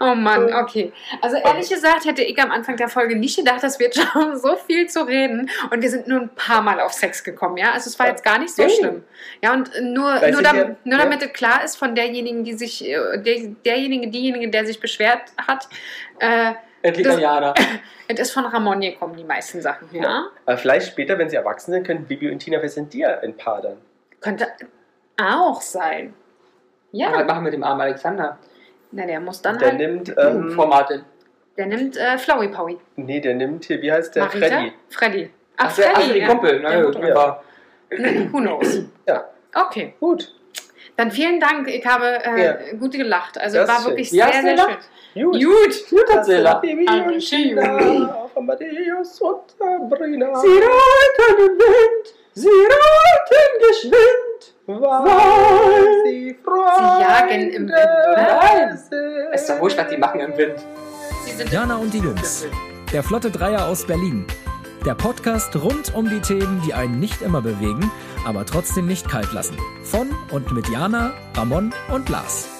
Speaker 1: Oh Mann, okay. Also ehrlich gesagt hätte ich am Anfang der Folge nicht gedacht, dass wir jetzt schon so viel zu reden und wir sind nur ein paar Mal auf Sex gekommen, ja? Also es war jetzt gar nicht so
Speaker 3: Nee.
Speaker 1: schlimm. Ja, und äh, nur,
Speaker 3: Weiß
Speaker 1: nur,
Speaker 3: ich
Speaker 1: dam,
Speaker 3: ja,
Speaker 1: nur
Speaker 3: ja.
Speaker 1: damit es klar ist von derjenigen, die sich, äh, der, derjenige, diejenige, der sich beschwert hat, äh,
Speaker 3: Endlich
Speaker 1: Das-
Speaker 3: an Jana.
Speaker 1: es ist von Ramon gekommen, die meisten Sachen, ja?
Speaker 3: Aber vielleicht später, wenn sie erwachsen sind, können Bibi und Tina, wer sind dir ein Paar dann?
Speaker 1: Könnte auch sein.
Speaker 2: Aber
Speaker 1: Ja,
Speaker 2: Was machen wir mit dem armen Alexander?
Speaker 1: na, der muss dann
Speaker 3: Der
Speaker 1: halt,
Speaker 3: nimmt,
Speaker 2: Ähm,
Speaker 3: ähm,
Speaker 2: Frau Martin.
Speaker 1: der nimmt äh, Flowey Powie.
Speaker 3: nee, der nimmt hier, wie heißt der?
Speaker 1: Marita?
Speaker 3: Freddy.
Speaker 1: Freddy. Ach,
Speaker 2: Ach, der, also die
Speaker 1: ja.
Speaker 2: Kumpel. Na,
Speaker 1: Der
Speaker 2: ja,
Speaker 1: Mutter-
Speaker 2: ja. Aber
Speaker 1: Who knows?
Speaker 3: Ja.
Speaker 1: Okay,
Speaker 3: Gut.
Speaker 1: dann vielen Dank. Ich habe äh, gut gelacht. Also
Speaker 3: Das
Speaker 1: war
Speaker 3: ist
Speaker 1: wirklich
Speaker 2: schön. Ja,
Speaker 1: sehr,
Speaker 2: hast du
Speaker 1: sehr schön.
Speaker 2: gelacht?
Speaker 3: Gut.
Speaker 1: Gut.
Speaker 2: Gut,
Speaker 3: Das sind
Speaker 2: Erzähler.
Speaker 3: Bibi und
Speaker 1: Anschuldigung.
Speaker 3: Tina auf Amadeus und Sabrina.
Speaker 2: Sie reiten im Wind, sie reiten geschwind.
Speaker 3: weil sie
Speaker 1: jagen im Wind,
Speaker 2: ne?
Speaker 3: Wind.
Speaker 2: Ist doch wurscht, was die machen im Wind.
Speaker 1: Sie sind
Speaker 4: Jana und die Jungs. Der Flotte Dreier aus Berlin. Der Podcast rund um die Themen, die einen nicht immer bewegen, aber trotzdem nicht kalt lassen. Von und mit Jana, Ramon und Lars.